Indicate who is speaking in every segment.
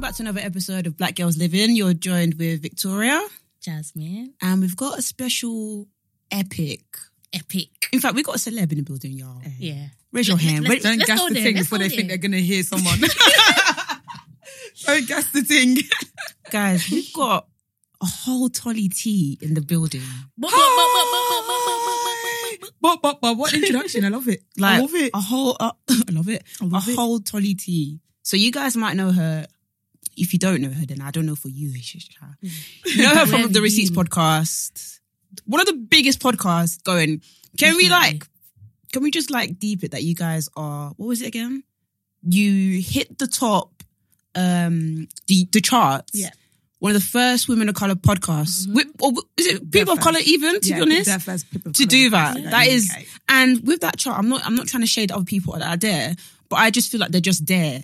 Speaker 1: back to another episode of Black Girls Living. You're joined with Victoria,
Speaker 2: Jasmine.
Speaker 1: and we've got a special epic.
Speaker 2: Epic.
Speaker 1: In fact, we've got a celeb in the building, y'all.
Speaker 2: Yeah.
Speaker 1: Raise your hand.
Speaker 2: Let's-
Speaker 1: Ra-
Speaker 2: let's go there, let's go there.
Speaker 3: gonna hear someone. Don't gas the thing.
Speaker 1: Guys, we've got a whole Tolly T in the building.
Speaker 3: But but but what introduction? I love it.
Speaker 1: Like
Speaker 3: I love it.
Speaker 1: a whole, uh, I love it.
Speaker 3: I love
Speaker 1: a
Speaker 3: it.
Speaker 1: whole Tolly T. So you guys might know her. If you don't know her, then I don't know for you. You know
Speaker 3: Mm.
Speaker 1: her
Speaker 2: Where
Speaker 1: from the
Speaker 2: have
Speaker 1: Receipts
Speaker 2: you-
Speaker 1: podcast, one of the biggest podcasts going. Can we
Speaker 2: Definitely.
Speaker 1: like? Can we just like deep it that you guys are? What was it again? You hit the top, um, the the charts.
Speaker 2: Yeah.
Speaker 1: One of the first women of color podcasts. Wi- or w- is it
Speaker 3: They're
Speaker 1: people of color
Speaker 3: Mm-hmm. first.
Speaker 1: even? To
Speaker 3: Yeah,
Speaker 1: be honest,
Speaker 3: they're first people of
Speaker 1: to
Speaker 3: colour
Speaker 1: do
Speaker 3: podcast
Speaker 1: that.
Speaker 3: in the
Speaker 1: That is,
Speaker 3: UK.
Speaker 1: and with that chart, I'm not. I'm not trying to shade other people that are there, but I just feel like they're just there.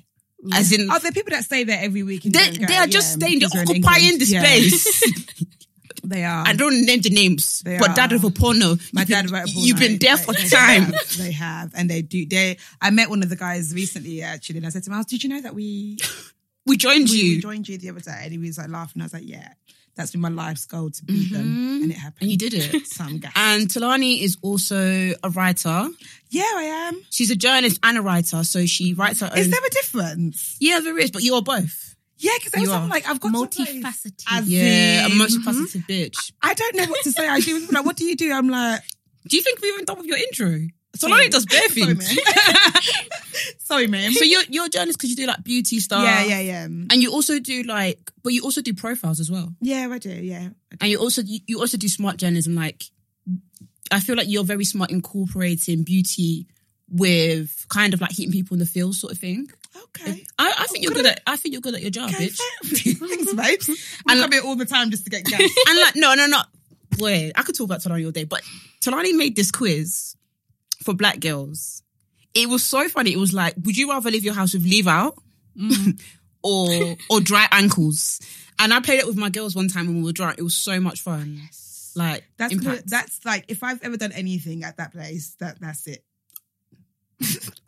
Speaker 1: As in,
Speaker 3: Are there people that stay there every week? and
Speaker 1: they,
Speaker 3: don't go?
Speaker 1: they are just
Speaker 3: Yeah,
Speaker 1: staying. They're
Speaker 3: because you're in
Speaker 1: occupying
Speaker 3: England.
Speaker 1: the
Speaker 3: Yeah,
Speaker 1: space.
Speaker 3: They are.
Speaker 1: I don't name the names,
Speaker 3: They
Speaker 1: but
Speaker 3: are.
Speaker 1: dad of a porno.
Speaker 3: My
Speaker 1: you've
Speaker 3: dad
Speaker 1: been,
Speaker 3: wrote a porno.
Speaker 1: You've been there
Speaker 3: They-
Speaker 1: for
Speaker 3: they
Speaker 1: time.
Speaker 3: have, they have, and they do. They. I met one of the guys recently actually, and I said to him, "Oh, "Did you know that we
Speaker 1: We joined
Speaker 3: we,
Speaker 1: you,
Speaker 3: we joined you the other day?" And he was like laughing. I was like, "Yeah, that's been my life's goal to be them, and it happened."
Speaker 1: Mm-hmm. and you did it.
Speaker 3: Some guy.
Speaker 1: And Talani is also a writer.
Speaker 3: yeah, I am.
Speaker 1: She's a journalist and a writer, so she writes her own.
Speaker 3: Is there a difference?
Speaker 1: yeah, there is, but you're both.
Speaker 3: Yeah, because
Speaker 1: You
Speaker 3: I'm
Speaker 1: are.
Speaker 3: like I've got sometimes-
Speaker 2: Multifaceted.
Speaker 3: As
Speaker 1: Yeah,
Speaker 3: in-
Speaker 1: a multifaceted bitch.
Speaker 3: I don't know what to say. I do. people are Like, what do you do? I'm like,
Speaker 1: Do you think we even done with your intro?
Speaker 3: Sorry.
Speaker 1: Talani does bare
Speaker 3: sorry,
Speaker 1: things.
Speaker 3: man. sorry, man.
Speaker 1: so you're you're a journalist because you do like beauty stuff.
Speaker 3: yeah, yeah, yeah. Um,
Speaker 1: And you also do like, but you also do profiles as well.
Speaker 3: Yeah, I do. Yeah.
Speaker 1: and you also you, you also do smart journalism like i feel like you're very smart incorporating beauty with kind of like hitting people in the field sort of thing
Speaker 3: Okay.
Speaker 1: i, I think you're good at i think you're good at your job
Speaker 3: Okay,
Speaker 1: bitch
Speaker 3: fair. Thanks, babes. I
Speaker 1: And-
Speaker 3: come here all the time just to get gas.
Speaker 1: and like no no no wait i could talk about Talani all day but Talani made this quiz for black girls it was so funny it was like would you rather leave your house with leave out
Speaker 3: Mm.
Speaker 1: or or dry ankles and i played it with my girls one time when we were drunk it was so much fun like
Speaker 3: That's
Speaker 1: impact.
Speaker 3: good. that's like if I've ever done anything at that place, that that's it.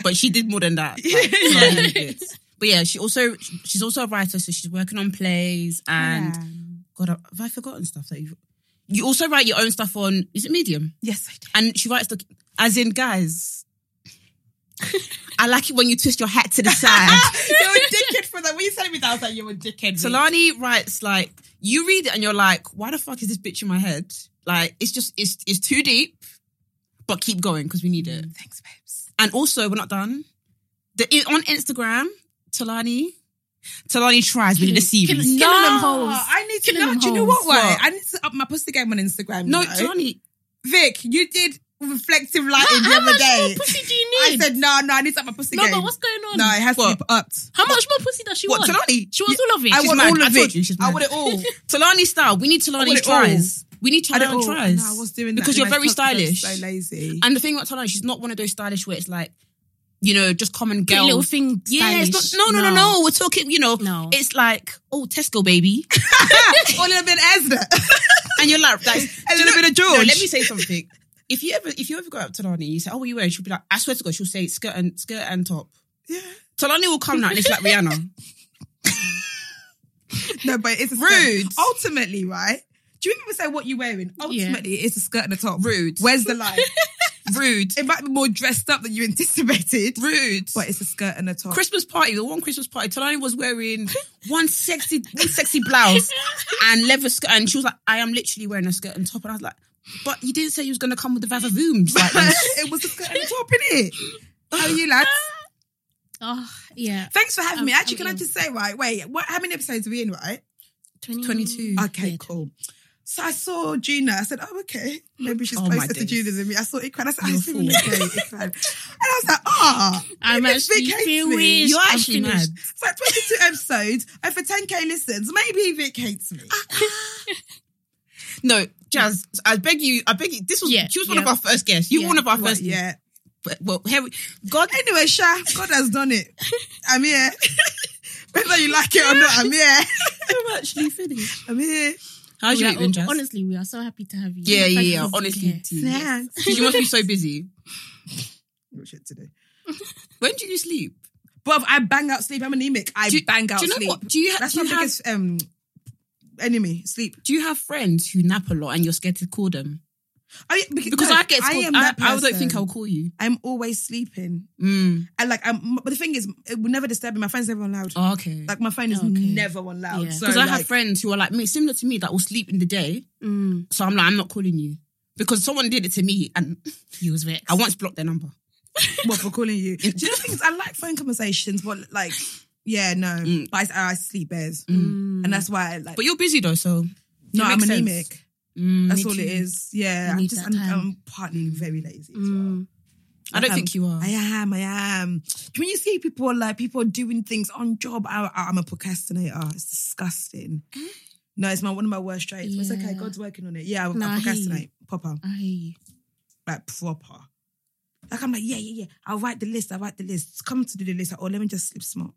Speaker 1: but she did more than that. Like,
Speaker 3: Yeah.
Speaker 1: she did. But yeah, she also she's also a writer, so she's working on plays and God, have I forgotten stuff that you you also write your own stuff on? Is it Medium?
Speaker 3: yes, I did.
Speaker 1: And she writes the as in guys. I like it when you twist your hat to the side.
Speaker 3: Ah, you were a dickhead for that. When you said me that, I was like, you were a dickhead. bitch.
Speaker 1: Solani writes like you read it and you're like, why the fuck is this bitch in my head? Like it's just it's it's too deep. But keep going because we need it.
Speaker 3: Thanks, babes.
Speaker 1: And also, we're not done. The on Instagram, Talani, Talani tries. We did a series.
Speaker 2: Killing them
Speaker 3: No,
Speaker 2: hoes.
Speaker 3: Ah, I need to
Speaker 2: Killing
Speaker 3: know.
Speaker 2: them
Speaker 3: Do you know what?
Speaker 2: hoes.
Speaker 3: Why?
Speaker 1: What?
Speaker 3: I need to up my pussy game on Instagram.
Speaker 1: No,
Speaker 3: you know?
Speaker 1: Talani.
Speaker 3: Vic, you did reflective lighting the
Speaker 2: How
Speaker 3: other
Speaker 2: much more
Speaker 3: day.
Speaker 2: pussy do you
Speaker 3: I
Speaker 2: need?
Speaker 3: said no, no, I need to up my pussy
Speaker 2: no,
Speaker 3: game.
Speaker 2: but what's going on?
Speaker 3: no, it has
Speaker 1: What?
Speaker 3: to be upped.
Speaker 2: How much more pussy does she
Speaker 1: What,
Speaker 2: want?
Speaker 1: Talani?
Speaker 2: She wants all of it.
Speaker 3: I
Speaker 1: She's
Speaker 3: want
Speaker 1: mad.
Speaker 3: all
Speaker 1: I
Speaker 3: of
Speaker 1: told
Speaker 3: it.
Speaker 1: you she's
Speaker 3: I
Speaker 1: mad.
Speaker 3: want it all.
Speaker 1: Talani style. We need
Speaker 3: I want
Speaker 1: Talani
Speaker 3: it all.
Speaker 1: tries. We need
Speaker 3: Oh, I
Speaker 1: Talani
Speaker 3: know,
Speaker 1: tries.
Speaker 3: I was doing that
Speaker 1: because
Speaker 3: and
Speaker 1: you're
Speaker 3: my
Speaker 1: very
Speaker 3: cock was
Speaker 1: stylish.
Speaker 3: So lazy.
Speaker 1: And the thing about Talani, she's not one of those stylish where it's like, you know, just common
Speaker 2: Pretty
Speaker 1: girl.
Speaker 2: little thing.
Speaker 1: yeah, it's
Speaker 2: stylish.
Speaker 1: not, no, no, no, no, We're talking, you know,
Speaker 2: No.
Speaker 1: it's like, oh, Tesco baby.
Speaker 3: all a little bit Asda,
Speaker 1: and you're like, that's,
Speaker 3: a
Speaker 1: do you
Speaker 3: little
Speaker 1: know-
Speaker 3: bit of George.
Speaker 1: No, Oh, let me say something. If you ever, if you ever go up to Talani, you say, "Oh, what are you wearing?" She'll be like, "I swear to God," she'll say, "Skirt and skirt and top." Yeah. Talani will come now and it's like Rihanna.
Speaker 3: no, but it's a
Speaker 1: Rude.
Speaker 3: Skirt. Ultimately, right? Do you people say what you're wearing? Ultimately, it's a skirt and a top.
Speaker 1: Rude.
Speaker 3: Where's the line?
Speaker 1: Rude.
Speaker 3: it might be more dressed up than you anticipated,
Speaker 1: Rude.
Speaker 3: but it's a skirt and a top.
Speaker 1: Christmas party, the one Christmas party, Talani was wearing one sexy, one sexy blouse and leather skirt, and she was like, "I am literally wearing a skirt and top," and I was like, "But you didn't say you was gonna come with the vavavooms like this."
Speaker 3: it was a skirt and a top, innit? How are you, lads?
Speaker 2: Oh, yeah.
Speaker 3: Thanks for having
Speaker 2: Um,
Speaker 3: me. Actually,
Speaker 2: um,
Speaker 3: can I
Speaker 2: um.
Speaker 3: just say, right? Wait, what? How many episodes are we in, right?
Speaker 2: 20,
Speaker 1: 22.
Speaker 3: Okay, cool. So I saw Gina. I said, "Oh, okay, maybe she's
Speaker 1: Oh, my
Speaker 3: closer to
Speaker 1: days.
Speaker 3: Gina than me." I saw Ikran. I said,
Speaker 1: You're
Speaker 3: "I
Speaker 1: a
Speaker 3: see
Speaker 1: fool.
Speaker 3: Ikran," and I was like, "Ah, oh,
Speaker 2: I'm actually furious.
Speaker 1: You're
Speaker 2: I'm
Speaker 1: actually
Speaker 2: finished.
Speaker 1: mad.
Speaker 3: It's like 22 episodes over 10k listens. Maybe Vic hates me.
Speaker 1: Ah, No, Jazz, I beg you, I beg you. This was
Speaker 2: Yeah,
Speaker 1: she was one
Speaker 2: yeah.
Speaker 1: of our first guests. You were
Speaker 2: Yeah.
Speaker 1: one of our
Speaker 3: But
Speaker 1: first.
Speaker 3: yeah.
Speaker 1: But, well, here we, God,
Speaker 3: Anyway, Sha, God has done it. I'm here. Whether you like it or not, I'm here.
Speaker 1: I'm actually finished.
Speaker 3: I'm here.
Speaker 1: How's
Speaker 2: We
Speaker 1: your
Speaker 2: are
Speaker 1: evening,
Speaker 2: all-
Speaker 1: Jazz?
Speaker 2: Honestly, we are so happy to have you.
Speaker 1: yeah, yeah,
Speaker 2: Thank
Speaker 1: yeah.
Speaker 2: you for being
Speaker 1: Honestly,
Speaker 2: here.
Speaker 1: tea.
Speaker 3: Thanks.
Speaker 1: you must be so busy.
Speaker 3: What shit to do?
Speaker 1: When did you sleep?
Speaker 3: But I bang out sleep. I'm anemic. I
Speaker 1: Do you-
Speaker 3: bang out
Speaker 1: Do you know
Speaker 3: sleep.
Speaker 1: what? Do you,
Speaker 3: That's
Speaker 1: do
Speaker 3: my
Speaker 1: you have,
Speaker 3: biggest um enemy. Sleep.
Speaker 1: do you have friends who nap a lot and you're scared to call them?
Speaker 3: I mean, because,
Speaker 1: Because
Speaker 3: no,
Speaker 1: I get
Speaker 3: I
Speaker 1: called,
Speaker 3: am
Speaker 1: I,
Speaker 3: that
Speaker 1: I, don't think
Speaker 3: person.
Speaker 1: I'll call you.
Speaker 3: I'm always sleeping.
Speaker 1: Mm.
Speaker 3: And like I'm. But the thing is, it will never disturb me. My phone's never on loud.
Speaker 1: Oh, okay.
Speaker 3: Like my phone is
Speaker 2: Okay.
Speaker 3: never on loud.
Speaker 2: Yeah.
Speaker 3: So
Speaker 1: Because I
Speaker 3: like-
Speaker 1: have friends who are like me, similar to me, that will sleep in the day.
Speaker 2: Mm.
Speaker 1: So I'm like, I'm not calling you. Because someone did it to me and
Speaker 2: You was vexed.
Speaker 1: I once blocked their number.
Speaker 3: what for calling you. Do you know things? I like phone conversations, but like, yeah, no.
Speaker 1: Mm.
Speaker 3: But I, I sleep bears,
Speaker 2: Mm.
Speaker 3: and that's why. I, like,
Speaker 1: But you're busy though, so.
Speaker 3: no,
Speaker 1: it
Speaker 3: I'm
Speaker 1: makes sense.
Speaker 3: anemic.
Speaker 1: Mm,
Speaker 3: That's
Speaker 1: me
Speaker 3: all
Speaker 1: too.
Speaker 3: it is. Yeah,
Speaker 2: You
Speaker 3: I'm
Speaker 2: need
Speaker 3: just.
Speaker 2: that
Speaker 3: I'm,
Speaker 2: time.
Speaker 3: I'm partly very lazy. As well.
Speaker 2: Mm.
Speaker 1: I don't
Speaker 3: Like,
Speaker 1: think you are.
Speaker 3: I am. I am. When you see people like people doing things on job, I, I, am a procrastinator. It's disgusting. No, it's my one of my worst traits. But it's
Speaker 2: Yeah.
Speaker 3: okay. God's working on it. Yeah, I,
Speaker 2: No, I
Speaker 3: I
Speaker 2: hear you.
Speaker 3: procrastinate. Proper,
Speaker 2: I hear you.
Speaker 3: like proper. Like I'm like yeah yeah yeah. I'll write the list. I'll write the list. Come to do the list. Or let me just sleep smart.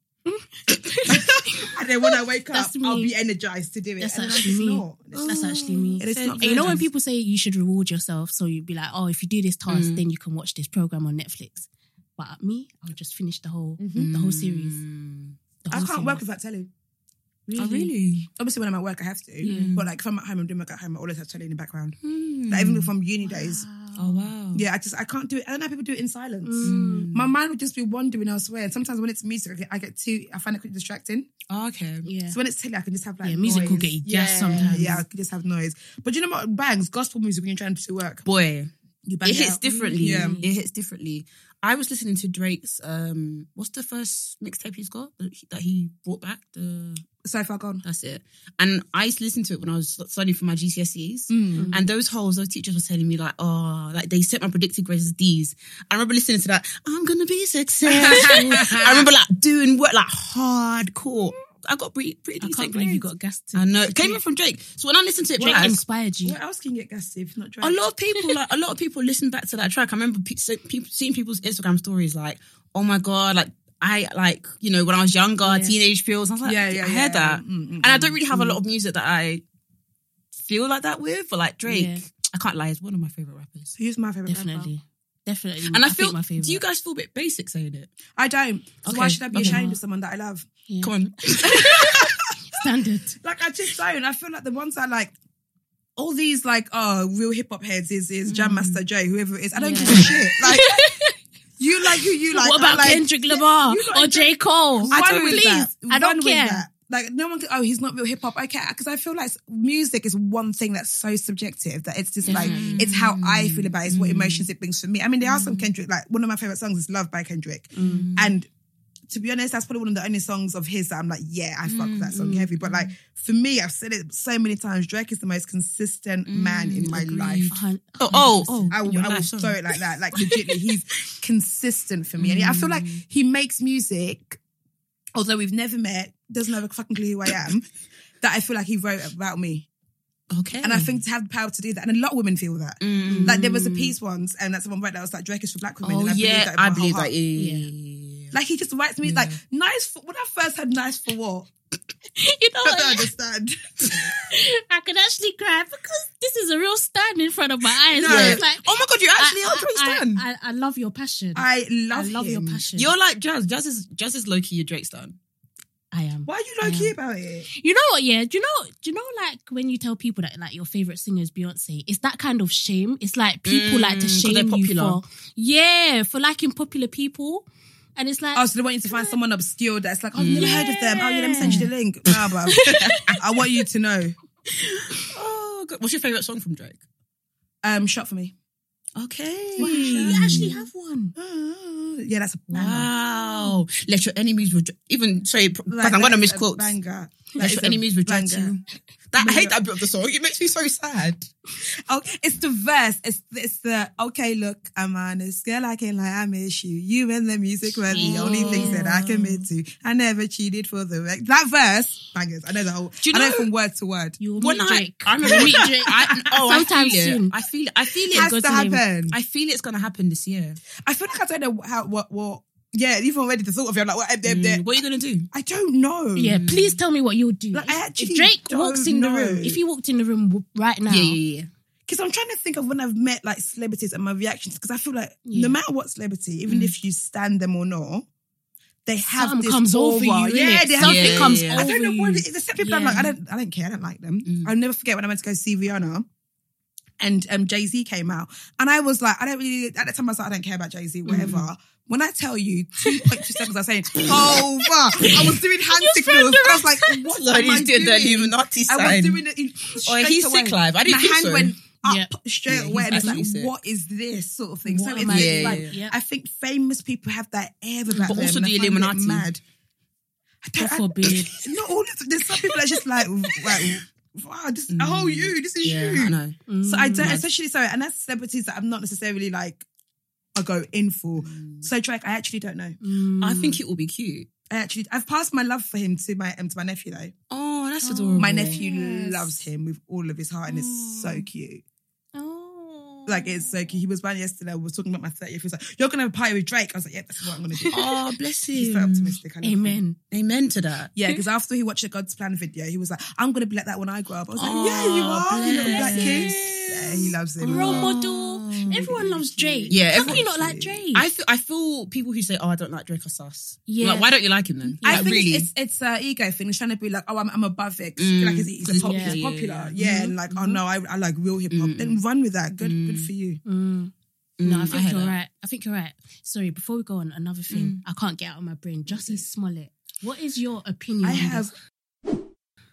Speaker 3: and then when I wake up,
Speaker 2: That's me.
Speaker 3: I'll be energized to do it.
Speaker 2: That's
Speaker 3: and then I'm
Speaker 2: actually
Speaker 3: just
Speaker 2: me.
Speaker 3: not. And it's
Speaker 2: That's
Speaker 3: not.
Speaker 2: actually me.
Speaker 3: And it's not
Speaker 2: And you know when
Speaker 3: virgins.
Speaker 2: people say you should reward yourself, so you'd be like, oh, if you do this task,
Speaker 1: Mm.
Speaker 2: then you can watch this program on Netflix. But me, I'll just finish the whole
Speaker 3: Mhm.
Speaker 2: the whole series. The
Speaker 3: I
Speaker 2: whole
Speaker 3: can't work
Speaker 2: series.
Speaker 3: without telly.
Speaker 1: Oh, really?
Speaker 3: Obviously, when I'm at work, I have to.
Speaker 2: Yeah. Hmm.
Speaker 3: But like if I'm at home, I'm doing work at home. I always have telly in the background.
Speaker 1: Mm.
Speaker 3: Like even from uni days.
Speaker 1: Oh, wow.
Speaker 3: Yeah, I just I can't do it. I don't know how people do it in silence.
Speaker 2: Mm.
Speaker 3: My mind would just be wandering elsewhere. And sometimes when it's music, I get, I get too. I find it quite distracting.
Speaker 1: Oh, okay.
Speaker 2: Yeah.
Speaker 3: So when it's telly, I can just have like
Speaker 2: Yeah, music
Speaker 3: noise.
Speaker 2: will get you
Speaker 3: yeah,
Speaker 2: gassed sometimes.
Speaker 3: Yeah, I can just have noise. But you know what? Bangs gospel music when you're trying to do work.
Speaker 1: Boy,
Speaker 3: You bang
Speaker 1: it hits
Speaker 3: out.
Speaker 1: differently.
Speaker 3: Yeah.
Speaker 2: Mm.
Speaker 1: It hits differently. I was listening to Drake's, um, what's the first mixtape he's got that he, that he brought back? The
Speaker 3: So far gone.
Speaker 1: That's it. And I used to listen to it when I was studying for my GCSEs. E
Speaker 3: Mm.
Speaker 1: And those holes, those teachers were telling me like, oh, like they set my predicted grades as D's. I remember listening to that. I'm gonna be successful. I remember like doing work like hardcore. I got pretty, pretty
Speaker 2: I
Speaker 1: decent
Speaker 2: can't believe you
Speaker 1: grades.
Speaker 2: got gassed.
Speaker 1: I know. It came in from Drake. So when I listened to it,
Speaker 2: Drake
Speaker 1: back,
Speaker 2: inspired you.
Speaker 3: What else can you get gassed if not
Speaker 1: a
Speaker 3: drag?
Speaker 1: lot of people, like a lot of people, listen back to that track. I remember pe- se- people, seeing people's Instagram stories like, oh my god, like I like you know when I was younger,
Speaker 2: Yeah.
Speaker 1: teenage feels. I was like,
Speaker 3: Yeah, yeah,
Speaker 1: I heard
Speaker 3: yeah.
Speaker 1: that.
Speaker 3: Mm, mm,
Speaker 1: And I don't really have a lot of music that I feel like that with, but like Drake,
Speaker 2: Yeah.
Speaker 1: I can't lie, is one of my favorite rappers.
Speaker 3: Who's my favorite? rapper?
Speaker 2: Definitely. Definitely.
Speaker 1: And I,
Speaker 2: think
Speaker 1: feel,
Speaker 2: my favorite.
Speaker 1: do you guys feel a bit basic saying it?
Speaker 3: I don't. 'Cause Why
Speaker 1: Okay,
Speaker 3: should I be
Speaker 1: okay.
Speaker 3: ashamed of someone that I love?
Speaker 2: Yeah.
Speaker 1: Come on.
Speaker 2: Standard.
Speaker 3: Like I just don't. I feel like the ones that like all these like oh real hip hop heads is is Jam Master Jay, whoever it is. I don't
Speaker 2: Mm. Yeah.
Speaker 3: give a shit. Like you like who you like.
Speaker 2: what
Speaker 3: I
Speaker 2: about
Speaker 3: like,
Speaker 2: Kendrick Lamar
Speaker 3: you lot
Speaker 2: or
Speaker 3: enjoy-
Speaker 2: J. Cole?
Speaker 3: I
Speaker 2: One,
Speaker 3: don't
Speaker 2: please. I don't care.
Speaker 3: Like no one. Can, oh, he's not real hip hop. Okay, because I feel like music is one thing that's so subjective that it's just like
Speaker 2: Definitely.
Speaker 3: it's how I feel about it, it's what emotions it brings for me. I mean, there are
Speaker 2: Mm.
Speaker 3: some Kendrick. Like one of my favorite songs is "Love" by Kendrick, and to be honest, that's probably one of the only songs of his that I'm like, yeah, I fuck with that
Speaker 2: Mm.
Speaker 3: song heavy. But like for me, I've said it so many times. Drake is the most consistent man
Speaker 2: Mm,
Speaker 3: in my life.
Speaker 2: Hun-
Speaker 1: Oh, oh, oh.
Speaker 3: I will,
Speaker 1: your
Speaker 3: I will
Speaker 1: life,
Speaker 3: throw
Speaker 1: sorry.
Speaker 3: it like that. Like legitly, he's consistent for me, and I feel like
Speaker 1: Mm.
Speaker 3: he makes music. Although we've never met, doesn't have a fucking clue who I am. that I feel like he wrote about me,
Speaker 1: Okay.
Speaker 3: and I think to have the power to do that, and a lot of women feel that.
Speaker 1: Mm.
Speaker 3: Like there was a piece once, and that someone wrote that was like Drake is for black women.
Speaker 1: oh,
Speaker 3: and I
Speaker 1: yeah,
Speaker 3: believe that.
Speaker 1: I
Speaker 3: with my
Speaker 1: believe
Speaker 3: whole
Speaker 1: that.
Speaker 3: heart.
Speaker 1: Yeah.
Speaker 3: Like he just writes me like nice. For, when I first had nice for what,
Speaker 2: you know
Speaker 3: I don't
Speaker 2: what?
Speaker 3: understand.
Speaker 2: I could actually cry because this is a real stand in front of my eyes.
Speaker 3: No.
Speaker 2: where it's like,
Speaker 1: oh my god, you actually
Speaker 2: I-
Speaker 1: are Drake's
Speaker 2: I,
Speaker 1: stan.
Speaker 2: I, I, I love your passion. I,
Speaker 3: I love,
Speaker 2: love your
Speaker 3: him.
Speaker 2: passion.
Speaker 1: You're like Jazz. Jazz is Jazz is low key a Drake stan.
Speaker 2: I am.
Speaker 3: Why are you low key about it?
Speaker 2: You know what? Yeah. Do you know? Do you know? Like when you tell people that like your favorite singer is Beyonce, it's that kind of shame. It's like people
Speaker 1: Mm,
Speaker 2: like to
Speaker 1: 'cause they're
Speaker 2: shame you
Speaker 1: popular.
Speaker 2: for yeah for liking popular people, and it's like
Speaker 3: Oh, so they want you to find someone obscure that's like, oh, I've never heard of them. Oh, yeah, let me send you the link. Nah, bruv. I want you to know.
Speaker 1: Oh god. What's your favorite song from Drake?
Speaker 3: Um, shot for me.
Speaker 1: Okay.
Speaker 2: wow, you actually have one.
Speaker 3: Yeah, that's a banger.
Speaker 1: Wow. Let your enemies rejo- even sorry, because
Speaker 3: Like, uh,
Speaker 1: I'm gonna
Speaker 3: that's a
Speaker 1: misquote.
Speaker 3: Banger. That
Speaker 1: Let
Speaker 3: is
Speaker 1: your
Speaker 3: a
Speaker 1: enemies reject
Speaker 3: banger.
Speaker 1: you. That I
Speaker 3: Banger.
Speaker 1: hate that bit of the song. It makes me so sad.
Speaker 3: Oh, it's the verse. It's it's the okay. Look, I'm honest, girl. I can lie. I miss you. You and the music were the only things that I commit to. I never cheated for the rec. That verse, bangers. I know the whole.
Speaker 1: you
Speaker 3: I know
Speaker 1: know-
Speaker 3: from word to word.
Speaker 2: You
Speaker 1: When
Speaker 2: meet
Speaker 1: I-
Speaker 2: Drake.
Speaker 1: I remember-
Speaker 2: You meet Drake.
Speaker 1: I, oh,
Speaker 2: Sometime
Speaker 1: I feel
Speaker 2: soon.
Speaker 1: It. I feel it. I feel
Speaker 3: Has
Speaker 1: it.
Speaker 2: go
Speaker 3: to
Speaker 2: to him.
Speaker 3: happen.
Speaker 1: I feel it's gonna happen this year.
Speaker 3: I feel like I don't know how what what. Yeah, even already the thought of it, I'm like, what? eh, eh, eh.
Speaker 1: Mm, What are you gonna do?
Speaker 3: I don't know.
Speaker 2: Yeah, please tell me what you would do.
Speaker 3: Like, I actually
Speaker 2: if Drake
Speaker 3: don't
Speaker 2: walks in
Speaker 3: know.
Speaker 2: the room, if he walked in the room w- right now,
Speaker 1: Yeah, yeah, yeah.
Speaker 3: Because I'm trying to think of when I've met like celebrities and my reactions. Because I feel like
Speaker 2: Yeah. Mm.
Speaker 3: no matter what celebrity, even if you stand them or not, they have
Speaker 2: Something
Speaker 3: this
Speaker 2: comes
Speaker 3: aura.
Speaker 2: over you,
Speaker 3: Yeah,
Speaker 2: innit?
Speaker 3: they have
Speaker 2: Something
Speaker 3: this-
Speaker 1: Yeah,
Speaker 2: comes
Speaker 1: yeah.
Speaker 2: over
Speaker 3: I don't know what
Speaker 2: you.
Speaker 3: it is. Except people I'm
Speaker 2: Yeah.
Speaker 3: like, I don't, I don't care. I don't like them.
Speaker 1: Mm.
Speaker 3: I'll never forget when I went to go see Rihanna, and um, Jay Z came out, and I was like, I don't really. At that time, I was like, I don't care about Jay
Speaker 2: Mm.
Speaker 3: Z, whatever. When I tell you, two point two seconds, I was saying over. I was doing hand signals. And I was like, what
Speaker 1: Like,
Speaker 3: am I
Speaker 1: he's doing the
Speaker 3: doing?
Speaker 1: Illuminati
Speaker 3: I
Speaker 1: sign.
Speaker 3: was doing it in,
Speaker 1: Or
Speaker 3: straight
Speaker 1: he's
Speaker 3: away.
Speaker 1: sick live. I
Speaker 3: My
Speaker 1: didn't think
Speaker 3: hand
Speaker 1: so.
Speaker 3: went up
Speaker 2: Yeah.
Speaker 3: straight
Speaker 1: Yeah, he's
Speaker 3: away, and it's like,
Speaker 1: actually sick.
Speaker 3: what is this sort of thing?
Speaker 2: What
Speaker 3: so
Speaker 2: am
Speaker 3: it's
Speaker 2: I
Speaker 3: it's
Speaker 1: doing?
Speaker 3: like,
Speaker 1: Yeah,
Speaker 2: yeah.
Speaker 3: I think famous people have that air about
Speaker 1: But
Speaker 3: them,
Speaker 1: also
Speaker 3: and
Speaker 1: the
Speaker 3: I find it
Speaker 1: Illuminati.
Speaker 3: Mad. I don't-
Speaker 2: God
Speaker 3: I-
Speaker 2: forbid.
Speaker 3: not all of them. There's some people that are just like, like wow, this, oh, you, this is
Speaker 1: Mm. Yeah, I
Speaker 3: you.
Speaker 1: know.
Speaker 3: So I don't,
Speaker 1: Mm.
Speaker 3: especially sorry, and that's celebrities that I'm not necessarily like, I go in for.
Speaker 1: Mm.
Speaker 3: So Drake, I actually don't know.
Speaker 2: Mm.
Speaker 1: I think it will be cute.
Speaker 3: I actually, I've passed my love for him to my um, to my nephew though.
Speaker 1: Oh, that's
Speaker 2: Oh.
Speaker 1: adorable.
Speaker 3: My
Speaker 2: Aw.
Speaker 3: nephew
Speaker 2: Yes.
Speaker 3: loves him with all of his heart, and it's so
Speaker 2: Mm.
Speaker 3: cute.
Speaker 2: Oh.
Speaker 3: Like it's so cute. He was banned yesterday. We were talking about my 30th. He was like, "You're gonna have a party with Drake." I was like, "Yeah, that's what I'm gonna do."
Speaker 1: Oh, bless
Speaker 3: He's
Speaker 1: him.
Speaker 3: so optimistic. I love him.
Speaker 2: Amen.
Speaker 1: Amen to that.
Speaker 3: Yeah, because after he watched the God's Plan video, he was like, I'm going to be like that when I grow up. I was like,
Speaker 1: Oh,
Speaker 3: yeah, you are. You little
Speaker 1: bless
Speaker 3: black kid.
Speaker 2: him.
Speaker 3: Yeah, he loves him.
Speaker 2: Role model. Everyone loves Drake.
Speaker 1: Yeah,
Speaker 2: How can
Speaker 1: everyone-
Speaker 2: you not like Drake?
Speaker 1: I feel, I feel people who say, "Oh, I don't like Drake or sus."
Speaker 2: Yeah.
Speaker 1: Like, why don't you like him then?
Speaker 3: I
Speaker 1: Like,
Speaker 3: think
Speaker 1: really.
Speaker 3: it's it's an ego thing. He's trying to be like, oh, I'm, I'm above it. 'Cause,
Speaker 1: Mm.
Speaker 3: Like, he's, he's, a
Speaker 1: He's
Speaker 3: pop,
Speaker 2: popular,
Speaker 3: he's
Speaker 1: yeah,
Speaker 3: popular. Yeah,
Speaker 1: yeah,
Speaker 3: and like, oh no, I, I like real hip hop.
Speaker 1: Mm.
Speaker 3: Then run with that. Good, good
Speaker 1: Mm.
Speaker 3: for you.
Speaker 2: Mm. No, I
Speaker 1: Mm,
Speaker 2: think
Speaker 1: hear
Speaker 2: you're
Speaker 1: that.
Speaker 2: right. I think you're right. Sorry, before we go on, another
Speaker 3: Mm.
Speaker 2: thing I can't get out of my brain. Justice Smollett, what is your opinion?
Speaker 3: I
Speaker 1: Mm-hmm.
Speaker 2: on this?
Speaker 3: have.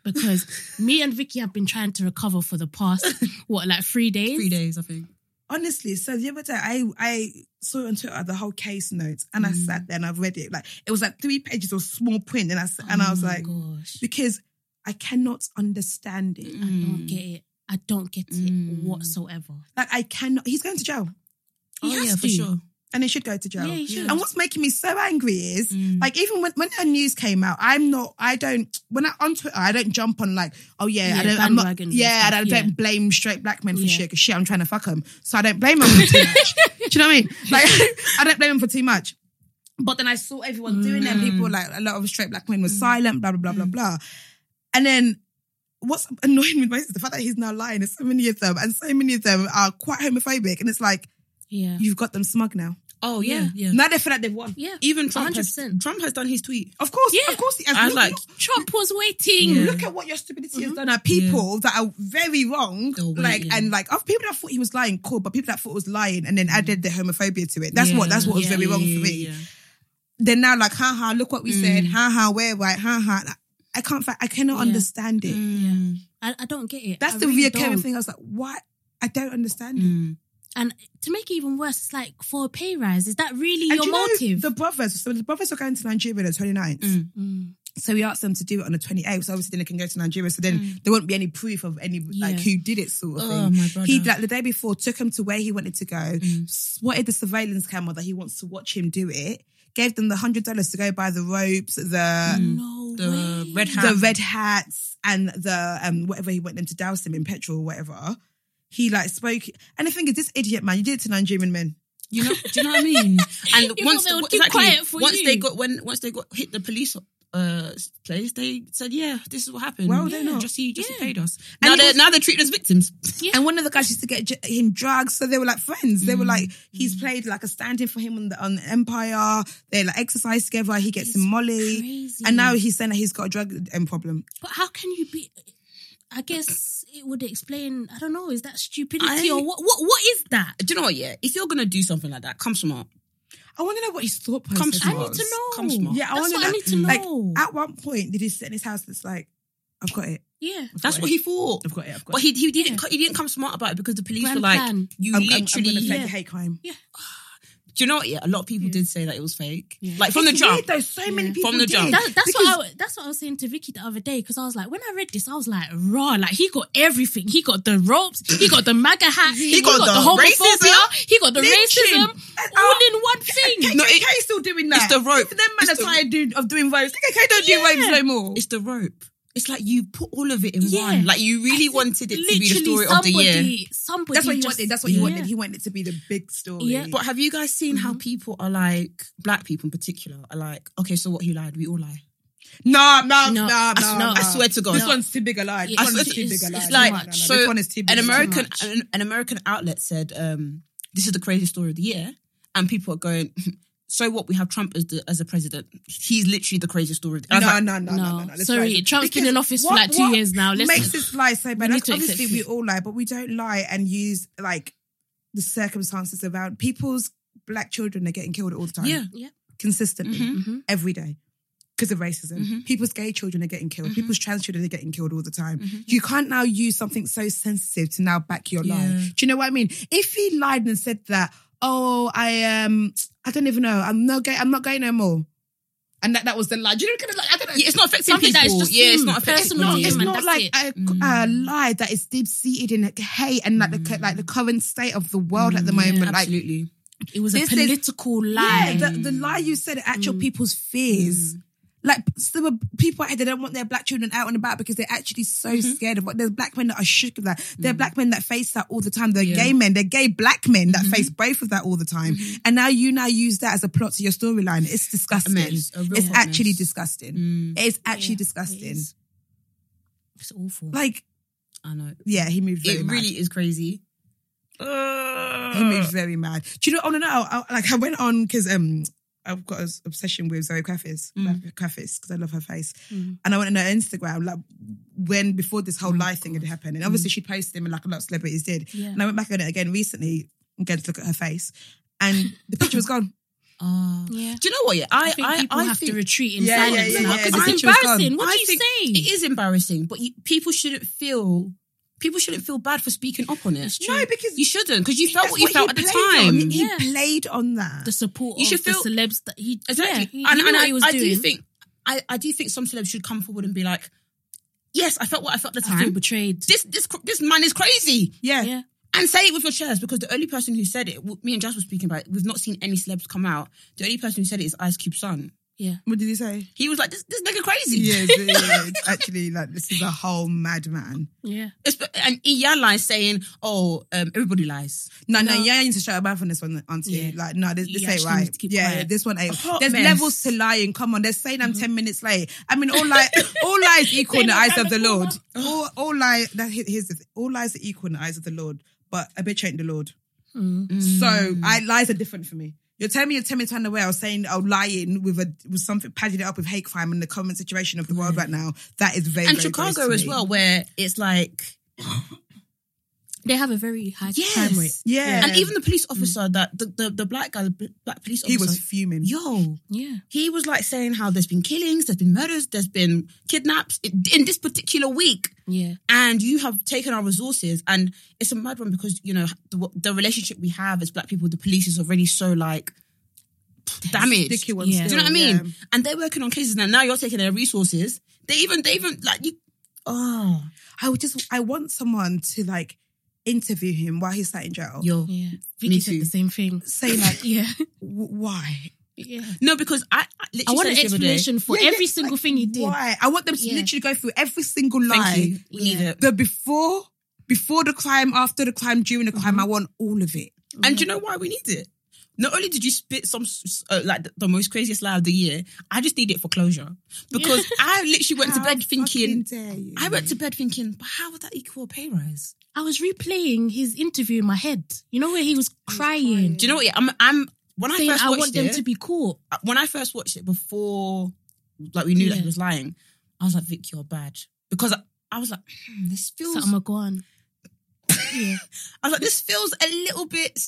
Speaker 2: because me and Vicky have been trying to recover for the past what, like three days.
Speaker 1: Three days, I think.
Speaker 3: Honestly, so the other day I I saw on Twitter the whole case notes, and I
Speaker 2: Mm.
Speaker 3: sat there and I've read it. Like it was like three pages of small print, and I s- and I was
Speaker 2: Oh my
Speaker 3: like,
Speaker 2: gosh,
Speaker 3: because I cannot understand it.
Speaker 2: I don't get it. I don't get it
Speaker 1: Mm.
Speaker 2: whatsoever.
Speaker 3: Like I cannot. He's going to jail,
Speaker 2: He
Speaker 1: oh
Speaker 2: has
Speaker 1: yeah, for
Speaker 2: to.
Speaker 1: sure.
Speaker 3: and he should go to jail.
Speaker 2: Yeah, you should.
Speaker 3: And what's making me so angry is
Speaker 1: Mm.
Speaker 3: like even when when her news came out, I'm not I don't when I on Twitter I don't jump on like oh yeah, I
Speaker 2: Yeah,
Speaker 3: don't I'm not
Speaker 2: bandwagons and
Speaker 3: yeah and I
Speaker 2: stuff,
Speaker 3: don't
Speaker 2: yeah.
Speaker 3: blame straight black men for
Speaker 2: Yeah.
Speaker 3: shit because shit I'm trying to fuck them so I don't blame them for too much. Do you know what I mean? Like I don't blame them for too much. But then I saw everyone doing that. People
Speaker 2: Mm.
Speaker 3: like a lot of straight black men were silent, blah blah blah blah blah. And then what's annoying me most is the fact that he's now lying. There's so many of them, and so many of them are quite homophobic. And it's like
Speaker 2: Yeah,
Speaker 3: you've got them smug now.
Speaker 1: Oh yeah, yeah.
Speaker 3: Now they feel like they've won.
Speaker 2: yeah.
Speaker 1: Even Trump has,
Speaker 2: 100%.
Speaker 1: Trump has done his tweet.
Speaker 3: Of course,
Speaker 2: Yeah.
Speaker 3: of course. He has.
Speaker 1: I
Speaker 3: Look-
Speaker 1: like.
Speaker 2: Trump was waiting.
Speaker 1: Yeah.
Speaker 3: look at what your stupidity
Speaker 2: Mm-hmm.
Speaker 3: has done at people that are very wrong.
Speaker 1: They'll wait,
Speaker 3: like
Speaker 1: yeah.
Speaker 3: and like of people that thought he was lying, cool, but people that thought it was lying and then added the homophobia to it. That's what that's what was
Speaker 2: Mm-hmm. Yeah, Mm.
Speaker 3: very wrong for me.
Speaker 1: Yeah,
Speaker 3: They're now like, ha ha, look what we said, ha ha, we're right, ha ha. Like, I can't fa- I cannot
Speaker 2: Yeah.
Speaker 3: understand it.
Speaker 1: Mm.
Speaker 2: I, I don't get it.
Speaker 3: That's
Speaker 2: I
Speaker 3: the
Speaker 2: really
Speaker 3: reoccurring
Speaker 2: don't.
Speaker 3: thing. I was like, what? I don't understand it.
Speaker 1: Mm.
Speaker 2: And to make it even worse, it's like for a pay rise, is that really
Speaker 3: And
Speaker 2: your
Speaker 3: do you know
Speaker 2: motive?
Speaker 3: the brothers, so the brothers are going to Nigeria on the 29th.
Speaker 1: Mm.
Speaker 2: Mm.
Speaker 3: So we asked them to do it on the 28th. So obviously then they can go to Nigeria. So then there won't be any proof of any, like,
Speaker 2: Yeah.
Speaker 3: who did it sort of
Speaker 1: Mm. Oh
Speaker 3: thing.
Speaker 1: my brother. Mm.
Speaker 3: He like the day before took him to where he wanted to go, swatted the surveillance camera that he wants to watch him do it, gave them the hundred dollars to go buy the ropes, the
Speaker 2: No
Speaker 1: The
Speaker 2: way.
Speaker 1: red Mm. hat.
Speaker 3: the red hats, and the um whatever he wanted them to douse him in petrol or whatever. He like spoke, and the thing is, this idiot man, you did it to Nigerian men.
Speaker 1: You know, do you know what I mean? And
Speaker 2: You
Speaker 1: once
Speaker 2: thought they would
Speaker 1: once-
Speaker 2: keep quiet for
Speaker 1: once
Speaker 2: you.
Speaker 1: they got when once they got hit the police uh place, they said, "Yeah, this is what happened."
Speaker 3: Well,
Speaker 1: yeah,
Speaker 3: they're not.
Speaker 1: just he just he
Speaker 2: Yeah.
Speaker 1: paid us.
Speaker 3: And
Speaker 1: Now
Speaker 3: it
Speaker 1: they're
Speaker 3: was-
Speaker 1: now they're treated as victims.
Speaker 2: Yeah.
Speaker 3: And one of the guys used to get j- him drugs, so they were like friends.
Speaker 1: Mm.
Speaker 3: They were like, he's played like a stand-in for him on the on Empire. They like exercise together. He gets him Molly,
Speaker 2: crazy.
Speaker 3: and now he's saying that he's got a drug um, problem.
Speaker 2: But how can you be? I guess it would explain. I don't know. Is that stupidity
Speaker 1: I-
Speaker 2: or what? What? What is that?
Speaker 1: Do you know what? Yeah, if you're gonna do something like that, come smart.
Speaker 3: I want to know what his thought process
Speaker 1: Come
Speaker 3: was.
Speaker 1: smart.
Speaker 2: I need to know.
Speaker 1: Come smart.
Speaker 3: Yeah, I
Speaker 2: That's
Speaker 3: wanna
Speaker 2: what I
Speaker 3: know.
Speaker 2: need to
Speaker 1: Mm.
Speaker 3: Like,
Speaker 2: know.
Speaker 3: At one point, did he sit in his house that's like, I've got it.
Speaker 2: yeah.
Speaker 1: That's what he thought.
Speaker 3: I've got it. I've got
Speaker 1: But
Speaker 3: it.
Speaker 1: he he didn't he didn't come smart about it because the police
Speaker 2: Grand
Speaker 1: were like,
Speaker 2: plan.
Speaker 1: "You
Speaker 3: I'm,
Speaker 1: literally."
Speaker 3: I'm, I'm going
Speaker 2: Yeah.
Speaker 3: to hate crime.
Speaker 1: do you know what? Yeah, a lot of people
Speaker 2: Yeah.
Speaker 1: did say that it was fake.
Speaker 2: Yeah.
Speaker 1: Like from the
Speaker 3: It's
Speaker 1: jump, Mm.
Speaker 3: Weird, though, so many
Speaker 2: Yeah.
Speaker 3: people
Speaker 1: From the
Speaker 3: did.
Speaker 1: jump.
Speaker 2: That, that's
Speaker 3: Because-
Speaker 2: what I, that's what I was saying to Vicky the other day because I was like, when I read this, I was like, raw, like he got everything. He got the ropes, he got the MAGA hat, he,
Speaker 1: got
Speaker 2: got,
Speaker 1: the
Speaker 2: the, homophobia, he got the
Speaker 3: Lynching.
Speaker 2: racism, all in one thing.
Speaker 3: no, KKK still doing that.
Speaker 1: it's the rope.
Speaker 3: Them man
Speaker 1: It's
Speaker 3: are
Speaker 1: the-
Speaker 3: tired dude, of doing ropes. KKK don't
Speaker 2: Yeah.
Speaker 3: do ropes no more.
Speaker 1: it's the rope. It's like you put all of it in
Speaker 2: Yeah.
Speaker 1: one. Like you really wanted it to be the story
Speaker 2: somebody,
Speaker 1: of the year.
Speaker 2: Somebody
Speaker 3: That's what he
Speaker 2: just-
Speaker 3: wanted. That's what he
Speaker 2: Yeah.
Speaker 3: wanted. He wanted it to be the big story.
Speaker 2: Yeah.
Speaker 1: But have you guys seen how
Speaker 3: Mm-hmm.
Speaker 1: people are like, black people in particular, are like, okay, so what, he lied, we all lie.
Speaker 3: no, no, no, no,
Speaker 2: No, I s- no,
Speaker 3: no.
Speaker 1: I swear to God.
Speaker 3: This one's too big a lie. This
Speaker 2: I
Speaker 3: one's
Speaker 2: swear-
Speaker 3: too big a
Speaker 2: it's-
Speaker 3: lie.
Speaker 2: it's
Speaker 3: No,
Speaker 1: like-
Speaker 3: no, no, no.
Speaker 1: so
Speaker 3: This one is too big.
Speaker 1: An
Speaker 3: It's too
Speaker 1: American
Speaker 3: much.
Speaker 1: an, an American outlet said, um, this is the craziest story of the year. And people are going, so what? We have Trump as the, as a president. He's literally the craziest story. And I
Speaker 3: No,
Speaker 1: was like,
Speaker 3: no, no, no, no, no. Let's
Speaker 2: Sorry,
Speaker 3: try it.
Speaker 2: Trump's been
Speaker 3: Because
Speaker 2: in office for
Speaker 3: what-
Speaker 2: like two
Speaker 3: what
Speaker 2: years now. Let's
Speaker 3: makes this lie so bad.
Speaker 2: need
Speaker 3: Like,
Speaker 2: to accept
Speaker 3: obviously, we
Speaker 2: truth.
Speaker 3: all lie, but we don't lie and use like the circumstances around people's black children are getting killed all the time.
Speaker 1: Yeah.
Speaker 2: Yeah.
Speaker 3: consistently
Speaker 1: Mhm.
Speaker 2: Mhm.
Speaker 3: every day because of racism.
Speaker 2: Mm-hmm.
Speaker 1: Mhm.
Speaker 3: People's gay children are getting killed. People's trans children are getting killed all the time.
Speaker 2: Mm-hmm.
Speaker 1: Mhm.
Speaker 3: You can't now use something so sensitive to now back your lie.
Speaker 1: Yeah.
Speaker 3: Do you know what I mean? If he lied and said that, oh, I um, I don't even know. I'm not gay. I'm not gay no more. And that, that was the lie. Do you know what kind of lie? I don't know.
Speaker 1: Yeah, it's not affecting
Speaker 2: Something
Speaker 1: people.
Speaker 2: that is just
Speaker 1: yeah, it's
Speaker 2: him,
Speaker 1: not affecting
Speaker 2: personal
Speaker 1: people.
Speaker 2: to
Speaker 3: it's
Speaker 2: him. and
Speaker 3: not
Speaker 2: that's
Speaker 3: like
Speaker 2: it.
Speaker 3: a, a
Speaker 1: Mm.
Speaker 3: lie that is deep seated in like, hate and like the like the current state of the world at the moment.
Speaker 1: Mm,
Speaker 3: like
Speaker 1: Absolutely.
Speaker 2: It was a
Speaker 3: This is-
Speaker 2: political lie.
Speaker 3: Yeah, the, the lie you said,
Speaker 1: Mm.
Speaker 3: actual people's fears. Like there were people out here, they don't want their black children out and about because they're actually so
Speaker 1: Mm-hmm.
Speaker 3: scared of what. There's black men that are shook of that.
Speaker 1: Mm.
Speaker 3: There are black men that face that all the time. They're gay men. They're gay black men
Speaker 1: Mm-hmm.
Speaker 3: that face both of that all the time. And now you now use that as a plot to your storyline. It's disgusting.
Speaker 1: mess, a real
Speaker 3: It's
Speaker 1: hot
Speaker 3: actually
Speaker 1: mess.
Speaker 3: disgusting.
Speaker 1: Mm.
Speaker 3: It's actually
Speaker 2: Yeah, it
Speaker 3: disgusting.
Speaker 2: is. It's awful.
Speaker 3: like
Speaker 1: I know.
Speaker 3: yeah, he moved. Very
Speaker 1: It
Speaker 3: mad.
Speaker 1: really is crazy.
Speaker 3: He moved very mad. Do you know? On and out. Like I went on because um I've got an obsession with Zoe Kravitz,
Speaker 1: Mm.
Speaker 3: Kravitz because I love her face, and I went on her Instagram like when before this
Speaker 1: Oh
Speaker 3: whole lie thing had happened, and
Speaker 1: Mm.
Speaker 3: obviously she posted him and like a lot of celebrities did,
Speaker 2: Yeah.
Speaker 3: and I went back on it again recently again to look at her face, and the picture was gone.
Speaker 1: Ah.
Speaker 2: yeah.
Speaker 1: Do you know what? Yeah, I,
Speaker 2: I think people have to retreat in
Speaker 3: Yeah, yeah,
Speaker 2: silence
Speaker 3: yeah,
Speaker 2: now
Speaker 3: yeah,
Speaker 2: because
Speaker 3: the
Speaker 2: it's
Speaker 3: picture is gone.
Speaker 2: embarrassing. What
Speaker 1: I
Speaker 2: do you
Speaker 1: think
Speaker 2: say?
Speaker 1: It is embarrassing, but you, people shouldn't feel people shouldn't feel bad for speaking up on it.
Speaker 3: No, because
Speaker 1: You shouldn't, because you felt
Speaker 3: that's
Speaker 1: what you felt at the
Speaker 3: he played on.
Speaker 1: time.
Speaker 3: He, he
Speaker 2: Yeah.
Speaker 3: played on that.
Speaker 2: the support
Speaker 1: You
Speaker 2: of
Speaker 1: should feel-
Speaker 2: the celebs that he
Speaker 1: Exactly.
Speaker 2: yeah, he,
Speaker 1: and
Speaker 2: he knew
Speaker 1: and
Speaker 2: what
Speaker 1: I,
Speaker 2: he was
Speaker 1: I
Speaker 2: doing.
Speaker 1: do think I, I do think some celebs should come forward and be like, Yes, I felt what I felt at the
Speaker 2: I feel
Speaker 1: time.
Speaker 2: betrayed.
Speaker 1: This this cr- this man is crazy.
Speaker 3: yeah.
Speaker 2: yeah.
Speaker 1: And say it with your chest because the only person who said it, w- me and Jazz were speaking about it, we've not seen any celebs come out. The only person who said it is Ice Cube's son.
Speaker 2: Yeah.
Speaker 3: What did he say?
Speaker 1: He was like, this, this nigga crazy.
Speaker 3: Yeah, yeah, yeah, it's actually like this is a whole madman.
Speaker 2: Yeah.
Speaker 1: Espe- and Iya lies saying, "Oh, um, everybody lies."
Speaker 3: No, no,
Speaker 2: No.
Speaker 3: yeah, you need to shut up from this one, auntie.
Speaker 2: Yeah.
Speaker 3: Like, no, this,
Speaker 2: You
Speaker 3: this ain't
Speaker 2: actually
Speaker 3: right.
Speaker 2: need to keep
Speaker 3: yeah,
Speaker 2: quiet.
Speaker 3: this one ain't.
Speaker 1: hot
Speaker 3: There's
Speaker 1: mess. Mm-hmm.
Speaker 3: levels to lying. Come on, they're saying I'm ten minutes late. I mean, all lies, all lies equal in the
Speaker 2: Saying
Speaker 3: eyes
Speaker 2: I'm
Speaker 3: of the
Speaker 2: round the
Speaker 3: Lord. All, all lies. That here- here's the thing. All lies are equal in the eyes of the Lord, but a bitch ain't the Lord.
Speaker 1: Hmm.
Speaker 3: So
Speaker 1: Mm.
Speaker 3: I, lies are different for me. You're telling me you're ten minutes away. I was saying, oh, lying with a with something padding it up with hate crime and the current situation of the world right now. That is very
Speaker 1: and
Speaker 3: very gross
Speaker 1: Chicago
Speaker 3: to
Speaker 1: as
Speaker 3: me.
Speaker 1: well, where it's like,
Speaker 2: They have a very high
Speaker 1: Yes.
Speaker 2: crime rate.
Speaker 3: Yeah, Mm.
Speaker 1: and even the police officer that the, the the black guy, the black police officer,
Speaker 3: he was fuming.
Speaker 1: yo.
Speaker 2: Yeah.
Speaker 1: He was like saying how there's been killings, there's been murders, there's been kidnaps in, in this particular week,
Speaker 2: Yeah.
Speaker 1: and you have taken our resources. And it's a mad one because you know the, the relationship we have as black people, with the police is already so like damaged.
Speaker 3: Sticky ones
Speaker 2: Yeah.
Speaker 1: Do you know what I
Speaker 3: still,
Speaker 1: mean?
Speaker 3: yeah.
Speaker 1: And they're working on cases, and now you're taking their resources. They even, they even like you. Oh,
Speaker 3: I would just I want someone to like interview him while he's sat in jail.
Speaker 1: yo,
Speaker 2: Yeah. Vicky said
Speaker 1: Oh, too.
Speaker 2: the same thing.
Speaker 3: Say like
Speaker 2: Yeah.
Speaker 3: w- why?
Speaker 2: Yeah.
Speaker 1: no, because I, I literally
Speaker 2: I want
Speaker 1: said
Speaker 2: an
Speaker 1: this the other day.
Speaker 2: explanation for
Speaker 3: Yeah,
Speaker 2: every
Speaker 3: yeah,
Speaker 2: single
Speaker 3: like,
Speaker 2: thing he did.
Speaker 3: Why? I want them to
Speaker 2: Yeah.
Speaker 3: literally go through every single lie.
Speaker 1: Thank you. We need
Speaker 2: Yeah.
Speaker 1: it.
Speaker 3: The before, before the crime, after the crime, during the crime. I want all of it.
Speaker 1: And do you know why we need it? Not only did you spit some s- s- uh, like the, the most craziest lie of the year, I just need it for closure because I literally went to
Speaker 3: How
Speaker 1: bed thinking.
Speaker 3: fucking dare you?
Speaker 1: I went to bed thinking, but how would that equal a pay rise?
Speaker 2: I was replaying his interview in my head. You know where he was crying,
Speaker 1: Do you know what? Yeah, I'm. I'm when I
Speaker 2: saying,
Speaker 1: first
Speaker 2: "I
Speaker 1: watched
Speaker 2: want
Speaker 1: it, uh,
Speaker 2: them to be caught."
Speaker 1: when I first watched it before, like we knew that he
Speaker 2: Yeah.
Speaker 1: was lying, I was like, Vic, you're bad because I, I was like, hmm, this feels.
Speaker 2: Something would go on. Yeah.
Speaker 1: I was like, this feels a little bit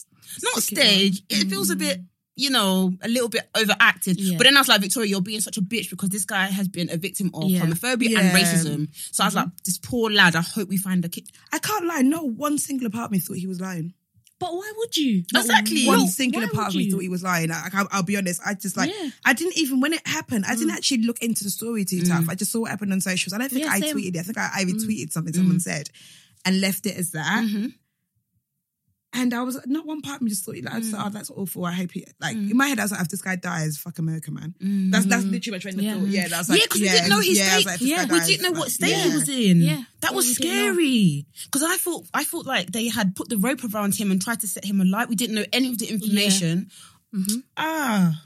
Speaker 1: not
Speaker 3: Stick it
Speaker 1: stage. It feels a bit. You know, a little bit overacted.
Speaker 2: Yeah.
Speaker 1: But then I was like, Victoria, you're being such a bitch because this guy has been a victim of
Speaker 2: Yeah.
Speaker 1: homophobia
Speaker 3: Yeah.
Speaker 1: and racism. So I was like, this poor lad, I hope we find a kid.
Speaker 3: I can't lie. Not one single part of me thought he was lying.
Speaker 2: But why would you?
Speaker 1: Exactly.
Speaker 3: One
Speaker 1: Yo,
Speaker 3: singular
Speaker 2: why
Speaker 3: part of
Speaker 2: would
Speaker 3: me
Speaker 2: you?
Speaker 3: thought he was lying. I, I, I'll be honest. I just like
Speaker 2: Yeah.
Speaker 3: I didn't even when it happened. I didn't
Speaker 1: Mm.
Speaker 3: actually look into the story too tough. I just saw what happened on socials. I don't think
Speaker 2: Yeah,
Speaker 3: I
Speaker 2: same.
Speaker 3: tweeted it. I think I, I
Speaker 1: Mm.
Speaker 3: retweeted something someone said, and left it as that. And I was not one part of me just thought, like, I just
Speaker 1: Mm.
Speaker 3: thought, oh, that's awful. I hope he like in my head. I was like, if this guy dies, fuck America, man. That's that's literally my train of
Speaker 2: Yeah.
Speaker 3: thought. Yeah, that's
Speaker 1: Yeah,
Speaker 3: like
Speaker 1: 'cause we didn't know his
Speaker 3: I was
Speaker 1: state.
Speaker 3: like, if this
Speaker 2: Yeah.
Speaker 3: guy
Speaker 1: we
Speaker 3: dies,
Speaker 1: didn't know
Speaker 3: like,
Speaker 1: what state
Speaker 3: yeah.
Speaker 1: he was in.
Speaker 2: Yeah.
Speaker 1: that was
Speaker 2: Yeah, we didn't know.
Speaker 1: scary. Because I thought I thought like they had put the rope
Speaker 2: Mm-hmm.
Speaker 1: around him and tried to set him alight. We didn't know any of the information. Ah,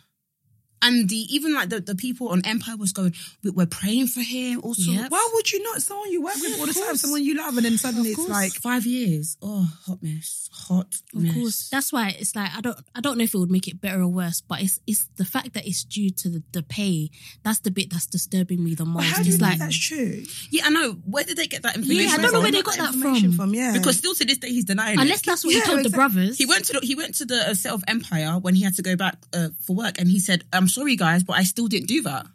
Speaker 1: And the even like the, the people on Empire was going, we, we're praying for him. Also,
Speaker 2: Yep.
Speaker 3: Why would you not? Someone you work with all the time,
Speaker 1: course.
Speaker 3: someone you love, and then suddenly it's like,
Speaker 1: five years. Oh, hot mess, hot
Speaker 2: Of
Speaker 1: mess.
Speaker 2: course, that's why it's like I don't I don't know if it would make it better or worse, but it's it's the fact that it's due to the, the pay. That's the bit that's disturbing me the
Speaker 3: well,
Speaker 2: most.
Speaker 3: how do you
Speaker 2: it's
Speaker 3: know
Speaker 2: like
Speaker 3: that's true?
Speaker 1: Yeah, I know. Where did they get that information?
Speaker 2: I don't know
Speaker 1: from?
Speaker 2: where they got that
Speaker 3: information
Speaker 2: from.
Speaker 3: Yeah,
Speaker 1: Because still to this day he's denying it.
Speaker 2: unless that's what
Speaker 3: Yeah,
Speaker 2: he told
Speaker 3: exact-
Speaker 2: the brothers.
Speaker 1: He went to the, he went to the uh, set of Empire when he had to go back uh, for work, and he said, "I'm sorry, guys, but I still didn't do that.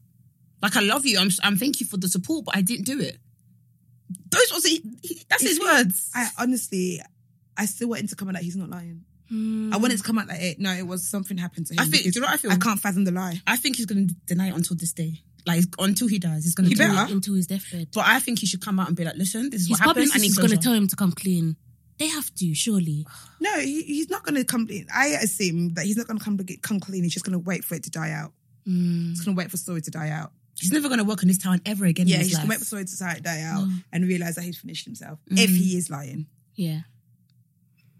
Speaker 1: Like, I love you. I'm I'm thank you for the support, but I didn't do it." Those was he, he, that's his
Speaker 3: It's-
Speaker 1: words.
Speaker 3: I honestly, I still want him to come out like he's not lying.
Speaker 2: Hmm.
Speaker 3: I want it to come out like it. No, it was something happened to him.
Speaker 1: I think. Do you know what I feel?
Speaker 3: Mm. I can't fathom the lie.
Speaker 1: I think he's going to deny it until this day. Like he's- until he dies, he's going to
Speaker 3: He
Speaker 1: do
Speaker 3: better.
Speaker 1: it.
Speaker 2: into his deathbed.
Speaker 1: But I think he should come out and be like, "Listen, this is
Speaker 2: His
Speaker 1: what happened."
Speaker 2: publicist
Speaker 1: And
Speaker 2: is going to tell him to come clean. They have to surely.
Speaker 3: No, he, he's not going to come. I assume that he's not going to come to get- come clean. He's just going to wait for it to die out.
Speaker 2: Mm.
Speaker 3: He's going to wait for story to die out.
Speaker 1: He's never going to work in this town ever again.
Speaker 3: Yeah,
Speaker 1: in
Speaker 3: he's
Speaker 1: his
Speaker 3: just going to wait
Speaker 1: life.
Speaker 3: for story to die, die out
Speaker 2: Mm.
Speaker 3: and realize that he's finished himself if he is lying.
Speaker 2: Yeah.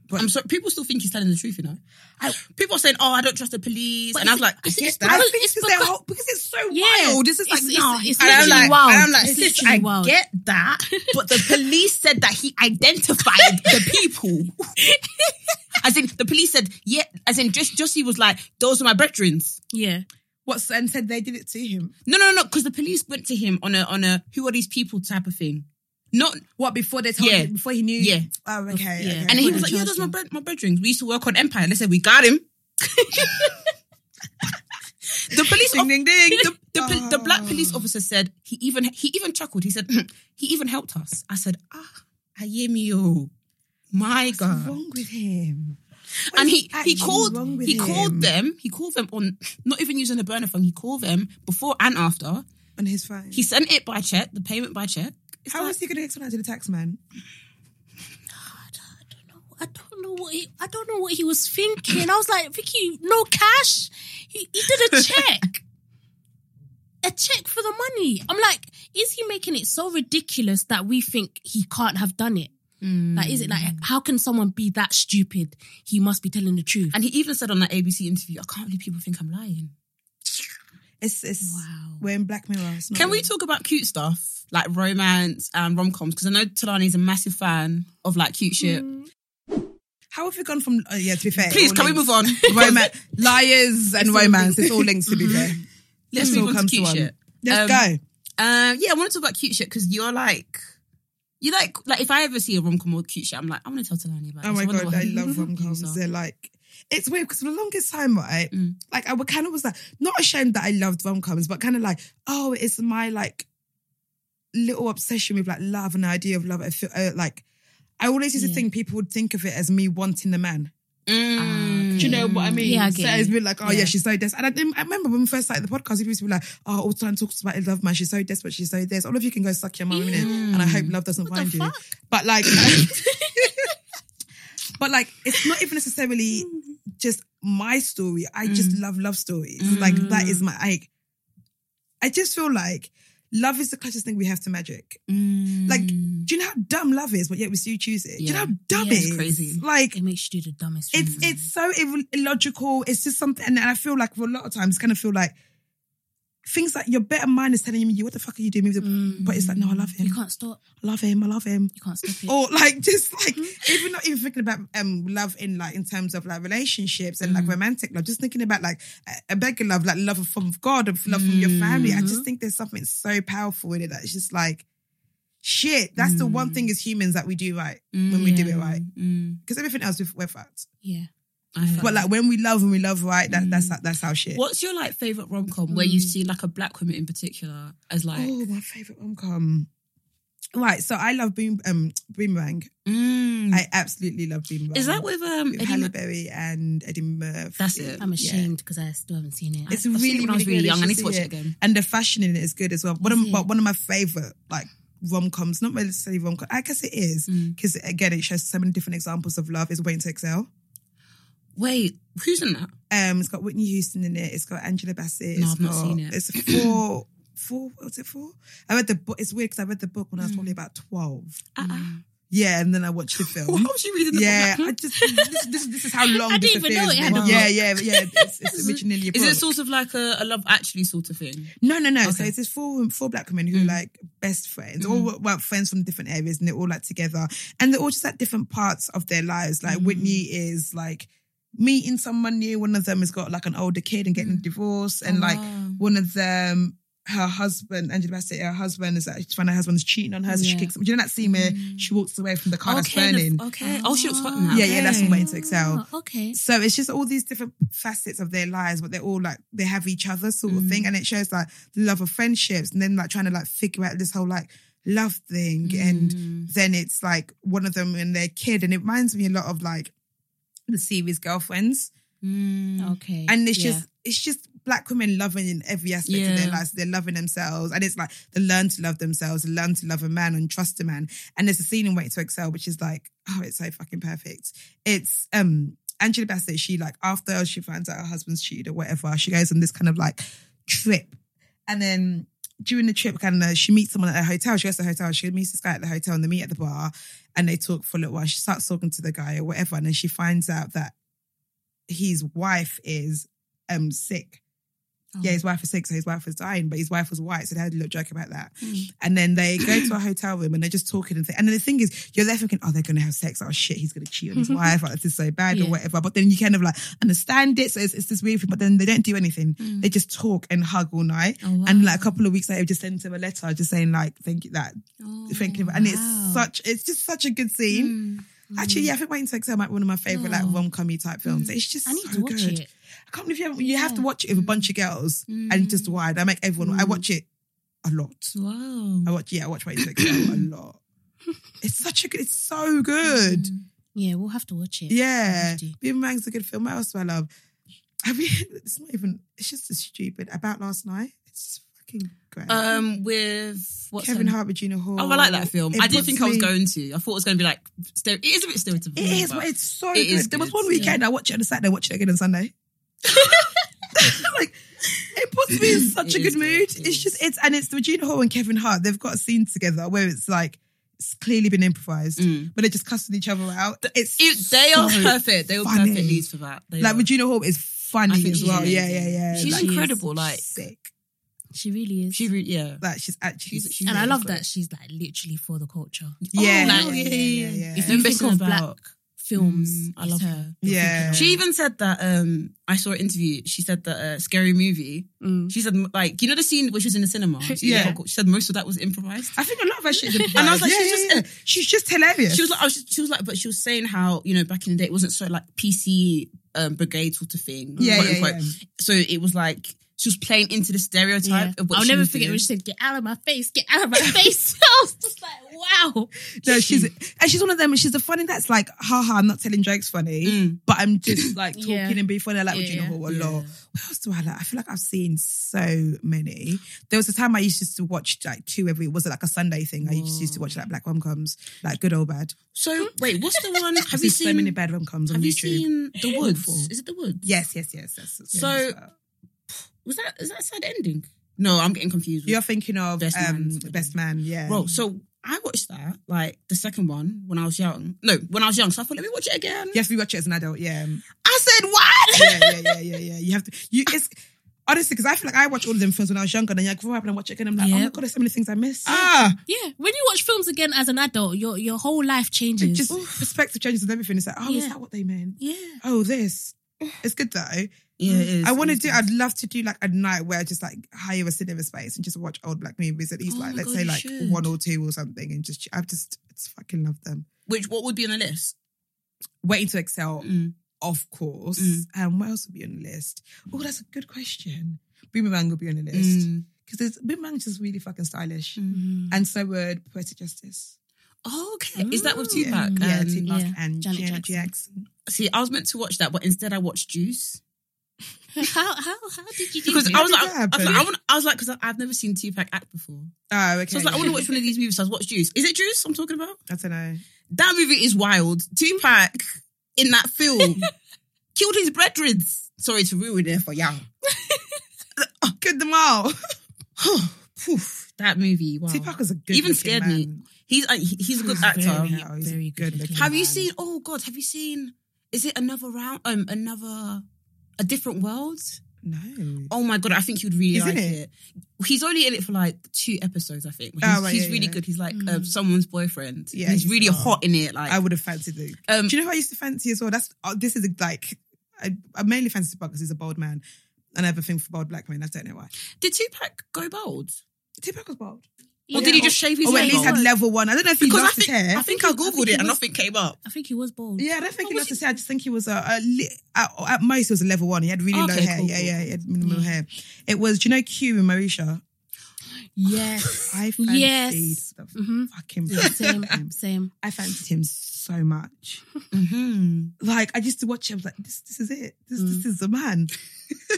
Speaker 3: But
Speaker 1: I'm sorry. People still think he's telling the truth, you know.
Speaker 3: I-
Speaker 1: people are saying, "Oh, I don't trust the police,"
Speaker 2: But
Speaker 1: and I was
Speaker 2: it's-
Speaker 1: like, "I
Speaker 2: it's-
Speaker 1: get
Speaker 2: it's
Speaker 1: that."
Speaker 3: I
Speaker 2: Well,
Speaker 3: think
Speaker 2: it's
Speaker 3: it's, their
Speaker 2: because-
Speaker 3: whole because it's so
Speaker 2: Yeah.
Speaker 3: wild. This is like
Speaker 2: It's-
Speaker 3: nah.
Speaker 2: it's- it's
Speaker 1: And I'm
Speaker 2: literally
Speaker 1: like,
Speaker 2: wild.
Speaker 1: and I'm like,
Speaker 2: It's
Speaker 1: sis, I
Speaker 2: literally wild.
Speaker 1: get that, but the police said that he identified the people. as in, the police said, yeah. As in, just Josie was like, those are my brethren.
Speaker 2: Yeah.
Speaker 3: what's and said they did it to him.
Speaker 1: No, no, no, because the police went to him on a on a who are these people type of thing. Not
Speaker 3: What before they told
Speaker 1: Yeah.
Speaker 3: him before he knew?
Speaker 1: Yeah.
Speaker 3: Oh, okay.
Speaker 2: Yeah.
Speaker 3: okay.
Speaker 1: and he
Speaker 2: What
Speaker 1: was
Speaker 2: they
Speaker 1: like, yeah,
Speaker 2: charged
Speaker 1: those are my
Speaker 2: him.
Speaker 1: bre- my brethren. We used to work on Empire. They said we got him. the police
Speaker 3: Ding, ding, ding.
Speaker 1: the, the, pol- the black
Speaker 3: Oh.
Speaker 1: police officer said he even he even chuckled. He said "Hmm, he even helped us. I said, ah, Ayemio, my
Speaker 3: What's
Speaker 1: God.
Speaker 3: wrong with him? What
Speaker 1: And
Speaker 3: is
Speaker 1: he he
Speaker 3: actually
Speaker 1: called
Speaker 3: wrong with
Speaker 1: he
Speaker 3: him?
Speaker 1: called them he called them on not even using a burner phone. He called them before and after.
Speaker 3: on his phone.
Speaker 1: He sent it by check, the payment by check. It's
Speaker 3: How
Speaker 1: like-
Speaker 3: is he going to explain that to the tax man?
Speaker 2: I don't know. I don't know what he. I don't know what he was thinking. I was like, Vicky, no cash. He, he did a check, a check for the money. I'm like, is he making it so ridiculous that we think he can't have done it? Like, is it like,
Speaker 1: Mm.
Speaker 2: how can someone be that stupid? He must be telling the truth.
Speaker 1: And he even said on that ABC interview, I can't believe people think I'm lying.
Speaker 3: It's it's
Speaker 2: Wow.
Speaker 3: we're in Black Mirror. It's not
Speaker 1: Can we
Speaker 3: real.
Speaker 1: talk about cute stuff like romance and rom coms? Because I know Talani's a massive fan of like cute shit.
Speaker 3: How have we gone from? oh, yeah, to be fair,
Speaker 1: Please,
Speaker 3: it
Speaker 1: can
Speaker 3: Mm. all
Speaker 1: we
Speaker 3: links.
Speaker 1: move on?
Speaker 3: Romance, liars, and
Speaker 1: all
Speaker 3: romance.
Speaker 1: linked.
Speaker 3: It's all links to be fair.
Speaker 1: Let's
Speaker 3: It all
Speaker 1: move on to
Speaker 3: comes
Speaker 1: cute
Speaker 3: one.
Speaker 1: shit.
Speaker 3: Let's go.
Speaker 1: Um, yeah, I want to talk about cute shit because you're like, you like, like if I ever see a rom com or cute shit, I'm like, I want to tell Talani about.
Speaker 3: Oh
Speaker 1: this.
Speaker 3: my
Speaker 1: I wonder
Speaker 3: god,
Speaker 1: what
Speaker 3: I
Speaker 1: her
Speaker 3: love rom
Speaker 1: views
Speaker 3: coms.
Speaker 1: are.
Speaker 3: They're like, it's weird because for the longest time, right?
Speaker 1: Mm.
Speaker 3: Like I kind of was like not ashamed that I loved rom coms, but kind of like, oh, it's my like little obsession with like love and the idea of love. I feel uh, like I always used to
Speaker 2: Yeah.
Speaker 3: think people would think of it as me wanting a man.
Speaker 1: Mm.
Speaker 3: Do you know what I mean?
Speaker 2: Yeah, I
Speaker 3: so
Speaker 2: get
Speaker 3: it's
Speaker 2: you.
Speaker 3: been like, oh yeah,
Speaker 2: Yeah.
Speaker 3: she's so desperate. And I, didn't- I remember when we first started the podcast, people used to be like, oh, all the time talks about love, man. She's so desperate. She's so desperate. All of you can go suck your mum innit? and I hope love doesn't
Speaker 2: Mm. What
Speaker 3: find
Speaker 2: the
Speaker 3: you.
Speaker 2: fuck?
Speaker 3: But like, but like, it's not even necessarily just my story. I
Speaker 2: Mm.
Speaker 3: just love love stories. Like that is my. I, I just feel like love is the closest thing we have to magic.
Speaker 1: mm,
Speaker 3: Like, do you know how dumb love is? But yet we still choose it. Do you know
Speaker 1: Yeah.
Speaker 3: how dumb
Speaker 2: Mm. Yeah,
Speaker 3: it
Speaker 2: it's
Speaker 3: is?
Speaker 1: crazy.
Speaker 3: Like.
Speaker 2: It makes you do the dumbest. thing.
Speaker 3: It's it's so ir- illogical. It's just something, and I feel like for a lot of times, kind of feel like things like your better mind is telling you, "What the fuck are you doing?" with the-" But it's like, no, I love him.
Speaker 2: Mm. You can't stop.
Speaker 3: I love him. I love him
Speaker 2: You can't stop it.
Speaker 1: Oh,
Speaker 3: or like just like
Speaker 2: Mm-hmm.
Speaker 3: even not even thinking about um love in like in terms of like relationships and
Speaker 2: Mm-hmm.
Speaker 3: like romantic love just thinking about like a- a beggar love like love from god of love from your family i
Speaker 2: Mm-hmm.
Speaker 3: just think there's something so powerful in it that it's just like shit that's the one
Speaker 2: Mm.
Speaker 3: thing as humans that we do right when we do it right
Speaker 1: Mm.
Speaker 3: because everything else we've, we're fucked
Speaker 2: yeah.
Speaker 1: I have.
Speaker 3: but like when we love and we love right that, that's
Speaker 1: Mm.
Speaker 3: that's our shit
Speaker 1: what's your like favorite rom com where you've seen like a black woman in particular as like?
Speaker 3: Mm. oh my favorite rom com right so i love boom um boomerang
Speaker 1: Mm.
Speaker 3: i absolutely love boomerang
Speaker 1: Is that with um?
Speaker 3: with
Speaker 1: Eddie
Speaker 3: Halle
Speaker 1: Mur-
Speaker 3: Berry and Eddie Murphy.
Speaker 1: That's it.
Speaker 2: I'm ashamed because I still haven't seen it.
Speaker 3: It's
Speaker 1: I've seen it
Speaker 3: really,
Speaker 1: when I was
Speaker 3: really
Speaker 1: really
Speaker 3: good.
Speaker 1: young. I
Speaker 3: You
Speaker 1: need
Speaker 3: should
Speaker 1: to watch
Speaker 3: see
Speaker 1: it again. Mm.
Speaker 3: And the fashion in it is good as well. One of
Speaker 2: Is it?
Speaker 3: but one of my favorite like rom coms, not necessarily rom com. I guess it is
Speaker 1: Mm.
Speaker 3: because again, it shows so many different examples of love. Is Waiting to Excel.
Speaker 1: Wait, who's in that?
Speaker 3: Um, it's got Whitney Houston in it. It's got Angela Bassett.
Speaker 1: No,
Speaker 3: it's
Speaker 1: I've not
Speaker 3: got-
Speaker 1: seen it.
Speaker 3: It's four.
Speaker 2: Mm. Uh-uh.
Speaker 3: Four, what was it four? I read the book. It's weird because I read the book when I was probably about 12.
Speaker 1: Ah, ah.
Speaker 3: Mm. Yeah, and then I watched the film.
Speaker 1: Why was you reading the
Speaker 3: Yeah,
Speaker 1: book?
Speaker 3: I just this, this, this is how long
Speaker 2: I
Speaker 3: this
Speaker 2: didn't even
Speaker 3: affair
Speaker 2: know
Speaker 3: has
Speaker 2: it had
Speaker 3: been.
Speaker 2: a
Speaker 3: Yeah,
Speaker 2: book.
Speaker 3: yeah, yeah. It's, it's originally a
Speaker 1: Is
Speaker 3: book.
Speaker 1: it sort of like a, a love actually sort of thing?
Speaker 3: No, no, no. So
Speaker 1: Okay. Mm.
Speaker 3: it's just four four black women who are like best friends, all well, friends from different areas, and they're all like together, and they're all just at different parts of their lives.
Speaker 1: Mm.
Speaker 3: Like Whitney is like meeting someone new. One of them has got like an older kid and
Speaker 1: Mm.
Speaker 3: getting divorced, and like
Speaker 1: Oh.
Speaker 3: one of them. Her husband, Angela Bassett, her husband is like, she found her husband's cheating on her, so she
Speaker 1: Yeah. Mm.
Speaker 3: kicks him. Do you know that scene where she walks away from the car that's
Speaker 1: okay, the-
Speaker 3: burning?
Speaker 1: okay. Oh, she looks hot now.
Speaker 3: Ah. Yeah, yeah, that's
Speaker 1: Okay.
Speaker 3: from Waiting to Excel.
Speaker 2: Oh, okay.
Speaker 3: So it's just all these different facets of their lives, but they're all like they have each other sort of thing, and it shows like the love of friendships, and then like trying to like figure out this whole like love thing, and then it's like one of them and their kid, and it reminds me a lot of like the series Girlfriends,
Speaker 1: Mm.
Speaker 2: Okay.
Speaker 3: and it's
Speaker 2: Yeah.
Speaker 3: just it's just black women loving in every aspect of their
Speaker 1: Yeah.
Speaker 3: lives. They're loving themselves, and it's like they learn to love themselves, learn to love a man, and trust a man. And there's a scene in Wait to Excel which is like, oh, it's so fucking perfect. It's um Angela Bassett. She like after she finds out her husband's cheated or whatever, she goes on this kind of like trip, and then. During the trip, kind of, she meets someone at a hotel. She goes to the hotel. She meets this guy at the hotel, and they meet at the bar, and they talk for a little while. She starts talking to the guy or whatever, and then she finds out that his wife is um sick. Yeah,
Speaker 2: Oh.
Speaker 3: his wife is sick, so his wife was dying, but his wife was white, so they had a little joke about that.
Speaker 2: Hmm.
Speaker 3: And then they go to a hotel room and they're just talking and th- and then the thing is, you're there thinking, oh, they're gonna have sex. Oh shit, he's gonna cheat on his wife. Like, this is so bad
Speaker 2: Yeah.
Speaker 3: or whatever. But then you kind of like understand it, so it's, it's this weird thing. But then they don't do anything. They just talk and hug all night.
Speaker 2: Hmm. Oh, wow.
Speaker 3: And like a couple of weeks later, just sends him a letter, just saying like, thank you that,
Speaker 2: Oh,
Speaker 3: thank you. And it's such, it's just such a good scene.
Speaker 2: Hmm.
Speaker 3: Actually, yeah, I think Waiting to Excel might be one of my favorite like rom commy type films. It's just
Speaker 2: Oh. I need
Speaker 3: so
Speaker 2: to watch
Speaker 3: good.
Speaker 2: it.
Speaker 3: I can't believe you haven't. You have to watch it with a bunch of girls
Speaker 1: Mm.
Speaker 3: and just wide. I make everyone. I watch it a lot.
Speaker 1: Wow.
Speaker 3: I watch yeah, I watch Waiting to Excel a lot. It's such a good. It's so good.
Speaker 1: Mm.
Speaker 2: Yeah, we'll have to watch it.
Speaker 3: Yeah,
Speaker 2: Have to.
Speaker 3: Boomerang's a good film. What else do I love? I mean, it's not even. It's just as stupid. About last night. It's just fucking great.
Speaker 1: Um, with what's
Speaker 3: Kevin
Speaker 1: her-
Speaker 3: Hart, Regina Hall.
Speaker 1: Oh, I like that film.
Speaker 3: It
Speaker 1: I didn't
Speaker 3: puts
Speaker 1: think I was
Speaker 3: me-
Speaker 1: going to. I thought it was going to be like. Stereo- it is a bit stereotypical.
Speaker 3: It
Speaker 1: Mm,
Speaker 3: is,
Speaker 1: but-
Speaker 3: but it's so
Speaker 1: it
Speaker 3: good.
Speaker 1: is
Speaker 3: There was
Speaker 1: good,
Speaker 3: one weekend I watched it on a Saturday, I watched it again on Sunday. like it puts me in such
Speaker 1: It
Speaker 3: a
Speaker 1: is good,
Speaker 3: good mood.
Speaker 1: it
Speaker 3: It's
Speaker 1: is.
Speaker 3: just it's and it's Regina Hall and Kevin Hart. They've got a scene together where it's like it's clearly been improvised, but they're just cussing each other out. It's
Speaker 1: Mm. It- they are
Speaker 3: so
Speaker 1: perfect. They are
Speaker 3: funny.
Speaker 1: perfect leads for that. They
Speaker 3: like
Speaker 1: are.
Speaker 3: Regina Hall is
Speaker 1: I
Speaker 3: funny
Speaker 1: think
Speaker 3: as
Speaker 1: she's
Speaker 3: well. Yeah, yeah,
Speaker 1: amazing.
Speaker 3: yeah.
Speaker 1: She's
Speaker 3: Like,
Speaker 1: incredible. Like
Speaker 3: sick.
Speaker 2: She really is.
Speaker 1: she, re- yeah.
Speaker 3: Like she's actually
Speaker 1: She's- she's
Speaker 2: and I
Speaker 1: really
Speaker 2: love
Speaker 1: great.
Speaker 2: that she's like literally for the culture.
Speaker 3: yeah,
Speaker 1: Oh, like-
Speaker 3: yeah, yeah, yeah, yeah.
Speaker 2: If
Speaker 1: I'm
Speaker 2: you think
Speaker 1: thinking
Speaker 2: of
Speaker 1: about-
Speaker 2: black films,
Speaker 1: Mm, I love
Speaker 2: it's
Speaker 1: her.
Speaker 2: you're
Speaker 3: Yeah.
Speaker 2: thinking of.
Speaker 1: She even said that. Um, I saw an interview. She said that uh, scary movie.
Speaker 2: Mm.
Speaker 1: She said like you know the scene where she was in the cinema. She-
Speaker 3: Yeah.
Speaker 1: She said most of that was improvised.
Speaker 3: I think a lot of her shit.
Speaker 1: And I was like,
Speaker 3: yeah,
Speaker 1: she's
Speaker 3: yeah,
Speaker 1: just-
Speaker 3: yeah. she's just hilarious.
Speaker 1: She was like, I was just, she was like, but she was saying how you know back in the day it wasn't so like PC um, brigade sort of thing.
Speaker 3: Yeah,
Speaker 1: quote
Speaker 3: yeah,
Speaker 1: unquote.
Speaker 3: yeah.
Speaker 1: So it was like she was playing into the
Speaker 2: Yeah.
Speaker 1: stereotype of what
Speaker 2: I'll
Speaker 1: she
Speaker 2: never
Speaker 1: was
Speaker 2: forget
Speaker 1: doing.
Speaker 2: when she said, "Get out of my face! Get out of my face!" I was just like, "Wow."
Speaker 3: No, she's and she's one of them. She's the funny that's like, haha, I'm not telling jokes funny,
Speaker 1: Mm.
Speaker 3: but I'm just like talking
Speaker 2: Yeah.
Speaker 3: and being funny. I like
Speaker 2: Yeah,
Speaker 3: Regina
Speaker 2: yeah.
Speaker 3: Hall a lot. What else do I like? I feel like I've seen so many. There was a time I used to watch like two every. Was it like a Sunday thing? I used, used to watch like black rom coms, like good old bad.
Speaker 1: So wait, what's the one?
Speaker 3: I've
Speaker 1: Have
Speaker 3: seen
Speaker 1: you
Speaker 3: so
Speaker 1: seen?
Speaker 3: many bad rom coms on
Speaker 1: have you
Speaker 3: YouTube?
Speaker 1: seen The Woods?
Speaker 3: Awful.
Speaker 1: Is it The Woods?
Speaker 3: Yes, yes, yes. yes, yes,
Speaker 1: So-
Speaker 3: yes, yes.
Speaker 1: Was that is that a sad ending? No, I'm getting confused. with-
Speaker 3: you're thinking of
Speaker 1: Best
Speaker 3: best, um,
Speaker 1: Man's-
Speaker 3: best man, yeah.
Speaker 1: Bro, so I watched that like the second one when I was young. No, when I was young. So I thought, let me watch it again.
Speaker 3: you have to watch it as an adult, yeah.
Speaker 1: I said what?
Speaker 3: yeah, yeah, yeah, yeah, yeah. You have to. You it's honestly because I feel like I watch all of them films when I was younger, and then I grew up and I watch it again. I'm like, oh my
Speaker 2: Yep.
Speaker 3: god, there's so many things I missed.
Speaker 1: Ah,
Speaker 2: Yeah, when you watch films again as an adult, your your whole life
Speaker 3: It
Speaker 2: changes.
Speaker 3: just perspective changes and everything. It's like, oh, is
Speaker 2: Yeah.
Speaker 3: that what they meant?
Speaker 2: yeah,
Speaker 3: Oh, this. It's good though.
Speaker 1: yeah. It is.
Speaker 3: I want to
Speaker 1: It
Speaker 3: do.
Speaker 1: is.
Speaker 3: I'd love to do like a night where I just like hire a cinema space and just watch old black movies at least
Speaker 1: Oh
Speaker 3: like
Speaker 1: my
Speaker 3: let's
Speaker 1: God,
Speaker 3: say
Speaker 1: you
Speaker 3: like
Speaker 1: should.
Speaker 3: one or two or something and just I've just it's fucking love them.
Speaker 1: Which what would be on the list?
Speaker 3: Waiting to excel,
Speaker 1: Mm.
Speaker 3: of course.
Speaker 1: Mm.
Speaker 3: And what else would be on the list? Oh, that's a good question. Boomerang will be on the list
Speaker 1: Mm.
Speaker 3: because Boomerang's just really fucking stylish.
Speaker 2: Mm.
Speaker 3: And so would Poetic Justice.
Speaker 1: Oh, okay. Is that with
Speaker 2: Ooh.
Speaker 1: Tupac?
Speaker 2: Mm.
Speaker 3: yeah,
Speaker 1: and-
Speaker 3: Tupac
Speaker 2: yeah,
Speaker 3: and
Speaker 2: Janet
Speaker 3: Janet, Jackson.
Speaker 1: See, I was meant to watch that, but instead I watched Juice
Speaker 2: how how how did you do?
Speaker 1: because
Speaker 2: it?
Speaker 1: I was
Speaker 3: did
Speaker 1: like,
Speaker 3: that
Speaker 1: I, I, was
Speaker 3: happen?
Speaker 1: like, I, want, I was like, because I've never seen Tupac act before,
Speaker 3: Oh, okay.
Speaker 1: so I was like, I want to watch one of these movies. So I watched Juice. Is it Juice I'm talking about?
Speaker 3: I don't know.
Speaker 1: That movie is wild. Tupac in that film killed his brethren. Sorry to ruin it for y'all.
Speaker 3: Good them all.
Speaker 1: Oh, Poof, that movie. Wow.
Speaker 3: Tupac was a good
Speaker 1: Even
Speaker 3: looking
Speaker 1: scared
Speaker 3: man.
Speaker 1: me. He's uh, he- he's a good
Speaker 3: He's
Speaker 1: actor.
Speaker 3: very
Speaker 2: Yeah,
Speaker 3: Oh, he's
Speaker 2: very
Speaker 3: good
Speaker 2: good. looking
Speaker 3: looking.
Speaker 1: Have you
Speaker 2: man.
Speaker 1: seen? Oh God, have you seen? Is it another round? Um, another a different world?
Speaker 3: No.
Speaker 1: Oh my God, I think you'd really
Speaker 3: He's in
Speaker 1: like
Speaker 3: it.
Speaker 1: it. He's only in it for like two episodes, I think.
Speaker 3: Oh,
Speaker 1: He's,
Speaker 3: right,
Speaker 1: he's
Speaker 3: yeah,
Speaker 1: really
Speaker 3: yeah.
Speaker 1: good. He's like
Speaker 2: Mm.
Speaker 1: um, someone's boyfriend.
Speaker 3: Yeah,
Speaker 1: he's,
Speaker 3: he's-
Speaker 1: really
Speaker 3: oh.
Speaker 1: hot in it. Like
Speaker 3: I would have fancied Luke.
Speaker 1: um,
Speaker 3: Do you know who I used to fancy as well? That's uh, this is like I, I mainly fancy Tupac because he's a bold man, and I have a thing for bold black men. I don't know why.
Speaker 1: did Tupac go bald,
Speaker 3: Tupac was bold,
Speaker 1: or did he
Speaker 2: Yeah.
Speaker 1: just shave his
Speaker 3: or
Speaker 1: hair?
Speaker 3: Oh, at least had
Speaker 1: bald?
Speaker 3: level one. I don't know if he
Speaker 1: because I
Speaker 3: lost
Speaker 1: think,
Speaker 3: his hair.
Speaker 1: I think I googled
Speaker 2: think he
Speaker 1: it and
Speaker 2: was-
Speaker 1: nothing came up.
Speaker 2: I think he was bald.
Speaker 3: yeah, I don't think
Speaker 1: Oh,
Speaker 3: he
Speaker 1: was
Speaker 3: lost
Speaker 1: he-
Speaker 3: his hair. I just think he was a, a li- at, at most he was a level one. He had really low
Speaker 1: Okay,
Speaker 3: hair.
Speaker 1: cool,
Speaker 3: yeah,
Speaker 1: cool,
Speaker 3: yeah,
Speaker 1: cool.
Speaker 3: he had minimal
Speaker 2: Yeah.
Speaker 3: hair. It was. Do you know Q and Marisha?
Speaker 2: Yes.
Speaker 3: I fancied
Speaker 2: yes.
Speaker 3: the
Speaker 2: Mm-hmm.
Speaker 3: fucking
Speaker 2: Same.
Speaker 3: him.
Speaker 2: Same.
Speaker 3: I fancied him so much.
Speaker 1: Mm-hmm.
Speaker 3: like I used to watch him. I was like, this, this is it. This,
Speaker 2: Mm.
Speaker 3: this is the man.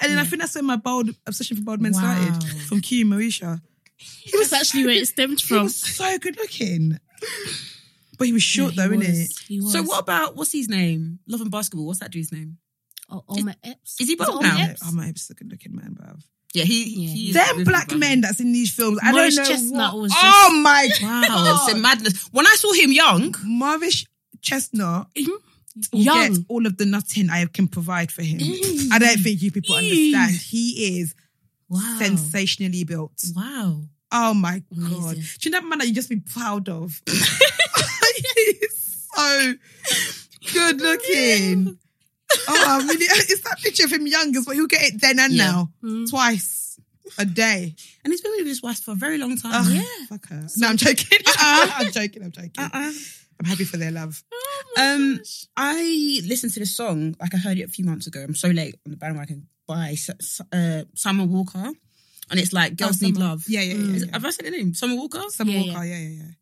Speaker 3: and then I
Speaker 2: Yeah.
Speaker 3: think that's when my bold obsession for bold men
Speaker 1: Wow.
Speaker 3: started from Q Marisha. He
Speaker 2: That's actually where it stemmed
Speaker 3: He
Speaker 2: from.
Speaker 3: was so good looking, but he was short
Speaker 2: Yeah,
Speaker 3: though,
Speaker 2: he
Speaker 3: innit?
Speaker 2: was. He was.
Speaker 1: So what about what's his name? Love and Basketball. What's that dude's name?
Speaker 2: Oh, Omar Epps.
Speaker 1: is he
Speaker 2: it
Speaker 1: bald
Speaker 2: Omar
Speaker 1: now?
Speaker 3: Yeah,
Speaker 2: Epps?
Speaker 3: Oh my, he's a good looking man, bruv.
Speaker 1: Yeah, he. he
Speaker 2: Yeah.
Speaker 1: he is
Speaker 3: Them
Speaker 1: good
Speaker 3: black
Speaker 1: looking.
Speaker 3: men that's in these films, I
Speaker 2: Morris
Speaker 3: don't know.
Speaker 2: Chestnut
Speaker 3: what-
Speaker 2: was just-
Speaker 3: oh my
Speaker 1: Wow, it's a madness. When I saw him young,
Speaker 3: Morris Chestnut will
Speaker 2: Young.
Speaker 3: get all of the nothing I can provide for him.
Speaker 2: Mm.
Speaker 3: I don't think you people
Speaker 2: Mm.
Speaker 3: understand. He is
Speaker 2: Oh.
Speaker 1: wow,
Speaker 3: sensationally built.
Speaker 1: wow.
Speaker 3: Oh my
Speaker 2: Amazing.
Speaker 3: god! Do you know that man that you just be proud of? He's so good looking. Oh, I'm really, it's that picture of him young as well. He'll get it then and
Speaker 1: Yeah.
Speaker 3: now,
Speaker 2: Mm.
Speaker 3: twice a day.
Speaker 1: And he's been with his wife for a very long time.
Speaker 3: Ugh,
Speaker 2: Yeah.
Speaker 3: fuck her. No, I'm joking. Uh-uh. I'm joking. I'm joking.
Speaker 1: Uh-uh.
Speaker 3: I'm happy for their love.
Speaker 1: Um, I listened to this song like I heard it a few months ago. I'm so late on the bandwagon by S- S- uh, Summer Walker, and it's like "Girls
Speaker 3: Oh,
Speaker 1: Need
Speaker 3: Summer.
Speaker 1: Love."
Speaker 3: Yeah, yeah, yeah.
Speaker 2: Mm.
Speaker 1: Is-
Speaker 3: yeah.
Speaker 1: Have I said the name? Summer Walker.
Speaker 3: Summer
Speaker 2: Yeah,
Speaker 3: Walker. Yeah, yeah, yeah.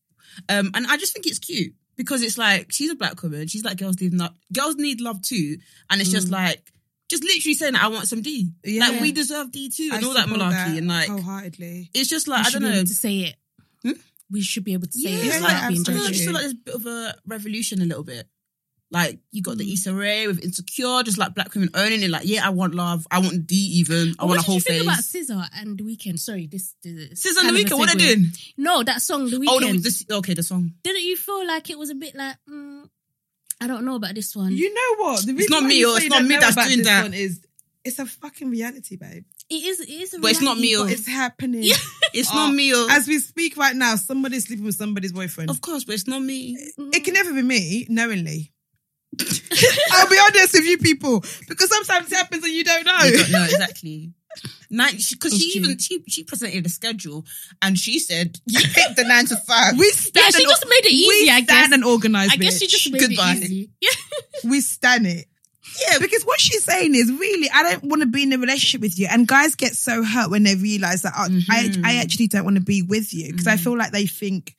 Speaker 1: Um, and I just think it's cute because it's like she's a black woman. She's like girls need love. Girls need love too, and it's just
Speaker 2: Mm.
Speaker 1: like just literally saying I want some D.
Speaker 3: Yeah.
Speaker 1: Like we deserve D too, and
Speaker 3: I
Speaker 1: all that
Speaker 3: support
Speaker 1: malarkey, and like
Speaker 3: wholeheartedly.
Speaker 1: it's just
Speaker 2: We
Speaker 1: like I
Speaker 2: should
Speaker 1: don't
Speaker 2: be
Speaker 1: know.
Speaker 2: able to say it.
Speaker 1: Hmm?
Speaker 2: We should be able to say
Speaker 1: Yeah,
Speaker 2: it.
Speaker 1: it's
Speaker 3: Yeah,
Speaker 1: like
Speaker 2: without being
Speaker 1: I don't know, I
Speaker 2: judged.
Speaker 1: just feel like
Speaker 3: absolutely.
Speaker 1: there's a bit of a revolution a little bit. Like you got the Issa Rae with Insecure, just like black women owning it. Like, yeah, I want love. I want D even. I
Speaker 2: But
Speaker 1: want
Speaker 2: Oh, what
Speaker 1: a whole
Speaker 2: did you think
Speaker 1: face.
Speaker 2: about Scissor and The Weekend? Sorry, this, this
Speaker 1: Since on the
Speaker 2: kind of a
Speaker 1: weekend, what they
Speaker 2: segue.
Speaker 1: doing?
Speaker 2: No, that song, The
Speaker 1: Oh,
Speaker 2: Weekend.
Speaker 1: the, this, okay, the song.
Speaker 2: Didn't you feel like it was a bit like, mm, I don't know about this one?
Speaker 3: You know what? The reason
Speaker 1: not
Speaker 3: why
Speaker 1: me,
Speaker 3: you
Speaker 1: oh, Mm. it's
Speaker 3: say you
Speaker 1: not
Speaker 3: don't
Speaker 1: me
Speaker 3: know
Speaker 1: that's
Speaker 3: about
Speaker 1: doing
Speaker 3: this
Speaker 1: that.
Speaker 3: one Is it's a fucking reality, babe.
Speaker 2: it is, it is a
Speaker 1: But it's not
Speaker 2: reality,
Speaker 1: me, oh.
Speaker 2: but
Speaker 3: It's happening.
Speaker 2: Yeah.
Speaker 1: It's
Speaker 3: Oh,
Speaker 1: not me. oh.
Speaker 3: As we speak right now, somebody's sleeping with somebody's boyfriend.
Speaker 1: of course, but it's not me.
Speaker 2: Mm.
Speaker 3: It can never be me, knowingly. I'll be honest with you people, because sometimes it happens and you don't know.
Speaker 1: You don't know exactly. Nine, because
Speaker 2: It's
Speaker 1: she,
Speaker 2: true.
Speaker 1: even she she presented a schedule and she said you picked the nine to five.
Speaker 3: We
Speaker 2: Yeah,
Speaker 3: stand
Speaker 2: she
Speaker 3: and,
Speaker 2: just made it
Speaker 3: we
Speaker 2: easy, I
Speaker 3: stand
Speaker 2: guess.
Speaker 3: and organize.
Speaker 2: I guess she just made
Speaker 1: Goodbye.
Speaker 2: it easy. Yeah.
Speaker 3: we stand it. Yeah, because what she's saying is really, I don't want to be in a relationship with you. And guys get so hurt when they realize that oh,
Speaker 2: Mm-hmm.
Speaker 1: Mhm.
Speaker 3: I, I actually don't want to be with you because I feel like they think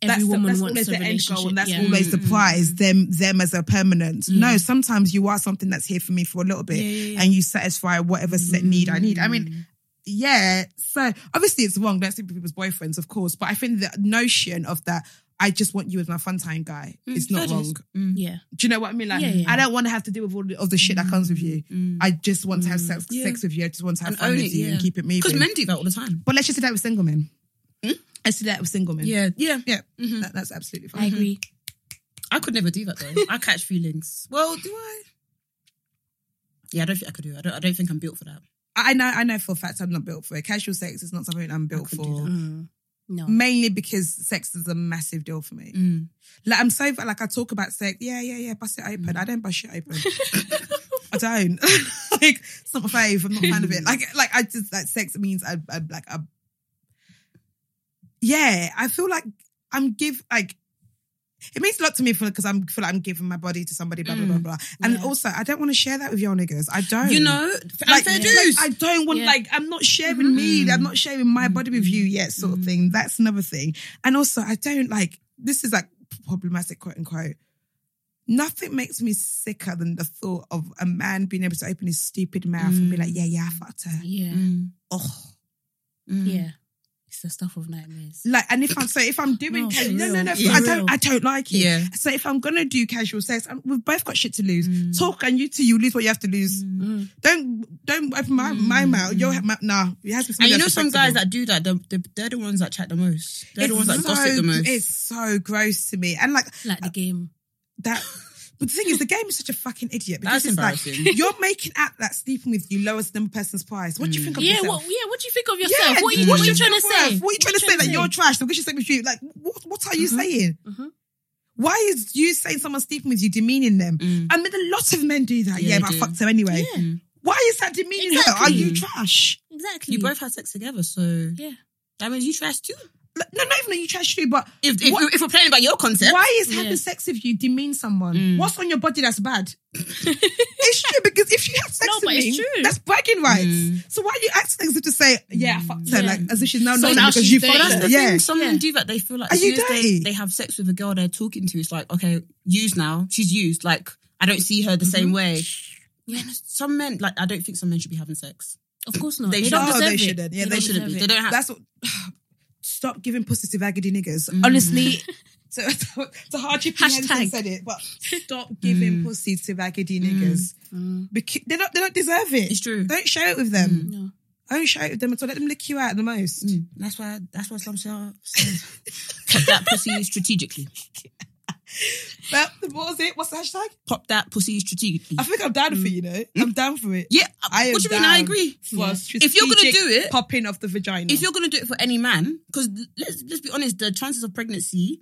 Speaker 2: Every
Speaker 3: that's, the-
Speaker 2: woman
Speaker 3: that's
Speaker 2: wants
Speaker 3: always
Speaker 2: a
Speaker 3: the end
Speaker 2: relationship.
Speaker 3: goal and that's
Speaker 2: yeah. Mm-hmm.
Speaker 3: always the
Speaker 1: Mm.
Speaker 3: prize them them as a permanent no
Speaker 1: Mm.
Speaker 3: sometimes you are something that's here for me for a little bit and you satisfy whatever set need i need i mean
Speaker 2: Mm-hmm.
Speaker 3: yeah so obviously it's wrong don't sleep with people's boyfriends of course but i think the notion of that i just want you as my fun time guy is not
Speaker 1: that is-
Speaker 3: wrong
Speaker 1: Mm.
Speaker 2: Yeah.
Speaker 3: do you know what i mean like
Speaker 2: Yeah, yeah.
Speaker 3: i don't want to have to deal with all the- of the shit that comes with you
Speaker 1: Mm.
Speaker 3: i just want to have sex,
Speaker 1: Yeah.
Speaker 3: sex with you i just want to have
Speaker 1: And
Speaker 3: fun
Speaker 1: own
Speaker 3: with
Speaker 1: it,
Speaker 3: you
Speaker 1: yeah.
Speaker 3: and keep it
Speaker 1: Because
Speaker 3: moving
Speaker 1: men do that all the time.
Speaker 3: but let's just do that with single men let's do that with single men
Speaker 1: Yeah, yeah,
Speaker 3: yeah
Speaker 1: Mhm.
Speaker 3: that, that's absolutely fine
Speaker 2: I agree.
Speaker 1: I could never do that though. I catch feelings. Well, do I? Yeah, I don't think I could do. It. I don't. I don't think I'm built for that.
Speaker 3: I know, I know for a fact I'm not built for it. Casual sex is not something I'm built
Speaker 1: could do
Speaker 3: for.
Speaker 1: that.
Speaker 2: Mm. No.
Speaker 3: Mainly because sex is a massive deal for me.
Speaker 1: Mm.
Speaker 3: Like I'm so like I talk about sex. Yeah, yeah, yeah. Bust it open. I don't bust shit open. I don't. like it's not my fave. I'm not a fan of it. Like like I just like sex means I, I like I. Yeah, I feel like I'm give like. It means a lot to me because I'm feel like I'm giving my body to somebody, blah blah blah
Speaker 1: Mm.
Speaker 3: blah. And
Speaker 2: Yeah.
Speaker 3: also, I don't want to share that with y'all niggas. I don't.
Speaker 1: You know,
Speaker 3: Oh. like,
Speaker 1: and fair
Speaker 3: like,
Speaker 1: dues.
Speaker 3: I don't want
Speaker 2: Yeah.
Speaker 3: like I'm not sharing me. I'm not sharing my body with you yet, sort of thing. That's another thing. And also, I don't like this is like problematic, quote unquote. Nothing makes me sicker than the thought of a man being able to open his stupid mouth and be like, "Yeah, yeah, I fucked her."
Speaker 2: Yeah.
Speaker 1: Mm.
Speaker 3: Oh,
Speaker 1: Mm.
Speaker 2: Yeah. It's the stuff of nightmares.
Speaker 3: Like, and if I'm so, if I'm doing
Speaker 2: No, for
Speaker 3: casual, no, no,
Speaker 2: real.
Speaker 3: no,
Speaker 1: Yeah.
Speaker 3: I don't, I don't like it.
Speaker 1: Yeah.
Speaker 3: So if I'm gonna do casual sex, i we've both got shit to lose. Talk and you two, you lose what you have to lose.
Speaker 2: Mm.
Speaker 3: Don't, don't open my my mouth. Your mouth, nah. It has to be
Speaker 1: And you
Speaker 3: something
Speaker 1: know
Speaker 3: that's
Speaker 1: some guys
Speaker 3: respectable.
Speaker 1: that do that, they're, they're, they're the ones that chat the most. They're the ones
Speaker 3: It's
Speaker 1: that
Speaker 3: so-
Speaker 1: gossip the most.
Speaker 3: It's so gross to me, and like
Speaker 2: Like the game.
Speaker 3: that. But the thing is, the game is such a fucking idiot
Speaker 1: That's
Speaker 3: because it's like
Speaker 1: embarrassing.
Speaker 3: you're making out that sleeping with you lowers the number person's price. What do
Speaker 1: Mm.
Speaker 3: you think of
Speaker 2: Yeah,
Speaker 3: yourself?
Speaker 2: what, yeah, what do you think of yourself?
Speaker 3: Yeah,
Speaker 2: what are you,
Speaker 3: what's
Speaker 2: what are you
Speaker 3: your
Speaker 2: trying to
Speaker 3: self-worth?
Speaker 2: say?
Speaker 3: What are you trying to say that you're trash? Because she's sleeping with you. Like, what, what are you
Speaker 1: Mm-hmm.
Speaker 3: saying?
Speaker 2: Mhm.
Speaker 3: Why is you saying someone's sleeping with you demeaning them?
Speaker 1: Mm.
Speaker 3: I mean, a lot of men do that.
Speaker 1: Yeah,
Speaker 3: Yeah,
Speaker 1: they
Speaker 3: but I
Speaker 1: do.
Speaker 3: fucked them anyway.
Speaker 2: Yeah. Mm.
Speaker 3: Why is that demeaning her? Are
Speaker 2: Exactly.
Speaker 3: you trash?
Speaker 2: Exactly.
Speaker 1: You both had sex together, so
Speaker 2: Yeah.
Speaker 1: that means you trash too.
Speaker 3: Like, No, not even that you trash too, but
Speaker 1: If if,
Speaker 3: What-
Speaker 1: if we're playing by your concept,
Speaker 3: why is having
Speaker 2: Yeah.
Speaker 3: sex with you demean someone?
Speaker 1: Mm.
Speaker 3: What's on your body that's bad? it's true because if you have sex
Speaker 2: No,
Speaker 3: with
Speaker 2: but
Speaker 3: me,
Speaker 2: it's true.
Speaker 3: that's bragging rights.
Speaker 1: Mm.
Speaker 3: So why are you acting as if to say, yeah, I fucked her,
Speaker 2: Yeah.
Speaker 3: like as if she's now
Speaker 2: So
Speaker 3: not
Speaker 2: now
Speaker 3: because
Speaker 2: she's
Speaker 3: you
Speaker 2: dirty.
Speaker 3: fucked
Speaker 1: But that's
Speaker 3: her.
Speaker 1: the
Speaker 3: Yeah.
Speaker 1: thing. Some
Speaker 2: Yeah.
Speaker 1: men do that. They feel like
Speaker 3: Are
Speaker 1: as
Speaker 3: you
Speaker 1: soon as they,
Speaker 3: dirty?
Speaker 1: they have sex with a girl they're talking to, it's like, okay, used now. She's used. Like, I don't see her the
Speaker 3: Mm-hmm.
Speaker 1: same way. Yeah, and some men, like, I don't think some men should be having sex.
Speaker 2: Of course not.
Speaker 1: They
Speaker 2: They,
Speaker 1: should-
Speaker 2: don't
Speaker 1: No,
Speaker 2: deserve
Speaker 3: they
Speaker 2: it.
Speaker 3: shouldn't. Yeah,
Speaker 1: They
Speaker 2: don't
Speaker 1: shouldn't be.
Speaker 2: deserve
Speaker 1: They
Speaker 2: it.
Speaker 1: don't have.
Speaker 3: That's what. Stop giving pussy to raggedy niggas. Honestly, so it's a hardship.
Speaker 2: Hashtag. Mm.
Speaker 3: said it, but stop giving pussy to raggedy niggas. Because they don't, they don't deserve it.
Speaker 1: It's true.
Speaker 3: Don't share it with them.
Speaker 2: No.
Speaker 3: Don't share it with them at all. Let them lick you out the most.
Speaker 1: Mm. That's why. That's why some say pop that pussy strategically.
Speaker 3: But what was it? What's the hashtag?
Speaker 1: Pop that pussy strategically.
Speaker 3: I think I'm down for it. You know, I'm down for it.
Speaker 1: Mm. yeah,
Speaker 3: I am
Speaker 1: what do you mean? I
Speaker 3: down
Speaker 1: agree.
Speaker 3: For
Speaker 2: Yeah.
Speaker 1: If you're gonna
Speaker 3: strategic
Speaker 1: do it-
Speaker 3: popping off the vagina.
Speaker 1: If you're gonna do it for any man, because let's let's be honest, the chances of pregnancy.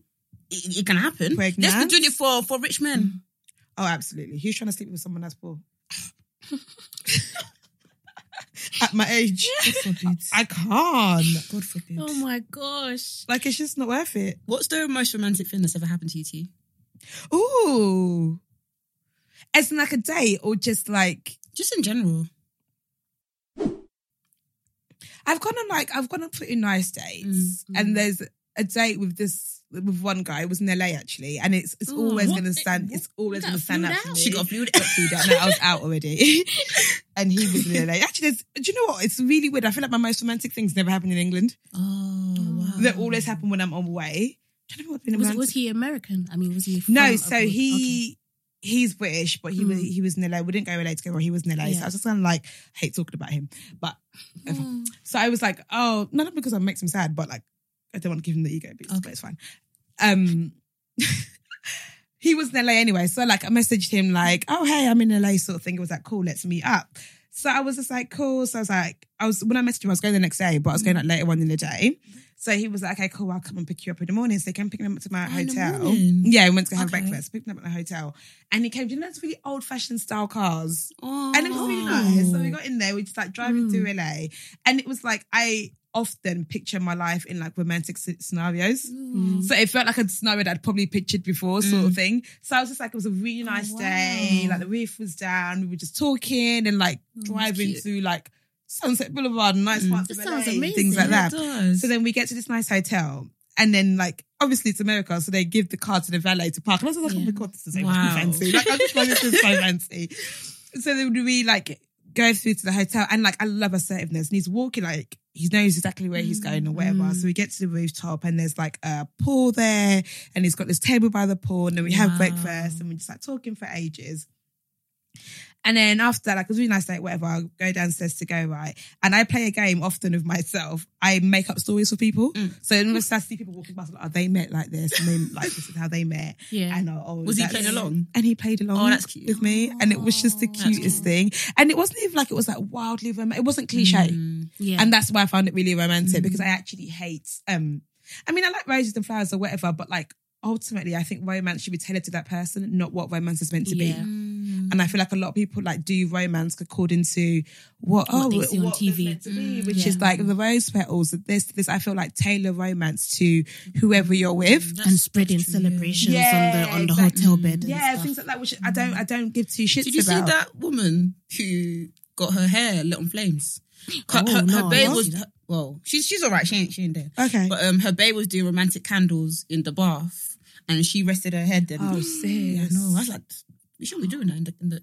Speaker 1: It, it can happen. Let's be
Speaker 3: Pregnant.
Speaker 1: doing it for for rich men.
Speaker 3: oh, absolutely. Who's trying to sleep with someone that's poor? At my age, I can't.
Speaker 1: God forbid.
Speaker 2: Oh my gosh.
Speaker 3: Like it's just not worth it.
Speaker 1: What's the most romantic thing that's ever happened to you, T?
Speaker 3: Ooh. As in like a date or just like
Speaker 1: Just in general.
Speaker 3: I've gone on like I've gone on pretty nice dates.
Speaker 2: Mm-hmm.
Speaker 3: And there's a date with this with one guy, it was in LA actually, and it's it's
Speaker 2: Ooh,
Speaker 3: always
Speaker 2: Oh, what
Speaker 3: gonna
Speaker 2: the-
Speaker 3: stand it's always
Speaker 2: got
Speaker 3: gonna stand
Speaker 2: flued
Speaker 3: out for
Speaker 2: out?
Speaker 3: me.
Speaker 1: She got flued
Speaker 3: Got flued out. No, I was out already. and he was in LA. Actually there's do you know what? It's really weird. I feel like my most romantic things never happen in England.
Speaker 1: Oh, wow.
Speaker 3: They always happen when I'm on way. I don't know what's been
Speaker 2: Was,
Speaker 3: romantic-
Speaker 2: was he American? I mean, was he? From
Speaker 3: No, so
Speaker 2: abroad?
Speaker 3: he he's British, but he was
Speaker 2: Mm.
Speaker 3: he was in LA. We didn't go LA together. He was in LA, so I
Speaker 2: Yeah.
Speaker 3: was just kind of like I hate talking about him. But
Speaker 2: Okay.
Speaker 3: so I was like, oh, not because I makes him sad, but like I don't want to give him the ego boost,
Speaker 1: Okay.
Speaker 3: but it's fine. Um, he was in LA anyway, so like I messaged him like, oh hey, I'm in LA, sort of thing. It was like, cool, let's meet up. So I was just like, cool. So I was like, I was when I messaged him, I was going the next day, but I was going like later on in the day. So he was like, okay, cool, I'll come and pick you up in the morning. So he came picking him up to my
Speaker 1: Oh, in the
Speaker 3: hotel.
Speaker 1: morning?
Speaker 3: yeah, we went to have
Speaker 1: Okay.
Speaker 3: breakfast, picked him up at the hotel. And he came, you know, those really old fashioned style cars.
Speaker 1: Oh. Hmm.
Speaker 3: And it was really nice. So we got in there, we just like driving through LA. And it was like, I often picture my life in like romantic s- scenarios.
Speaker 1: Mm.
Speaker 3: So it felt like a scenario that I'd probably pictured before, sort of thing. So I was just like, it was a really nice
Speaker 1: Hmm. Oh, wow. Hmm,
Speaker 3: day. Like the roof was down. We were just talking and like driving
Speaker 1: cute. Hmm.
Speaker 3: through like Sunset Boulevard, and nice parts
Speaker 2: That
Speaker 3: of LA,
Speaker 2: sounds
Speaker 3: things
Speaker 2: amazing.
Speaker 3: like
Speaker 1: Yeah,
Speaker 3: that.
Speaker 1: it does.
Speaker 3: So then we get to this nice hotel. And then, like, obviously it's America, so they give the car to the valet to park. And I was like, oh
Speaker 2: Yeah.
Speaker 3: my God, this is so
Speaker 1: Wow.
Speaker 3: fucking fancy. Like, I just love this is so fancy. So then we, like, go through to the hotel. And, like, I love assertiveness. And he's walking, like, he knows exactly where he's going or whatever. So we get to the rooftop and there's, like, a pool there. And he's got this table by the pool. And then we have
Speaker 1: Wow.
Speaker 3: breakfast and we're just, like, talking for ages. And then after that, like it was a really nice night, whatever, I'll go downstairs to go, right? And I play a game often with myself. I make up stories for people. So then when I start to see people walking past, I'm like, oh, they met like this, and then like this is how they met.
Speaker 2: Yeah.
Speaker 3: And oh, oh,
Speaker 1: Was he
Speaker 3: that's-
Speaker 1: playing along?
Speaker 3: And he played along
Speaker 1: Oh, that's cute.
Speaker 3: with me. And it was just the
Speaker 2: that's
Speaker 3: cutest thing. And it wasn't even like it was like wildly romantic. It wasn't cliche.
Speaker 2: yeah.
Speaker 3: And that's why I found it really romantic because I actually hate um I mean I like roses and flowers or whatever, but like ultimately I think romance should be tailored to that person, not what romance is meant to be.
Speaker 2: Yeah.
Speaker 3: And I feel like a lot of people like do romance according to what, oh,
Speaker 2: they see on
Speaker 3: what they're
Speaker 2: TV.
Speaker 3: meant to be, which
Speaker 2: Yeah.
Speaker 3: is like the rose petals. This, this. I feel like tailor romance to whoever you're with.
Speaker 2: and spreading celebrations
Speaker 3: Yeah,
Speaker 2: on the on the
Speaker 3: exactly.
Speaker 2: hotel bed. and
Speaker 3: Yeah,
Speaker 2: stuff.
Speaker 3: things like that. Which I don't, I don't give two shits
Speaker 1: Did you see
Speaker 3: about.
Speaker 1: that woman who got her hair lit on flames? Her,
Speaker 2: Oh,
Speaker 1: her,
Speaker 2: no,
Speaker 1: her
Speaker 2: I
Speaker 1: babe
Speaker 2: didn't see
Speaker 1: was
Speaker 2: that.
Speaker 1: well, she's she's all right. She ain't she ain't dead.
Speaker 3: Okay.
Speaker 1: but um, her babe was doing romantic candles in the bath, and she rested her head. Then
Speaker 3: Oh,
Speaker 1: yeah,
Speaker 3: sis.
Speaker 1: no, Mm, I was like, we shouldn't be doing that in the. In the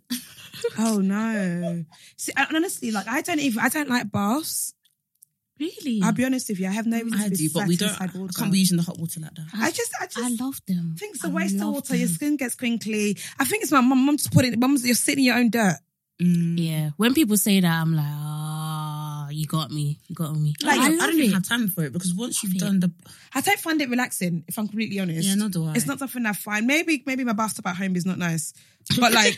Speaker 3: Oh no. See, and honestly, like I don't even, I don't like baths.
Speaker 2: Really?
Speaker 3: I'll be honest with you, I have no reason
Speaker 1: I
Speaker 3: to be
Speaker 1: do, but we don't. I
Speaker 3: satisfied with
Speaker 1: can't be using the hot water like that.
Speaker 3: I just, I just,
Speaker 2: I love them.
Speaker 3: think it's
Speaker 2: I
Speaker 3: a waste of
Speaker 2: love
Speaker 3: water. Your
Speaker 2: them.
Speaker 3: skin gets crinkly. I think it's my mum. Mum just put it. Mum's you're sitting in your own dirt.
Speaker 1: Mm.
Speaker 2: Yeah. When people say that, I'm like, ah, you got me. You got me.
Speaker 1: Like,
Speaker 2: Oh, I,
Speaker 1: I,
Speaker 2: love
Speaker 1: don't even
Speaker 2: it.
Speaker 1: have time for it because once you've
Speaker 2: it.
Speaker 1: done the
Speaker 3: I don't find it relaxing. If I'm completely honest,
Speaker 1: yeah, no, do I?
Speaker 3: it's not something I find. Maybe maybe my bathtub at home is not nice, but like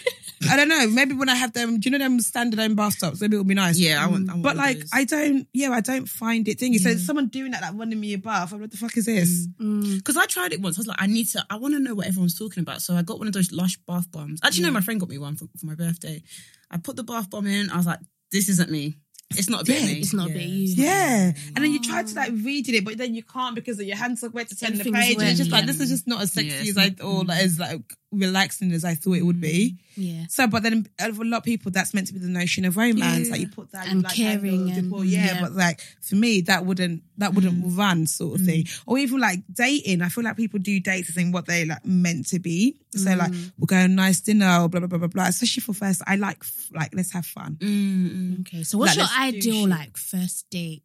Speaker 3: I don't know. Maybe when I have them, do you know them standard own bathtubs? Maybe it'll be nice.
Speaker 1: Yeah, I want. I want
Speaker 3: But
Speaker 1: one of
Speaker 3: like
Speaker 1: those.
Speaker 3: I don't, yeah, I don't find it thingy. So it's someone doing that, like running me a bath. I'm like, what the fuck is this?
Speaker 2: Mm.
Speaker 1: Because I tried it once. I was like, I need to, I want to know what everyone's talking about. So I got one of those lush bath bombs. Actually, no, my friend got me one for, for my birthday. I put the bath bomb in. I was like, this isn't me. It's not a bit of
Speaker 3: dead.
Speaker 1: me.
Speaker 2: It's not
Speaker 1: Yeah.
Speaker 2: about you.
Speaker 3: Yeah, and then you try to like read it, but then you can't because your hands are wet to turn the
Speaker 2: Everything's
Speaker 3: page. And
Speaker 2: wet,
Speaker 3: it's just like
Speaker 2: yeah.
Speaker 3: this is just not as sexy
Speaker 1: Yeah,
Speaker 3: as
Speaker 1: it's
Speaker 3: I or like, as like relaxing as I thought it would be.
Speaker 2: Yeah.
Speaker 3: So, but then uh, for a lot of people, that's meant to be the notion of romance.
Speaker 1: Yeah.
Speaker 3: Like you put that
Speaker 2: And
Speaker 3: like,
Speaker 2: caring
Speaker 3: handles
Speaker 2: and-
Speaker 3: before, yeah,
Speaker 2: yeah. Mm.
Speaker 3: But like for me, that wouldn't that wouldn't run sort of thing. Or even like dating. I feel like people do dates as in what they like meant to be. So like
Speaker 2: Mm.
Speaker 3: we'll go on a nice dinner or blah blah blah blah blah. Especially for first, I like f- like let's have fun.
Speaker 1: Mm, mm.
Speaker 2: Okay. So what's
Speaker 3: Like,
Speaker 2: your
Speaker 3: let's do
Speaker 2: ideal
Speaker 3: shit.
Speaker 2: like first date?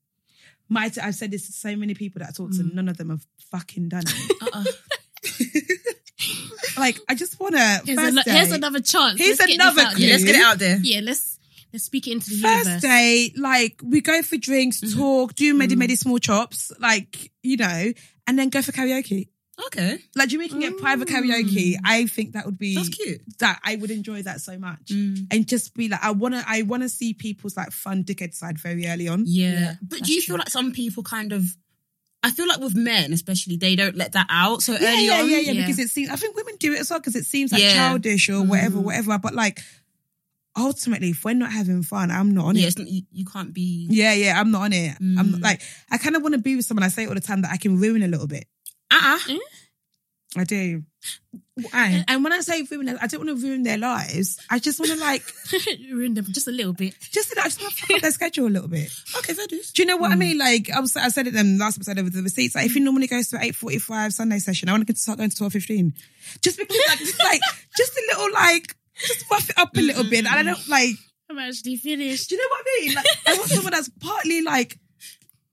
Speaker 3: My, I've said this to so many people that I talk to.
Speaker 2: Mm.
Speaker 3: None of them have fucking done it.
Speaker 1: Uh-uh.
Speaker 3: like I just want to
Speaker 2: Here's,
Speaker 3: first
Speaker 2: ano-
Speaker 3: date.
Speaker 2: here's another chance.
Speaker 3: Here's
Speaker 2: Let's get this
Speaker 3: another
Speaker 2: out
Speaker 1: Yeah,
Speaker 2: there.
Speaker 1: let's get it out there.
Speaker 2: Yeah, let's let's speak it into the
Speaker 3: First
Speaker 2: universe.
Speaker 3: date, like we go for drinks,
Speaker 1: Mm-hmm.
Speaker 3: talk, do medi medi small chops, like you know, and then go for karaoke.
Speaker 1: Okay,
Speaker 3: Like you making it private karaoke. I think that would
Speaker 1: Mm.
Speaker 3: be
Speaker 1: that's cute. Mm.
Speaker 3: that I would enjoy that so much, and just be like, I wanna, I wanna see people's like fun dickhead side very early on.
Speaker 1: Yeah.
Speaker 2: Yeah,
Speaker 1: but do you feel like some people kind of, I feel like with men especially, they don't let that out so
Speaker 3: Yeah,
Speaker 1: early
Speaker 3: yeah,
Speaker 1: on.
Speaker 3: yeah, yeah,
Speaker 2: Yeah.
Speaker 3: Because it seems I think women do it as well because it seems like
Speaker 1: Yeah. Mm-hmm.
Speaker 3: childish or whatever,
Speaker 2: Mhm.
Speaker 3: whatever. But like, ultimately, if we're not having fun, I'm not on
Speaker 1: Yeah,
Speaker 3: it.
Speaker 1: it's not, you, you can't be.
Speaker 3: Yeah, yeah, I'm not on it. I'm
Speaker 1: Mm.
Speaker 3: not, like, I kind of want to be with someone. I say it all the time that I can ruin a little bit.
Speaker 1: Uh-uh.
Speaker 3: I do. And, and when I say ruin, I don't want to ruin their lives. I just want to like
Speaker 2: Ruin them just a little bit.
Speaker 3: just I just want to fuck up their schedule a little bit. Mm.
Speaker 1: Okay, fair dues.
Speaker 3: Do you know what I mean? Like I, was, I said it them last episode over the receipts. Like if you normally goes to eight forty five Sunday session, I want to start going to twelve fifteen. Just because like just like just a little like just rough it up a little bit. And I don't like.
Speaker 2: I'm actually finished.
Speaker 3: Do you know what I mean? Like I want someone that's partly like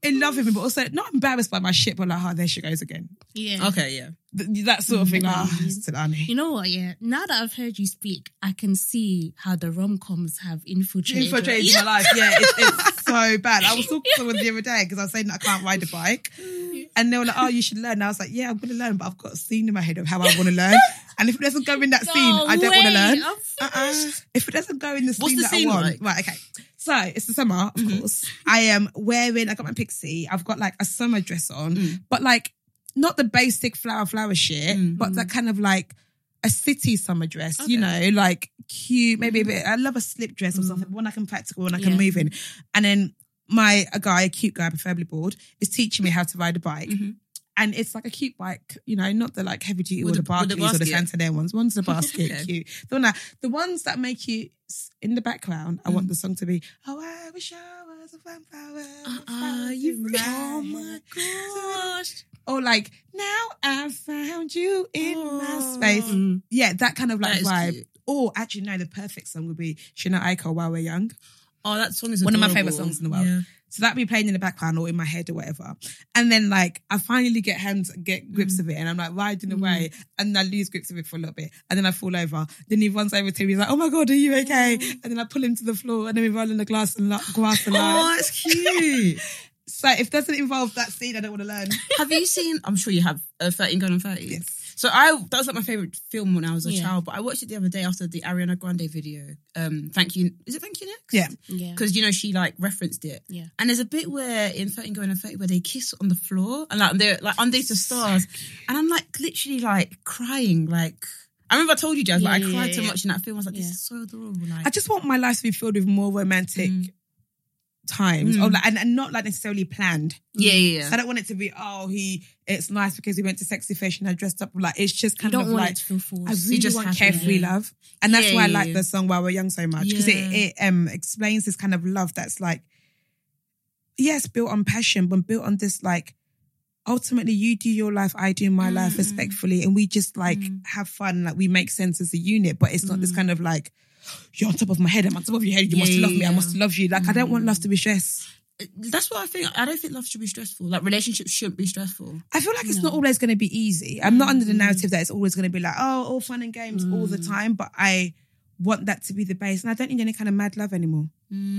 Speaker 3: in love with me, but also not embarrassed by my shit, but like, oh, there she goes again.
Speaker 2: Yeah.
Speaker 1: Okay, yeah.
Speaker 3: Th- That sort of thing. Like, oh, it's an honey.
Speaker 2: You know what? Yeah. Now that I've heard you speak, I can see how the rom coms have infiltrated. your-
Speaker 3: infiltrated my life. Yeah, it's, it's so bad. I was talking to someone the other day because I was saying that I can't ride a bike, and they were like, "Oh, you should learn." And I was like, "Yeah, I'm gonna learn, but I've got a scene in my head of how I want to learn, and if it doesn't go in that
Speaker 2: No
Speaker 3: scene, I don't want to
Speaker 2: way.
Speaker 3: learn."
Speaker 2: I'm
Speaker 3: Uh-uh. If it doesn't go in the scene
Speaker 1: the
Speaker 3: that
Speaker 1: scene
Speaker 3: I want,
Speaker 1: like? Mm-hmm.
Speaker 3: right? Okay, so it's the summer, of course. I am wearing. I got my pixie. I've got like a summer dress on,
Speaker 1: Mm.
Speaker 3: but like not the basic flower flower shit,
Speaker 1: Mm-hmm.
Speaker 3: but that kind of like a city summer dress. You know, like cute, maybe
Speaker 1: Mm-hmm.
Speaker 3: a bit. I love a slip dress or something, one I can practical, one I can
Speaker 2: Yeah.
Speaker 3: move in, and then. My a guy, a cute guy, preferably bald, is teaching me how to ride a bike,
Speaker 1: Mm-hmm.
Speaker 3: and it's like a cute bike, you know, not the like heavy duty or
Speaker 1: With the-
Speaker 3: the
Speaker 1: with the
Speaker 3: Barclays or the
Speaker 1: basket.
Speaker 3: Santander ones. One's the basket,
Speaker 1: Okay.
Speaker 3: cute. The, one that, the ones that make you s- in the background. I
Speaker 1: Mm.
Speaker 3: want the song to be "Oh, I wish I was a vampire."
Speaker 1: Uh-uh, you-
Speaker 2: Oh
Speaker 3: oh
Speaker 2: my gosh.
Speaker 3: Or like now I found you in
Speaker 1: Oh.
Speaker 3: my space.
Speaker 2: Mm.
Speaker 3: Yeah, that kind of
Speaker 1: That
Speaker 3: like
Speaker 1: is
Speaker 3: vibe.
Speaker 1: cute.
Speaker 3: Or actually, no, the perfect song would be Shania Eiko "While We're Young."
Speaker 1: Oh, that song is
Speaker 3: One of my
Speaker 1: adorable.
Speaker 3: favourite songs in the world.
Speaker 1: Yeah.
Speaker 3: So that'd be playing in the background or in my head or whatever. And then like I finally get hands get grips of it and I'm like riding
Speaker 2: Mm.
Speaker 3: away and I lose grips of it for a little bit. And then I fall over. Then he runs over to me, he's like, Oh my god, are you okay?
Speaker 2: Mm.
Speaker 3: And then I pull him to the floor and then we roll in the glass and like grass and
Speaker 1: Oh,
Speaker 3: like
Speaker 1: it's cute.
Speaker 3: So if doesn't involve that scene, I don't want to learn.
Speaker 1: have you seen? I'm sure you have. Uh, Thirteen Going on Thirty.
Speaker 3: Yes.
Speaker 1: So I that was like my favorite film when I was a
Speaker 2: Yeah.
Speaker 1: child. But I watched it the other day after the Ariana Grande video. Um, thank you. Is it Thank You Next?
Speaker 3: Yeah.
Speaker 2: Yeah.
Speaker 1: Because you know she like referenced it.
Speaker 2: Yeah.
Speaker 1: And there's a bit where in Thirteen Going on Thirty where they kiss on the floor and like they're like underneath the stars, and I'm like literally like crying like. I remember I told you, Jazz, like
Speaker 2: Yeah,
Speaker 1: I
Speaker 2: yeah,
Speaker 1: cried so
Speaker 2: yeah.
Speaker 1: much in that film. I was like, this
Speaker 2: Yeah.
Speaker 1: is so adorable. Like,
Speaker 3: I just want my life to be filled with more romantic
Speaker 2: Mm.
Speaker 3: times. Or like and, and not like necessarily planned.
Speaker 1: yeah, yeah, yeah.
Speaker 3: So I don't want it to be, oh, he it's nice because he went to sexy fish and I dressed up like it's just
Speaker 2: You
Speaker 3: kind
Speaker 2: don't
Speaker 3: of
Speaker 2: want
Speaker 3: like
Speaker 2: it to feel forced.
Speaker 3: I really
Speaker 1: just
Speaker 3: want
Speaker 1: have to,
Speaker 3: carefree
Speaker 1: yeah.
Speaker 3: love, and that's
Speaker 1: Yeah,
Speaker 3: why I
Speaker 1: yeah,
Speaker 3: like
Speaker 1: yeah.
Speaker 3: the song "While We're Young" so much because
Speaker 1: Yeah.
Speaker 3: it, it um explains this kind of love that's like, yes, built on passion, but built on this like, ultimately you do your life, I do my life
Speaker 1: Mm.
Speaker 3: respectfully, and we just like
Speaker 1: Mm.
Speaker 3: have fun, like we make sense as a unit, but it's not this kind of like. You're on top of my head. I'm on top of your head. You
Speaker 1: Yeah,
Speaker 3: must love me.
Speaker 1: yeah,
Speaker 3: I
Speaker 1: yeah.
Speaker 3: must love you. Like I don't want love to be stress.
Speaker 1: that's what I think. I don't think love should be stressful. Like relationships shouldn't be stressful.
Speaker 3: I feel like it's
Speaker 2: No.
Speaker 3: not always going to be easy. I'm not under the narrative that it's always going to be like, oh, all fun and games all the time, but I want that to be the base. And I don't need any kind of mad love anymore.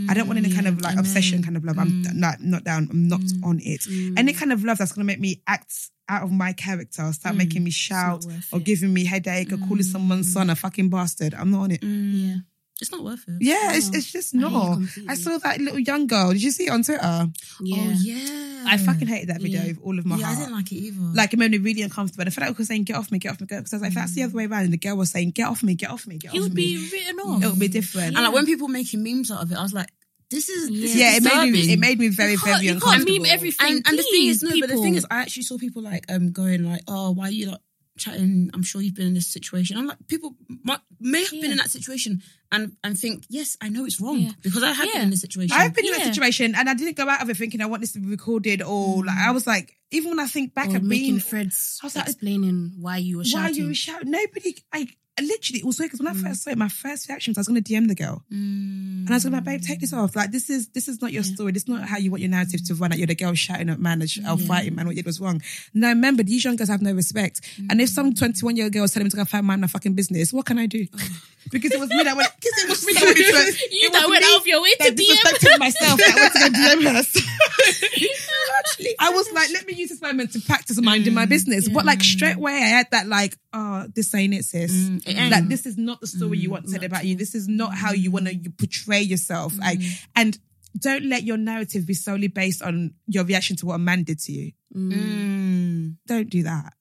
Speaker 3: I don't want any kind of like obsession kind of love. I'm not, not down. I'm not on it. Any kind of love that's going to make me act out of my character, start making me shout
Speaker 2: worth
Speaker 3: or
Speaker 2: it.
Speaker 3: giving me headache or calling someone's son a fucking bastard. I'm not on it.
Speaker 2: Yeah.
Speaker 1: It's not worth it.
Speaker 3: Yeah, it's,
Speaker 2: No.
Speaker 3: it's just
Speaker 2: I hear you
Speaker 3: not. Mm. I,
Speaker 2: completely.
Speaker 3: saw that little young girl. Did you see it on Twitter? Mm.
Speaker 2: Yeah.
Speaker 1: Oh yeah.
Speaker 3: I fucking hated that video
Speaker 1: Yeah.
Speaker 3: with all of my
Speaker 1: yeah,
Speaker 3: heart
Speaker 1: I didn't like it either.
Speaker 2: Mm.
Speaker 3: like it made me really uncomfortable. And I felt like I was saying, "Get off me, get off me, get." Because I was like, if that's the other way around, and the girl was saying, "Get off me, get off me, get
Speaker 2: He
Speaker 3: off
Speaker 2: would
Speaker 3: me,"
Speaker 2: be written off.
Speaker 3: it would be different.
Speaker 1: and like when people were making memes out of it, I was like, this is this
Speaker 3: yeah,
Speaker 1: is
Speaker 3: it made me. It
Speaker 1: disturbing.
Speaker 3: made me very,
Speaker 2: you can't,
Speaker 3: very
Speaker 2: you can't
Speaker 3: uncomfortable.
Speaker 2: meme everything.
Speaker 1: and, and the thing is, no,
Speaker 2: Please,
Speaker 1: but the thing
Speaker 2: people.
Speaker 1: is, I actually saw people like um going like, oh, why are you like chatting? I'm sure you've been in this situation. I'm like, people might, may have
Speaker 2: Yeah.
Speaker 1: been in that situation and and think, yes, I know it's wrong
Speaker 2: Yeah.
Speaker 1: because I have been
Speaker 2: Yeah.
Speaker 1: in this situation.
Speaker 3: I've been in
Speaker 2: Yeah.
Speaker 3: that situation, and I didn't go out of it thinking I want this to be recorded or like I was like, even when I think back
Speaker 2: Mm. Or
Speaker 3: at
Speaker 2: making
Speaker 3: being
Speaker 2: Fred's
Speaker 3: I was like,
Speaker 2: explaining why you were
Speaker 3: why
Speaker 2: shouting. Mm.
Speaker 3: you shout, nobody. I I literally it was weird because when I first saw it, my first reaction was I was going to DM the girl. And I was like, babe, take this
Speaker 2: Mm.
Speaker 3: off. Like, this is this is not your story. This is not how you want your narrative to run. Like, you're the girl shouting at man and sh- or fighting man. What you did was wrong. Now, remember, these young girls have no respect. And if
Speaker 2: Mm.
Speaker 3: some 21 year old girl is telling me to go find mind my fucking business, what can I do? because it was me that went. Because it was me that went. to-
Speaker 2: Oh. You
Speaker 3: it
Speaker 2: that
Speaker 3: was
Speaker 2: went
Speaker 3: me
Speaker 2: out of your way to
Speaker 3: that
Speaker 2: DM.
Speaker 3: disrespected myself. That I went to go DM her. So- I was like, let me use this moment to practice minding my business. But like straight away, I had that like, oh, this ain't it, sis.
Speaker 1: Mm, it ain't.
Speaker 3: Like this is not the story you want said about you. This is not how you want to you portray yourself. Like, and don't let your narrative be solely based on your reaction to what a man did to you.
Speaker 1: Mm.
Speaker 3: Don't do that.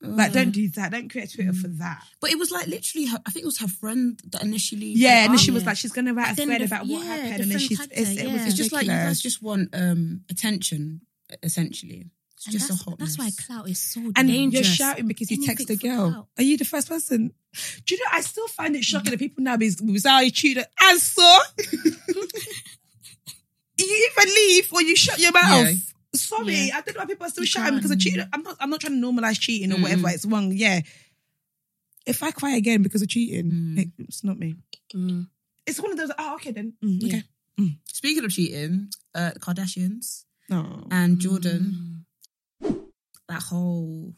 Speaker 3: Like, don't do that. Don't create Twitter for that.
Speaker 1: But it was like literally, her, I think it was her friend that initially.
Speaker 3: Yeah, and then
Speaker 1: put it
Speaker 3: she
Speaker 1: up.
Speaker 3: was like, she's gonna write a
Speaker 2: But then
Speaker 3: Um, thread
Speaker 2: the-
Speaker 3: about what
Speaker 2: yeah,
Speaker 3: happened, and then
Speaker 2: different
Speaker 3: she's
Speaker 2: factor,
Speaker 3: it's, it was
Speaker 2: yeah.
Speaker 1: it's just like you
Speaker 3: ridiculous.
Speaker 1: guys just want um attention, essentially. It's
Speaker 2: And
Speaker 1: just a
Speaker 2: that's,
Speaker 1: hot.
Speaker 2: that's why clout is so
Speaker 3: and
Speaker 2: dangerous.
Speaker 3: you're shouting because you
Speaker 2: Anything
Speaker 3: text a
Speaker 2: for
Speaker 3: girl.
Speaker 2: clout.
Speaker 3: Are you the first person? Do you know? I still find it shocking that people now be bizarrely treated. And so, you either leave or you shut your mouth.
Speaker 1: Yeah.
Speaker 3: Sorry,
Speaker 2: Yeah.
Speaker 3: I don't know why people are still
Speaker 2: You
Speaker 3: shouting because of
Speaker 2: can't.
Speaker 3: cheating. I'm not. I'm not trying to normalize cheating or
Speaker 1: Mm.
Speaker 3: whatever. It's wrong. Yeah. If I cry again because of cheating,
Speaker 1: Mm.
Speaker 3: it- it's not me.
Speaker 2: Mm.
Speaker 3: It's one of those. Oh, okay then. Mm,
Speaker 2: Yeah.
Speaker 3: Okay.
Speaker 1: Speaking of cheating, uh, Kardashians
Speaker 3: No.
Speaker 2: Mm.
Speaker 1: and Jordan, that whole.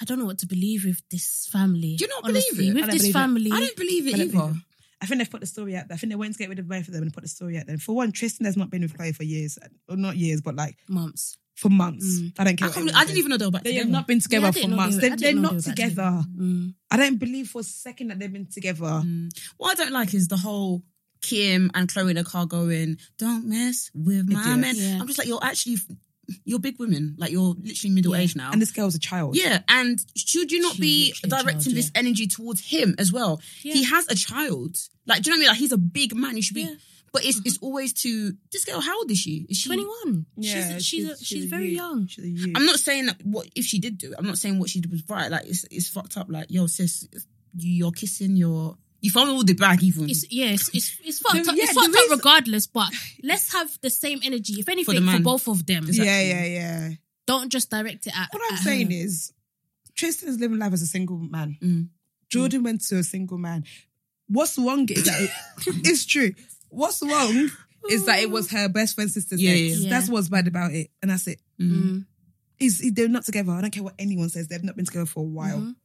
Speaker 2: I don't know what to believe with this family.
Speaker 1: Do you not
Speaker 2: honestly,
Speaker 1: believe it?
Speaker 2: With
Speaker 3: I don't
Speaker 2: this
Speaker 3: believe it.
Speaker 2: family,
Speaker 1: I don't believe it
Speaker 3: I don't
Speaker 1: either.
Speaker 3: believe I think they've put the story out there. I think they went to get rid of both of them and put the story out there. For one, Tristan has not been with Chloe for years. Or not years, but like
Speaker 2: months.
Speaker 3: for months.
Speaker 2: Mm.
Speaker 3: I don't care.
Speaker 1: I, can't,
Speaker 3: what
Speaker 1: believe-
Speaker 3: anyone
Speaker 1: I didn't
Speaker 3: says.
Speaker 1: even know they were back
Speaker 3: They
Speaker 1: together.
Speaker 3: have not been together
Speaker 2: Yeah, I
Speaker 3: for
Speaker 2: didn't know
Speaker 3: months.
Speaker 2: they
Speaker 3: They,
Speaker 2: were- I
Speaker 3: they're
Speaker 2: didn't know
Speaker 3: not
Speaker 2: they were back
Speaker 3: together.
Speaker 2: Mm.
Speaker 3: I don't believe for a second that they've been together.
Speaker 1: Mm. What I don't like is the whole Kim and Chloe in the car going, "Don't mess with my
Speaker 3: Idiots.
Speaker 1: man."
Speaker 2: Yeah.
Speaker 1: I'm just like, you're actually, you're big women. Like you're literally middle aged now.
Speaker 3: And this girl's a child.
Speaker 1: yeah, and should you not
Speaker 2: She's
Speaker 1: be
Speaker 2: literally a
Speaker 1: directing
Speaker 2: child,
Speaker 1: this energy towards him as well?
Speaker 2: Yeah.
Speaker 1: He has a child. Like, do you know what I mean? Like, he's a big man. You should be.
Speaker 2: Yeah. Mm-hmm.
Speaker 1: But it's it's always to this girl. How old is she? Is she
Speaker 2: Twenty-one.
Speaker 3: Yeah,
Speaker 2: she's she's, she's, she's, very
Speaker 3: youth.
Speaker 2: young.
Speaker 3: She's a youth.
Speaker 1: I'm not saying that what if she did do it. I'm not saying what she did was right. Like it's it's fucked up. Like yo sis, you, you're kissing your you found all the bag even
Speaker 2: It's yes, it's it's fucked
Speaker 3: The-
Speaker 2: up.
Speaker 3: yeah,
Speaker 2: it's
Speaker 3: the
Speaker 2: fucked up
Speaker 3: reason-
Speaker 2: regardless. But let's have the same energy, if anything, for,
Speaker 1: man.
Speaker 2: both of them.
Speaker 3: Yeah, yeah, yeah.
Speaker 2: Don't just direct it at.
Speaker 3: What I'm
Speaker 2: at
Speaker 3: saying
Speaker 2: her.
Speaker 3: is, Tristan is living life as a single man.
Speaker 1: Um, Mm.
Speaker 3: Jordan went to a single man. What's wrong is that it's true. What's wrong is that it was her best friend's sister's
Speaker 1: Yeah,
Speaker 3: ex.
Speaker 1: yeah,
Speaker 2: yeah.
Speaker 3: That's what's bad about it. And that's it.
Speaker 1: Mm.
Speaker 2: Mm.
Speaker 3: Is they're not together. I don't care what anyone says. They've not been together for a while.
Speaker 1: Mm-hmm.
Speaker 2: Mhm.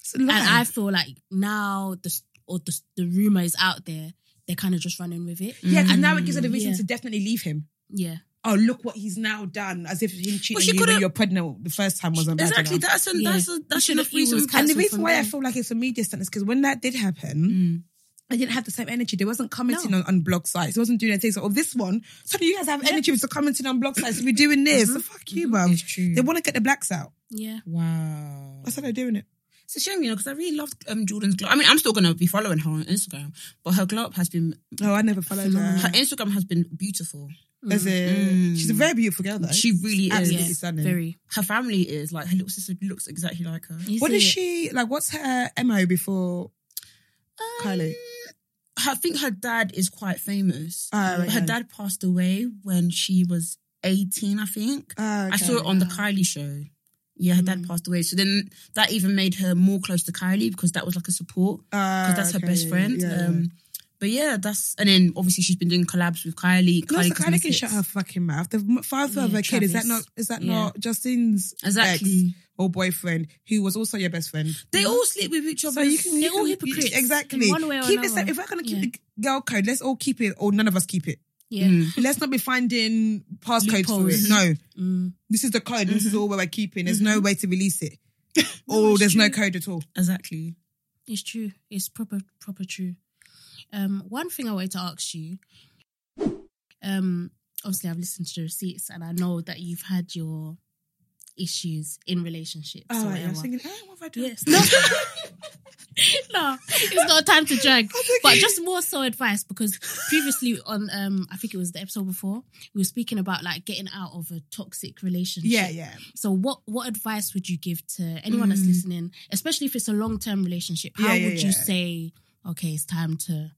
Speaker 3: It's a lie.
Speaker 2: And I feel like now the s- or the s- the rumor is out there. They're kind of just running with it.
Speaker 3: yeah, because
Speaker 2: And-
Speaker 1: Mm,
Speaker 3: now it gives her the reason
Speaker 2: yeah.
Speaker 3: to definitely leave him.
Speaker 2: Yeah.
Speaker 3: Oh, look what he's now done. As if him cheating
Speaker 1: Well,
Speaker 3: on
Speaker 1: she
Speaker 3: you when
Speaker 1: could've-
Speaker 3: you're pregnant the first time wasn't bad
Speaker 1: Exactly.
Speaker 3: enough.
Speaker 1: That's an,
Speaker 2: Yeah.
Speaker 1: that's a, that's
Speaker 2: She
Speaker 1: enough
Speaker 2: should've- it
Speaker 1: reason.
Speaker 2: was
Speaker 1: to
Speaker 3: And the
Speaker 2: cancelled
Speaker 3: reason
Speaker 2: from
Speaker 3: why I
Speaker 2: there.
Speaker 3: feel like it's a media stunt is because when that did happen,
Speaker 1: Mm.
Speaker 3: I didn't have the same energy. They wasn't commenting on, on blog sites. They wasn't doing anything. So, oh, this one. So you guys have energy to commenting on blog sites. We're doing this. So fuck you, bruv.
Speaker 1: Mm-hmm. It's true.
Speaker 3: They want to get the blacks out.
Speaker 2: Yeah.
Speaker 1: Wow.
Speaker 3: That's how they're doing it.
Speaker 1: It's a shame, you know, because I really loved um, Jordan's glow. I mean, I'm still going to be following her on Instagram, but her glow up has been,
Speaker 3: No, I never followed
Speaker 1: her
Speaker 3: her.
Speaker 1: Instagram has been beautiful.
Speaker 3: That's it.
Speaker 1: Mm.
Speaker 3: She's a very beautiful girl, though.
Speaker 1: She really
Speaker 3: Absolutely
Speaker 1: is.
Speaker 2: Yeah.
Speaker 3: stunning.
Speaker 2: Very.
Speaker 1: Her family is like, her little sister looks exactly like her.
Speaker 2: You
Speaker 3: what
Speaker 2: see
Speaker 3: is
Speaker 2: it?
Speaker 3: she like? What's her mo before
Speaker 1: Um,
Speaker 3: Kylie?
Speaker 1: I think her dad is quite famous.
Speaker 3: Oh,
Speaker 1: But Her
Speaker 3: okay.
Speaker 1: dad passed away when she was 18, I think.
Speaker 3: Oh,
Speaker 1: I
Speaker 3: okay. Mm.
Speaker 1: saw it on the Kylie show. Yeah, her dad passed away. So then that even made her more close to Kylie because that was like a support.
Speaker 3: Oh,
Speaker 1: because that's her
Speaker 3: okay,
Speaker 1: best
Speaker 3: yeah,
Speaker 1: friend.
Speaker 3: yeah, yeah.
Speaker 1: Um, But yeah, that's and then obviously she's been doing collabs with Kylie.
Speaker 3: No,
Speaker 1: Kylie
Speaker 3: so Kylie can
Speaker 1: Cosmetics.
Speaker 3: shut her fucking mouth. The m- father of
Speaker 2: Yeah,
Speaker 3: her kid is that
Speaker 2: Travis.
Speaker 3: not is that
Speaker 2: Yeah.
Speaker 3: not Justin's ex
Speaker 1: Exactly.
Speaker 3: or boyfriend who was also your best friend?
Speaker 1: They all sleep with each other.
Speaker 3: So you can
Speaker 2: They're
Speaker 3: you
Speaker 2: all
Speaker 3: can-
Speaker 2: hypocrites
Speaker 3: you- exactly.
Speaker 2: in one way or
Speaker 3: keep this.
Speaker 2: another.
Speaker 3: If we're gonna keep
Speaker 2: Yeah.
Speaker 3: the girl code, let's all keep it, or none of us keep it.
Speaker 2: Yeah.
Speaker 1: Mm.
Speaker 3: Let's not be finding passcodes for it.
Speaker 2: Loopholes. Mm-hmm.
Speaker 3: No,
Speaker 2: Mm.
Speaker 3: this is the code. This is all we're keeping. There's no way to release it.
Speaker 2: No,
Speaker 3: oh,
Speaker 2: it's
Speaker 3: there's no
Speaker 2: true.
Speaker 3: code at all.
Speaker 1: Exactly.
Speaker 2: It's true. It's proper, proper true. Um, one thing I wanted to ask you. Um, obviously I've listened to the receipts and I know that you've had your issues in relationships
Speaker 3: Oh,
Speaker 2: or
Speaker 3: right, I was
Speaker 2: whatever.
Speaker 3: thinking, oh, what have I done?
Speaker 2: Yes. No. no, it's not time to drag. But just more so advice because previously on um I think it was the episode before, we were speaking about like getting out of a toxic relationship.
Speaker 3: Yeah, yeah.
Speaker 2: So what what advice would you give to anyone that's
Speaker 1: Mm.
Speaker 2: listening, especially if it's a long term relationship? How
Speaker 3: Yeah, yeah,
Speaker 2: would you
Speaker 3: yeah.
Speaker 2: say, okay, it's time to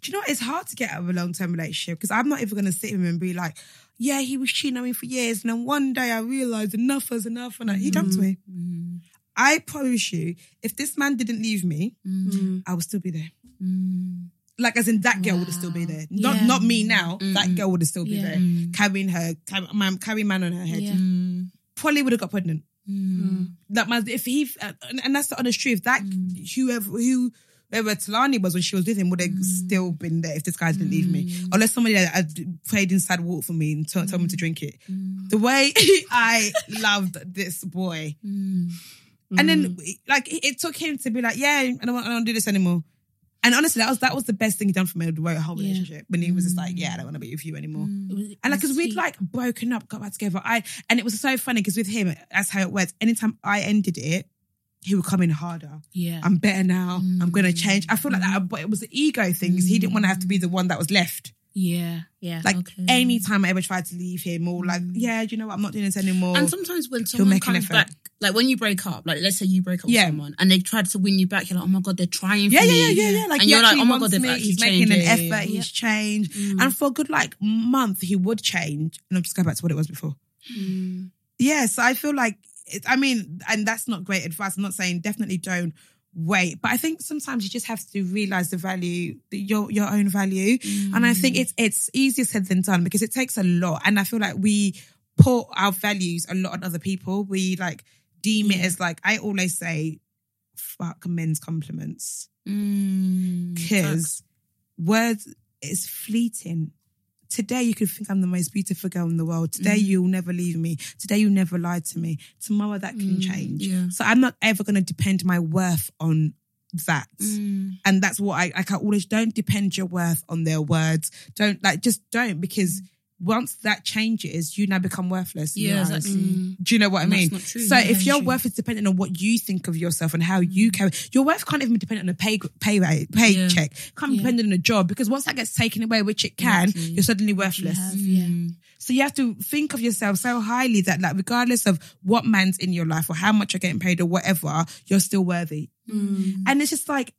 Speaker 3: do you know what? it's hard to get out of a long term relationship because I'm not even going to sit here and be like, yeah, he was cheating on me for years, and then one day I realized enough was enough, and I, he dumped me.
Speaker 2: Mm-hmm.
Speaker 1: Mm.
Speaker 3: I promise you, if this man didn't leave me,
Speaker 2: mm,
Speaker 3: I would still be there.
Speaker 2: mm,
Speaker 3: Like as in that girl would have still be
Speaker 2: Wow.
Speaker 3: there. Not
Speaker 2: Yeah.
Speaker 3: not me now. That
Speaker 1: Mm-mm.
Speaker 3: girl would have still be
Speaker 2: Yeah.
Speaker 3: there, carrying her car- man, carrying man on her head.
Speaker 2: Yeah.
Speaker 1: Mm.
Speaker 3: Probably would have got pregnant.
Speaker 1: Mm.
Speaker 2: mm,
Speaker 3: That man, if he and, and that's the honest truth. That
Speaker 1: Mm.
Speaker 3: whoever who. Whoever Talani was when she was with him would have still been there if this guy didn't leave me.
Speaker 1: Mm.
Speaker 3: Unless somebody that had prayed inside water for me and t- told me to drink it.
Speaker 1: Mm.
Speaker 3: the way I loved this boy.
Speaker 1: Mm.
Speaker 3: And then like it it took him to be like, yeah, I don't want, I don't do this anymore. And honestly, that was that was the best thing he done for me the way- whole
Speaker 2: Yeah.
Speaker 3: relationship. When he was just like,
Speaker 1: Mm.
Speaker 3: yeah, I don't want to be with you anymore.
Speaker 2: It was-
Speaker 3: And like, cause we'd
Speaker 2: sweet.
Speaker 3: like broken up, got back together. I and it was so funny because with him, that's how it worked. Anytime I ended it, he would come in harder.
Speaker 2: yeah,
Speaker 3: I'm better now. I'm gonna
Speaker 1: Mm.
Speaker 3: change. I feel like that, but it was an ego thing because he didn't want to have to be the one that was left.
Speaker 2: yeah, yeah,
Speaker 3: Like
Speaker 1: Okay.
Speaker 3: anytime I ever tried to leave him, or like, yeah, do you know what? I'm not doing this anymore.
Speaker 1: Mm. And sometimes when someone
Speaker 3: make an
Speaker 1: comes
Speaker 3: effort.
Speaker 1: back, like when you break up, like let's say you break up
Speaker 3: Yeah.
Speaker 1: with someone and they tried to win you back, you're like, oh my god, they're trying
Speaker 3: Yeah,
Speaker 1: for
Speaker 3: yeah,
Speaker 1: me.
Speaker 3: yeah, yeah, yeah. Like,
Speaker 1: and
Speaker 3: he
Speaker 1: you're like,
Speaker 3: actually
Speaker 1: oh my god,
Speaker 3: wants
Speaker 1: they've
Speaker 3: me,
Speaker 1: actually
Speaker 3: he's
Speaker 1: changed.
Speaker 3: making an
Speaker 1: Yeah,
Speaker 3: effort.
Speaker 1: yeah, Mm. yeah.
Speaker 3: He's changed,
Speaker 2: Mm.
Speaker 3: and for a good like month, he would change, and I'll just go back to what it was before.
Speaker 2: Mm,
Speaker 3: Yeah, so I feel like it, I mean, and that's not great advice. I'm not saying definitely don't wait, but I think sometimes you just have to realize the value, the- your your own value, and I think it's it's easier said than done because it takes a lot, and I feel like we put our values a lot on other people. We like deem it as like I always say, fuck men's compliments
Speaker 1: Mm.
Speaker 3: because words is fleeting. Today you could think I'm the most beautiful girl in the world. Today
Speaker 1: Mm.
Speaker 3: you'll never leave me. Today you never lied to me. Tomorrow that can change.
Speaker 1: Mm, yeah.
Speaker 3: So I'm not ever going to depend my worth on that.
Speaker 1: Mm.
Speaker 3: And that's what I like. I always don't depend your worth on their words. Don't like just don't because once that changes, you now become worthless. in
Speaker 1: Mm. Yeah,
Speaker 3: their eyes.
Speaker 1: exactly.
Speaker 3: Do you know what I
Speaker 1: And that's
Speaker 3: mean?
Speaker 1: not true.
Speaker 3: So
Speaker 1: Yeah,
Speaker 3: if
Speaker 1: that's
Speaker 3: your
Speaker 1: true.
Speaker 3: worth is dependent on what you think of yourself and how you carry your worth can't even depend on a pay pay rate,
Speaker 1: Yeah.
Speaker 3: paycheck. Can't be
Speaker 2: Mm. Yeah.
Speaker 3: dependent on a job because once that gets taken away, which it can,
Speaker 1: Exactly.
Speaker 3: you're suddenly
Speaker 2: you
Speaker 3: worthless.
Speaker 2: have, yeah.
Speaker 3: So you have to think of yourself so highly that like regardless of what man's in your life or how much you're getting paid or whatever, you're still worthy.
Speaker 2: Mm.
Speaker 3: And it's just like,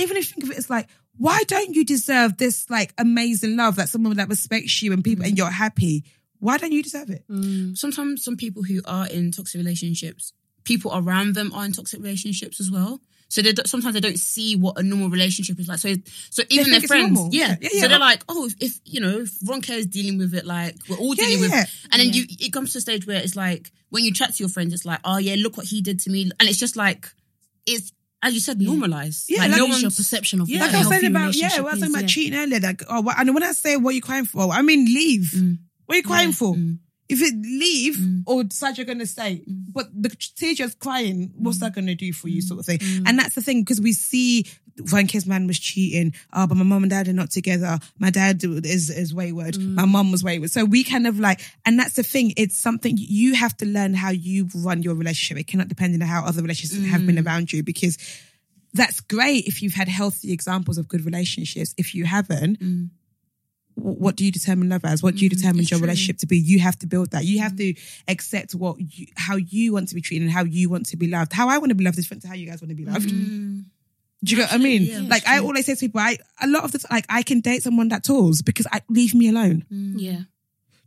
Speaker 3: even if you think of it as like, why don't you deserve this like amazing love that someone that respects you and people and you're happy? Why don't you deserve it?
Speaker 2: Mm.
Speaker 1: sometimes some people who are in toxic relationships, people around them are in toxic relationships as well. So they don't, sometimes they don't see what a normal relationship is like. So so even
Speaker 3: think
Speaker 1: their
Speaker 3: it's
Speaker 1: friends,
Speaker 3: normal.
Speaker 1: yeah.
Speaker 3: Yeah, yeah,
Speaker 1: So they're
Speaker 3: I-
Speaker 1: like, oh, if, if you know, if Ronke is dealing with it, like we're all
Speaker 3: Yeah,
Speaker 1: dealing with.
Speaker 3: yeah.
Speaker 1: And then
Speaker 2: Yeah.
Speaker 1: you, it comes to a stage where it's like when you chat to your friends, it's like, oh yeah, look what he did to me, and it's just like, it's as you said, normalized.
Speaker 3: Yeah,
Speaker 1: like,
Speaker 3: like
Speaker 1: no
Speaker 2: Change your
Speaker 1: one's-
Speaker 2: perception of
Speaker 1: Yeah.
Speaker 2: what
Speaker 3: Like
Speaker 2: a
Speaker 3: I was
Speaker 2: healthy
Speaker 3: saying about yeah,
Speaker 2: relationship
Speaker 3: when I was
Speaker 2: is,
Speaker 3: talking about
Speaker 2: yeah.
Speaker 3: cheating earlier, like oh, what, and when I say what are you crying for, I mean leave.
Speaker 2: Mm.
Speaker 3: What are you crying for? If it leave or decide you're gonna stay,
Speaker 2: Mm.
Speaker 3: but the teacher's crying, what's that gonna do for you, sort of thing?
Speaker 2: Mm.
Speaker 3: And that's the thing because we see one kid's man was cheating. Oh, but my mom and dad are not together. My dad is is wayward.
Speaker 2: Mm.
Speaker 3: My mom was wayward. So we kind of like, and that's the thing. It's something you have to learn how you run your relationship. It cannot depend on how other relationships have
Speaker 2: Mm.
Speaker 3: been around you because that's great if you've had healthy examples of good relationships. If you haven't, wh- what do you determine love as? What do you determine your relationship to be? You have to build that. You have to accept what you, how you want to be treated and how you want to be loved. How I want to be loved is different to how you guys want to be loved. Do you get what I mean?
Speaker 1: yeah,
Speaker 3: like I always say to people, I a lot of the time, like I can date someone that talks because I leave me alone.
Speaker 2: Yeah.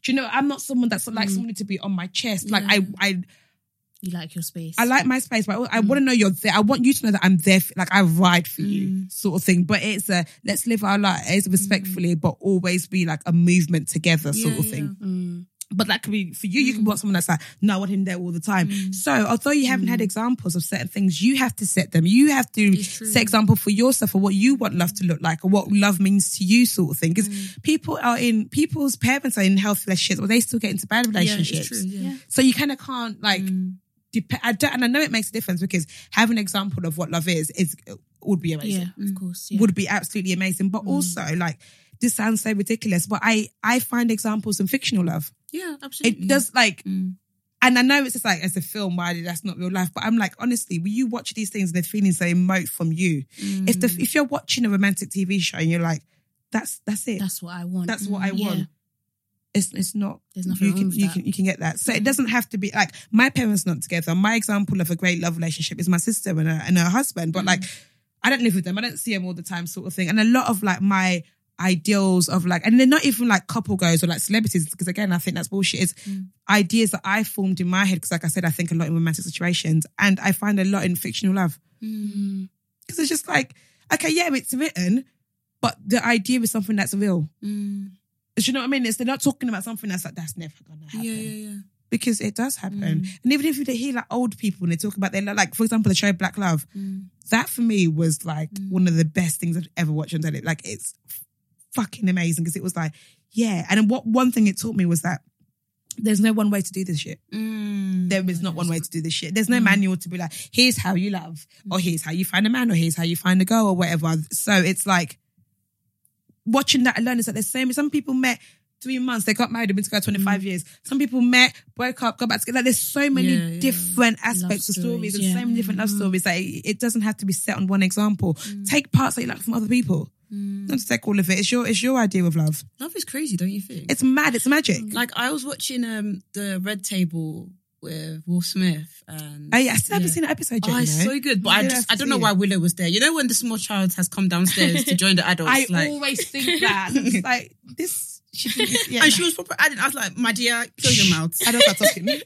Speaker 3: Do you know? I'm not someone that's like somebody to be on my chest. Like I, I,
Speaker 2: You like your space.
Speaker 3: I like my space, but I, want to know you're there. I want you to know that I'm there, for, like I ride for
Speaker 2: Mm.
Speaker 3: you, sort of thing. But it's a let's live our lives respectfully, but always be like a movement together, sort
Speaker 2: Yeah,
Speaker 3: of
Speaker 2: yeah. Mm.
Speaker 3: thing. But that could be for you. You can want someone that's like, no, I want him there all the time.
Speaker 2: Mm.
Speaker 3: So although you haven't had examples of certain things, you have to set them. You have to
Speaker 2: It's true.
Speaker 3: set example for yourself of what you want love to look like or what love means to you, sort of thing. Because
Speaker 2: Mm.
Speaker 3: people are in people's parents are in healthy relationships, but they still get into bad relationships.
Speaker 2: Yeah, it's true. Yeah.
Speaker 3: So you kind of can't like.
Speaker 2: Mm.
Speaker 3: Dep- I don't, and I know it makes a difference because having an example of what love is is would be amazing.
Speaker 2: Yeah, of course. Yeah. Mm.
Speaker 3: Would be absolutely amazing. But also like this sounds so ridiculous, but I I find examples in fictional love.
Speaker 2: yeah,
Speaker 3: It
Speaker 2: absolutely.
Speaker 3: does like.
Speaker 2: Mm.
Speaker 3: And I know it's just like it's a film, why that's not real life. But I'm like, honestly, when you watch these things, and the feelings they emote from you. If
Speaker 2: Mm.
Speaker 3: the if you're watching a romantic TV show and you're like, that's that's it.
Speaker 2: That's what I want.
Speaker 3: That's what I
Speaker 2: Mm,
Speaker 3: want.
Speaker 2: yeah.
Speaker 3: It's it's not.
Speaker 2: There's nothing
Speaker 3: you
Speaker 2: wrong
Speaker 3: can
Speaker 2: with
Speaker 3: you
Speaker 2: that. Mm.
Speaker 3: can you can get that. So it doesn't have to be like my parents not together. My example of a great love relationship is my sister and her and her husband.
Speaker 2: Mm.
Speaker 3: But like, I don't live with them. I don't see them all the time, sort of thing. And a lot of like my ideals of like, and they're not even like couple goals or like celebrities because again, I think that's bullshit. Is
Speaker 2: Mm.
Speaker 3: ideas that I formed in my head because, like I said, I think a lot in romantic situations, and I find a lot in fictional love
Speaker 2: Mm,
Speaker 3: because it's just like, okay, yeah, it's written, but the idea is something that's real.
Speaker 2: mm.
Speaker 3: Do you know what I mean? It's they're not talking about something that's like that's never gonna happen
Speaker 2: Yeah, Mm. yeah, yeah.
Speaker 3: because it does happen. And even if you hear like old people and they talk about their lo- like, for example, the show Black Love,
Speaker 2: Mm.
Speaker 3: that for me was like one of the best things I've ever watched on telly. Like it's f- fucking amazing because it was like, yeah. And then what one thing it taught me was that there's no one way to do this shit.
Speaker 1: Mm.
Speaker 3: There is not one way to do this shit. There's no manual to be like, here's how you love,
Speaker 1: Mm.
Speaker 3: or here's how you find a man, or here's how you find a girl, or whatever. So it's like watching that alone is like the same. Some people met three months, they got married, they've been together
Speaker 1: Mm.
Speaker 3: 25 years. Some people met, broke up, got back together. Like there's so many
Speaker 2: Yeah, yeah.
Speaker 3: different aspects of
Speaker 2: stories,
Speaker 3: stories and
Speaker 2: yeah.
Speaker 3: so many different love stories. Like it doesn't have to be set on one example.
Speaker 1: Mm.
Speaker 3: Take parts that you like from other people. Not to take all of it. It's your it's your idea of love.
Speaker 1: Love is crazy, don't you think?
Speaker 3: It's mad, it's magic.
Speaker 1: like I was watching um the Red Table with Will Smith and
Speaker 3: Oh, yeah, I still haven't
Speaker 1: Yeah.
Speaker 3: seen an episode yet.
Speaker 1: Oh,
Speaker 3: you
Speaker 1: it's
Speaker 3: know.
Speaker 1: so good, but I
Speaker 3: Yeah,
Speaker 1: just
Speaker 3: I
Speaker 1: I don't know
Speaker 3: see
Speaker 1: why
Speaker 3: it.
Speaker 1: Willow was there. You know when the small child has come downstairs to join the adults,
Speaker 3: I
Speaker 1: like,
Speaker 3: always think that. It's like this. She didn't, yeah.
Speaker 1: and she was proper. I, didn't, I was like, my dear, close your mouth.
Speaker 3: I don't start talking. 'Cause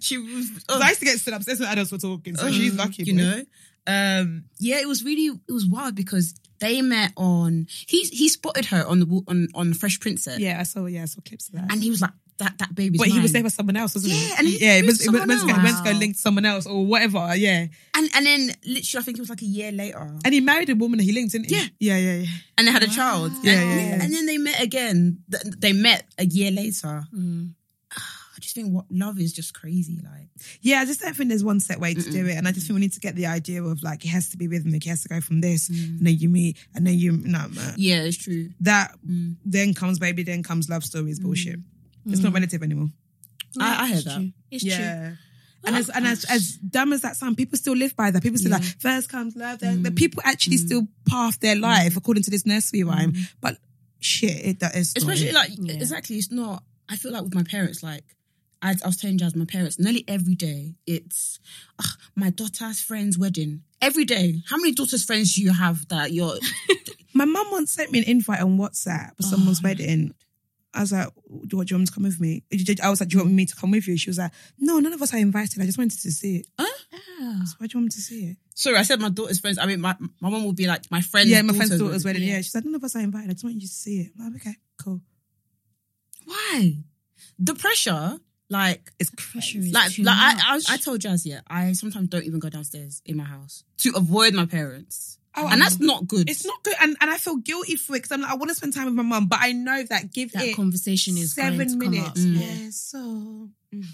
Speaker 1: She was. oh,
Speaker 3: I used to get stood upstairs when adults were talking, so oh, she's lucky.
Speaker 1: you
Speaker 3: boy.
Speaker 1: know. Um, yeah, it was really it was wild because they met on he he spotted her on the wa- on on Fresh Princess,
Speaker 3: Yeah, I saw. Yeah, I saw clips of that.
Speaker 1: and he was like that that baby's.
Speaker 3: but he was there
Speaker 1: mine.
Speaker 3: for someone else, wasn't he?
Speaker 1: Yeah, and he-
Speaker 3: yeah,
Speaker 1: he
Speaker 3: it was,
Speaker 1: was
Speaker 3: it was,
Speaker 1: someone
Speaker 3: it was, go- it was
Speaker 2: else.
Speaker 3: go linked to someone else or whatever. Yeah,
Speaker 1: and and then literally I think it was like a year later,
Speaker 3: and he married a woman that he linked, didn't he?
Speaker 1: Yeah.
Speaker 3: yeah, yeah, yeah.
Speaker 1: and they had a child.
Speaker 3: Yeah,
Speaker 1: and,
Speaker 3: yeah, yeah.
Speaker 1: and then they met again. Th- They met a year later.
Speaker 2: Mm.
Speaker 1: I just think what love is just crazy. Like
Speaker 3: Yeah, I just don't think there's one set way to do it, and I just think we need to get the idea of like it has to be rhythmic. It has to go from this, and then you meet, and then you no man.
Speaker 1: Mm. yeah, Mm. it's true.
Speaker 3: that then comes baby, then comes love
Speaker 1: Mm.
Speaker 3: stories bullshit. It's not relative anymore.
Speaker 1: I, I heard
Speaker 2: It's
Speaker 1: that.
Speaker 2: true. It's true.
Speaker 3: And, as, and as, as dumb as that sound, people still live by that. People still like, first comes love. Then,
Speaker 1: Mm.
Speaker 3: The people actually still path their life according to this nursery rhyme. But shit, it, that is.
Speaker 1: Especially like
Speaker 2: Yeah.
Speaker 1: exactly, it's not. I feel like with my parents, like I, I was telling Jazz, my parents nearly every day. It's "Ugh, my daughter's friend's wedding every day. How many daughters' friends do you have that you're?
Speaker 3: My mum once sent me an invite on WhatsApp for
Speaker 1: Oh.
Speaker 3: someone's wedding. I was like, do you want John to come with me? I was like, do you want me to come with you? She was like, no, none of us are invited. I just wanted to see it.
Speaker 2: Ah.
Speaker 3: So why do you want me to see it?
Speaker 1: Sorry, I said my daughter's friends. I mean, my my mom would be like my friend's
Speaker 3: yeah, my friend's
Speaker 1: daughter's
Speaker 3: daughter's wedding.
Speaker 1: wedding.
Speaker 3: Yeah. she's like, none of us are invited. I just want you to see it. I'm like, okay, cool.
Speaker 1: Why? The pressure, like.
Speaker 3: It's crushing.
Speaker 1: Like,
Speaker 2: too
Speaker 1: like I,
Speaker 2: much.
Speaker 1: I, was- I told Jazz, yeah, I sometimes don't even go downstairs in my house to avoid my parents,
Speaker 3: Oh,
Speaker 1: and
Speaker 3: I-
Speaker 1: that's not good.
Speaker 3: It's not good, and, and I feel guilty for it because I'm like, I want to spend time with my mum, but I know that give
Speaker 2: That
Speaker 3: it
Speaker 2: conversation is
Speaker 3: seven
Speaker 2: going to
Speaker 3: minutes.
Speaker 2: Come up.
Speaker 1: Mm.
Speaker 3: Yeah. so mm,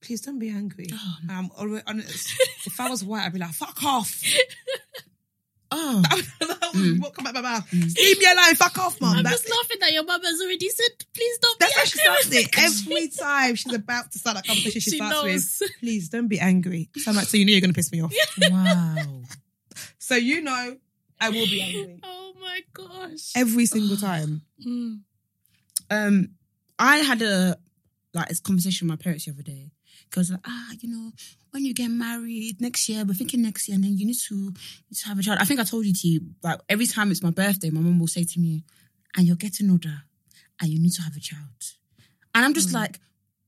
Speaker 3: please don't be angry.
Speaker 2: Oh,
Speaker 3: Um, I'm already honest. if I was white, I'd be like, fuck off.
Speaker 1: oh,
Speaker 3: what come out my mouth? Leave me alone. Fuck off, mum.
Speaker 2: Mm. I'm
Speaker 3: That's
Speaker 2: just laughing that your mum has already said, please don't
Speaker 3: that's
Speaker 2: be
Speaker 3: how she
Speaker 2: angry
Speaker 3: starts
Speaker 2: with
Speaker 3: it
Speaker 2: me."
Speaker 3: every time she's about to start that conversation. She,
Speaker 2: She
Speaker 3: starts
Speaker 2: knows.
Speaker 3: with, "Please don't be angry." So I'm like, "So you know you're gonna piss me off."
Speaker 1: wow.
Speaker 3: So you know I will be angry
Speaker 2: Oh my gosh.
Speaker 3: every single time.
Speaker 2: Mm.
Speaker 1: um, I had a like this conversation with my parents the other day because like ah, you know, when you get married next year, we're thinking next year, and then you need to you need to have a child. I think I told you to you, like every time it's my birthday, my mum will say
Speaker 3: Mm.
Speaker 1: to me, "And you're getting older, and you need to have a child," and I'm just like,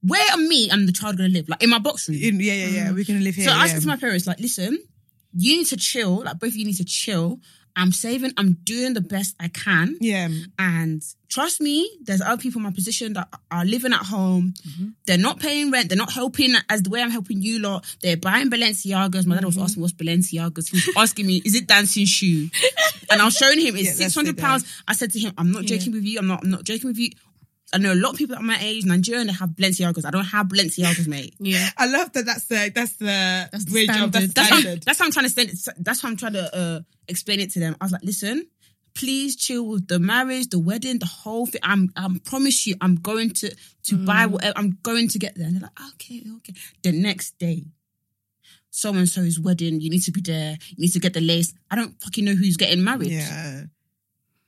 Speaker 1: where am me and the child gonna live? Like in my box room.
Speaker 3: In- yeah, yeah, yeah.
Speaker 2: Mm.
Speaker 3: We're gonna live here.
Speaker 1: so I
Speaker 3: yeah.
Speaker 1: said to my parents, like, listen, you need to chill. Like both of you need to chill. I'm saving. I'm doing the best I can.
Speaker 3: yeah,
Speaker 1: And trust me, there's other people in my position that are living at home. They're not paying rent. They're not helping as the way I'm helping you lot. They're buying Balenciagas. My dad was asking me what's Balenciagas. He was asking me, is it dancing shoe? And I was showing him it's
Speaker 3: Yeah, that's
Speaker 1: six hundred pounds. I said to him, I'm not joking with you. I'm not. I'm not joking with you. I know a lot of people at my age, Nigerian, that have Balenciagas. I don't have Balenciagas, mate.
Speaker 2: Yeah.
Speaker 3: I love that. That's the that's the
Speaker 2: That's the
Speaker 3: bridge of the
Speaker 2: standard. That's
Speaker 1: That's what, I'm,
Speaker 3: standard.
Speaker 1: that's what I'm trying to send. That's what I'm trying to uh, explain it to them. I was like, listen, please chill with the marriage, the wedding, the whole thing. I'm, I promise you, I'm going to to buy whatever. I'm going to get there. And they're like, okay, okay. The next day, so and so's wedding. You need to be there. You need to get the lace. I don't fucking know who's getting married.
Speaker 3: Yeah.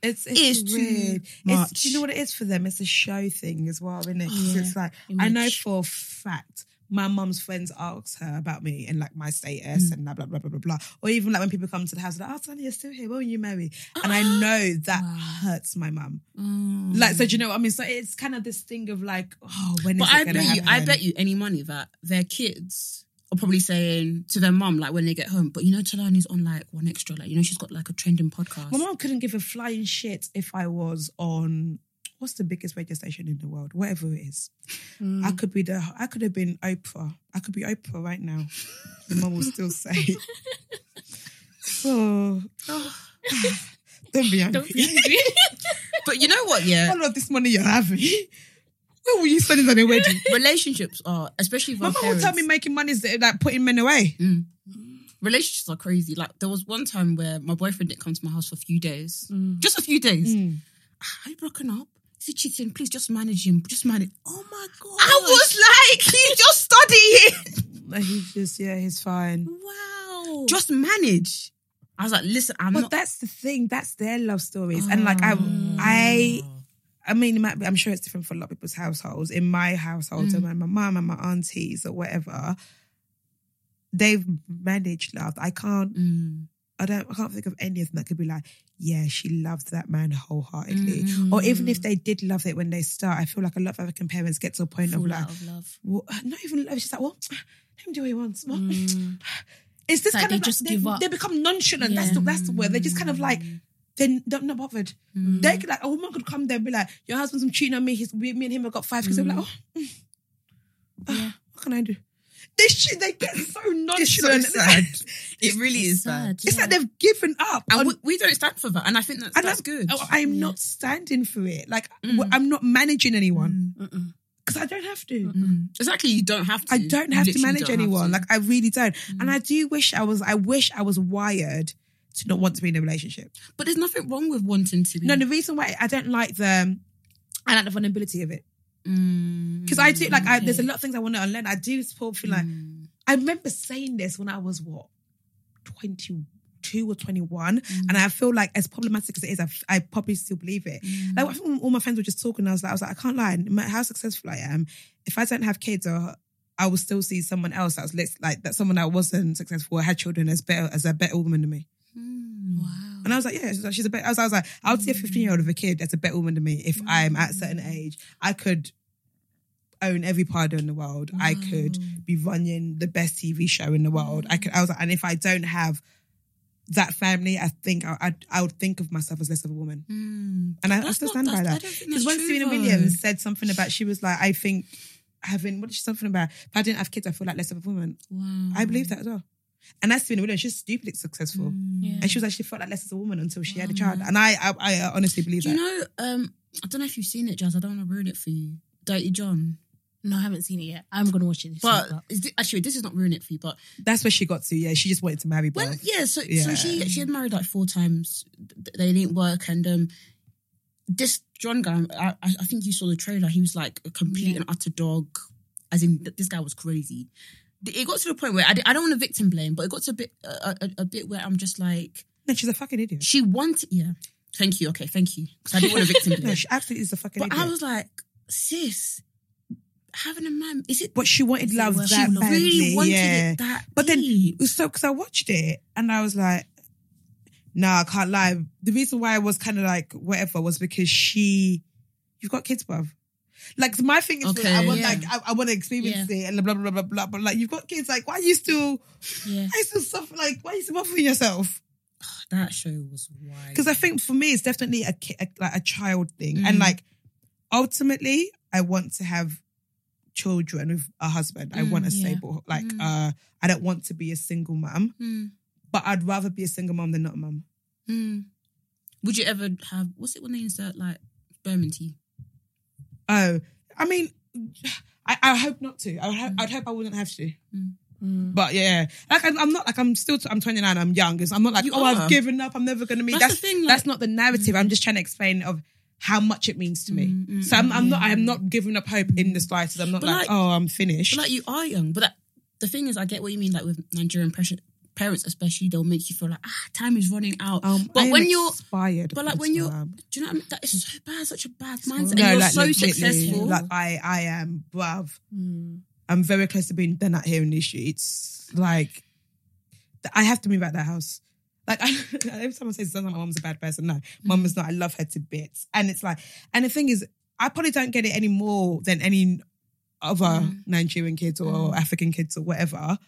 Speaker 3: It's,
Speaker 1: It's
Speaker 3: it's,
Speaker 1: too
Speaker 3: weird. It's, do
Speaker 1: much.
Speaker 3: you know what it is for them? It's a show thing as well, isn't it? 'Cause
Speaker 2: Yeah.
Speaker 3: It's like I
Speaker 2: Image.
Speaker 3: know for a fact my mum's friends ask her about me and like my status and blah blah blah blah blah blah. Or even like when people come to the house, like, "Oh, Tanya, you're still here. When will you marry?" And I know that hurts my mum. Like, so do you know what I mean? So it's kind of this thing of like, oh, when is
Speaker 1: But
Speaker 3: it
Speaker 1: I
Speaker 3: gonna
Speaker 1: bet you,
Speaker 3: happen?
Speaker 1: I bet you any money that their kids are probably saying to their mum like when they get home. But you know, Talani's on like one extra. Like you know, she's got like a trending podcast.
Speaker 3: My mom couldn't give a flying shit if I was on what's the biggest radio station in the world, whatever it is.
Speaker 2: Hmm.
Speaker 3: I could be the I could have been Oprah. I could be Oprah right now. My mom will still say. oh, don't be angry.
Speaker 2: Don't be angry.
Speaker 1: But you know what? Yeah,
Speaker 3: All of this money you're having, where will you spend it on a wedding?
Speaker 1: relationships are, especially with
Speaker 3: My
Speaker 1: our
Speaker 3: mom will tell
Speaker 1: parents,
Speaker 3: me making money is like putting men away.
Speaker 1: relationships are crazy. Like there was one time where my boyfriend didn't come to my house for a few days,
Speaker 3: Mm.
Speaker 1: just a few days. Are you broken up? Is he cheating? Please just manage him. Just manage.
Speaker 2: oh my god.
Speaker 1: I was like, he's just studying.
Speaker 3: Like, He's just yeah, he's fine.
Speaker 2: Wow.
Speaker 1: just manage. I was like, listen, I'm
Speaker 3: But
Speaker 1: not.
Speaker 3: that's the thing. That's their love stories, and like I, I, I mean, it might be, I'm sure it's different for a lot of people's households. In my household, and my mum and my aunties or whatever, they've managed love. I can't.
Speaker 1: Mm.
Speaker 3: I don't. I can't think of anything that could be like, yeah, she loved that man wholeheartedly. Or even if they did love it when they start, I feel like a lot of African parents get to a point of
Speaker 2: Fall
Speaker 3: like,
Speaker 2: out of love.
Speaker 3: well, not even love. She's like, well, let him do what he wants. What?
Speaker 2: Mm.
Speaker 3: It's
Speaker 2: It's
Speaker 3: this
Speaker 2: like
Speaker 3: kind
Speaker 2: they
Speaker 3: of like-
Speaker 2: just
Speaker 3: they,
Speaker 2: give up.
Speaker 3: They become nonchalant. That's
Speaker 2: Yeah.
Speaker 3: the that's the word. They're just kind of like they're not, not bothered. They could, like a woman could come there and be like, "Your husband's been cheating on me. He's we, me and him have got five kids." They're like, "Oh, mm. Ah, what can I do?" They shit. They get so nonchalant.
Speaker 1: It really is sad.
Speaker 3: It's
Speaker 2: yeah.
Speaker 3: like they've given up.
Speaker 1: And
Speaker 3: on-
Speaker 1: we, we don't stand for that, and I think that's,
Speaker 3: and
Speaker 1: that's
Speaker 3: I'm- Oh,
Speaker 1: good.
Speaker 3: I- I'm not standing for it. Like w- I'm not managing anyone
Speaker 2: Mm-mm.
Speaker 3: because I don't have to.
Speaker 1: Mm, exactly, you don't have to.
Speaker 3: Mm. I don't have
Speaker 1: You
Speaker 3: to
Speaker 1: Mm. literally
Speaker 3: manage
Speaker 1: don't have
Speaker 3: anyone.
Speaker 1: to.
Speaker 3: Like I really don't. And I do wish I was. I wish I was wired to not want to be in a relationship.
Speaker 1: but there's nothing wrong with wanting to. Be.
Speaker 3: No, the reason why I don't like the. I like the vulnerability of it
Speaker 1: Mm.
Speaker 3: because I do like. I, there's a lot of things I want to unlearn. I do still feel like I remember saying this when I was what twenty two or twenty one, and I feel like as problematic as it is, I, I probably still believe it. Like I think all my friends were just talking. I was like, I was like, I can't lie. No matter how successful I am, if I don't have kids or I will still see someone else that was lit- like that someone that wasn't successful or had children as better as a better woman than me.
Speaker 2: Wow.
Speaker 3: And I was like, yeah, she's, like, she's a better. I was, I was like, I'll see a 15 year old of a kid that's a better woman than me if I'm at a certain age. I could own every pardon in the world. I could be running the best TV show in the world. I could, I was like, and if I don't have that family, I think I, I, I would think of myself as less of a woman.
Speaker 1: Mm.
Speaker 3: And I, I
Speaker 1: That's
Speaker 3: still
Speaker 1: not-
Speaker 3: stand by
Speaker 1: that's- I
Speaker 3: that.
Speaker 1: don't think
Speaker 3: Because
Speaker 1: that's
Speaker 3: when
Speaker 1: true,
Speaker 3: Serena
Speaker 1: though.
Speaker 3: Williams said something about, she was like, I think having, what did she something about? If I didn't have kids, I feel like less of a woman.
Speaker 1: Wow. Hmm.
Speaker 3: I believe that as well. And that's Serena Williams. She's stupidly successful.
Speaker 1: Mm.
Speaker 2: Yeah.
Speaker 3: And she was like, she felt like less as a woman until she had a child. And I, I, I honestly believe
Speaker 1: Do
Speaker 3: that.
Speaker 1: you know? Um, I don't know if you've seen it, Jazz. I don't want to ruin it for you. Dirty John.
Speaker 2: No, I haven't seen it yet. I'm gonna watch it. This
Speaker 1: But
Speaker 2: week,
Speaker 1: is thi- actually, this is not ruin it for you. But
Speaker 3: That's where she got to. Yeah, she just wanted to marry
Speaker 1: well,
Speaker 3: Bob.
Speaker 1: yeah. So so
Speaker 3: Yeah.
Speaker 1: she she had married like four times. Th- They didn't work, and um, this John guy. I I I think you saw the trailer. He was like a complete and utter dog. As in, th- this guy was crazy. Th- It got to the point where I, di- I don't want to victim blame, but it got to a bit a, a, a bit where I'm just like
Speaker 3: No, she's a fucking idiot.
Speaker 1: she wanted. Yeah, thank you. Okay, thank you. Because I didn't want to victim
Speaker 3: No,
Speaker 1: blame.
Speaker 3: she absolutely is a fucking
Speaker 1: But
Speaker 3: idiot.
Speaker 1: I was like, sis, having a man, is it?
Speaker 3: but she wanted
Speaker 2: She
Speaker 3: love
Speaker 2: was-
Speaker 3: that
Speaker 2: she
Speaker 3: badly.
Speaker 1: really wanted
Speaker 3: yeah.
Speaker 1: it that
Speaker 3: But then
Speaker 1: deep.
Speaker 3: it was so because I watched it and I was like, nah, I can't lie. The reason why I was kind of like whatever was because she, you've got kids, bruv. Like my thing is,
Speaker 1: Okay,
Speaker 3: I want
Speaker 2: yeah.
Speaker 3: like I, I want to experience it and blah blah blah blah blah. But like you've got kids, like why are you still?
Speaker 2: Yeah.
Speaker 3: Why are you still suffer, like why are you still buffering yourself?
Speaker 2: That show was wild.
Speaker 3: Because I think for me, it's definitely a, ki- a like a child thing, and
Speaker 2: Mm.
Speaker 3: like ultimately, I want to have children with a husband. I
Speaker 2: Mm,
Speaker 3: want a
Speaker 2: yeah.
Speaker 3: stable like.
Speaker 1: Mm.
Speaker 3: uh I don't want to be a single mom,
Speaker 2: Mm.
Speaker 3: but I'd rather be a single mom than not a mom.
Speaker 1: Would you ever have what's it when they insert like sperm in tea?
Speaker 3: Oh, I mean, I, I hope not to. I would hope, I'd hope I wouldn't have to.
Speaker 2: Mm.
Speaker 3: But yeah, like I'm, I'm not like I'm still I'm 29. I'm young. It's- I'm not like
Speaker 1: You
Speaker 3: oh
Speaker 1: are.
Speaker 3: I've given up. I'm never gonna meet.
Speaker 1: That's
Speaker 3: That's
Speaker 1: the thing, like-
Speaker 3: that's not the narrative. I'm just trying to explain of how much it means to me.
Speaker 1: Mm, mm,
Speaker 3: so I'm, I'm
Speaker 2: mm,
Speaker 3: not
Speaker 2: yeah.
Speaker 3: I'm not giving up hope in the slightest. I'm not
Speaker 1: But
Speaker 3: like,
Speaker 1: like-
Speaker 3: oh I'm finished.
Speaker 1: But like you are young, but that, the thing is, I get what you mean. Like with Nigerian pressure, parents especially, they'll make you feel like ah, time is running out.
Speaker 3: um,
Speaker 1: but
Speaker 3: I am
Speaker 1: when you're-
Speaker 3: inspired,
Speaker 1: but like
Speaker 3: of
Speaker 1: when
Speaker 3: course
Speaker 1: you're-
Speaker 3: I am.
Speaker 1: Do you know what I mean? That is so bad, such a bad
Speaker 2: horrible.
Speaker 1: mindset. And you're
Speaker 3: like,
Speaker 1: so
Speaker 3: legitly,
Speaker 1: successful.
Speaker 3: Like I I am, bruv.
Speaker 2: Mm.
Speaker 3: I'm very close to being done out here in these streets. Like, th- I have to move out that house. Like, I, every time I say something, my mom's a bad person. No, mom is not. I love her to bits. And it's like, and the thing is, I probably don't get it any more than any other
Speaker 1: Mm.
Speaker 3: Nigerian kids or African kids or whatever.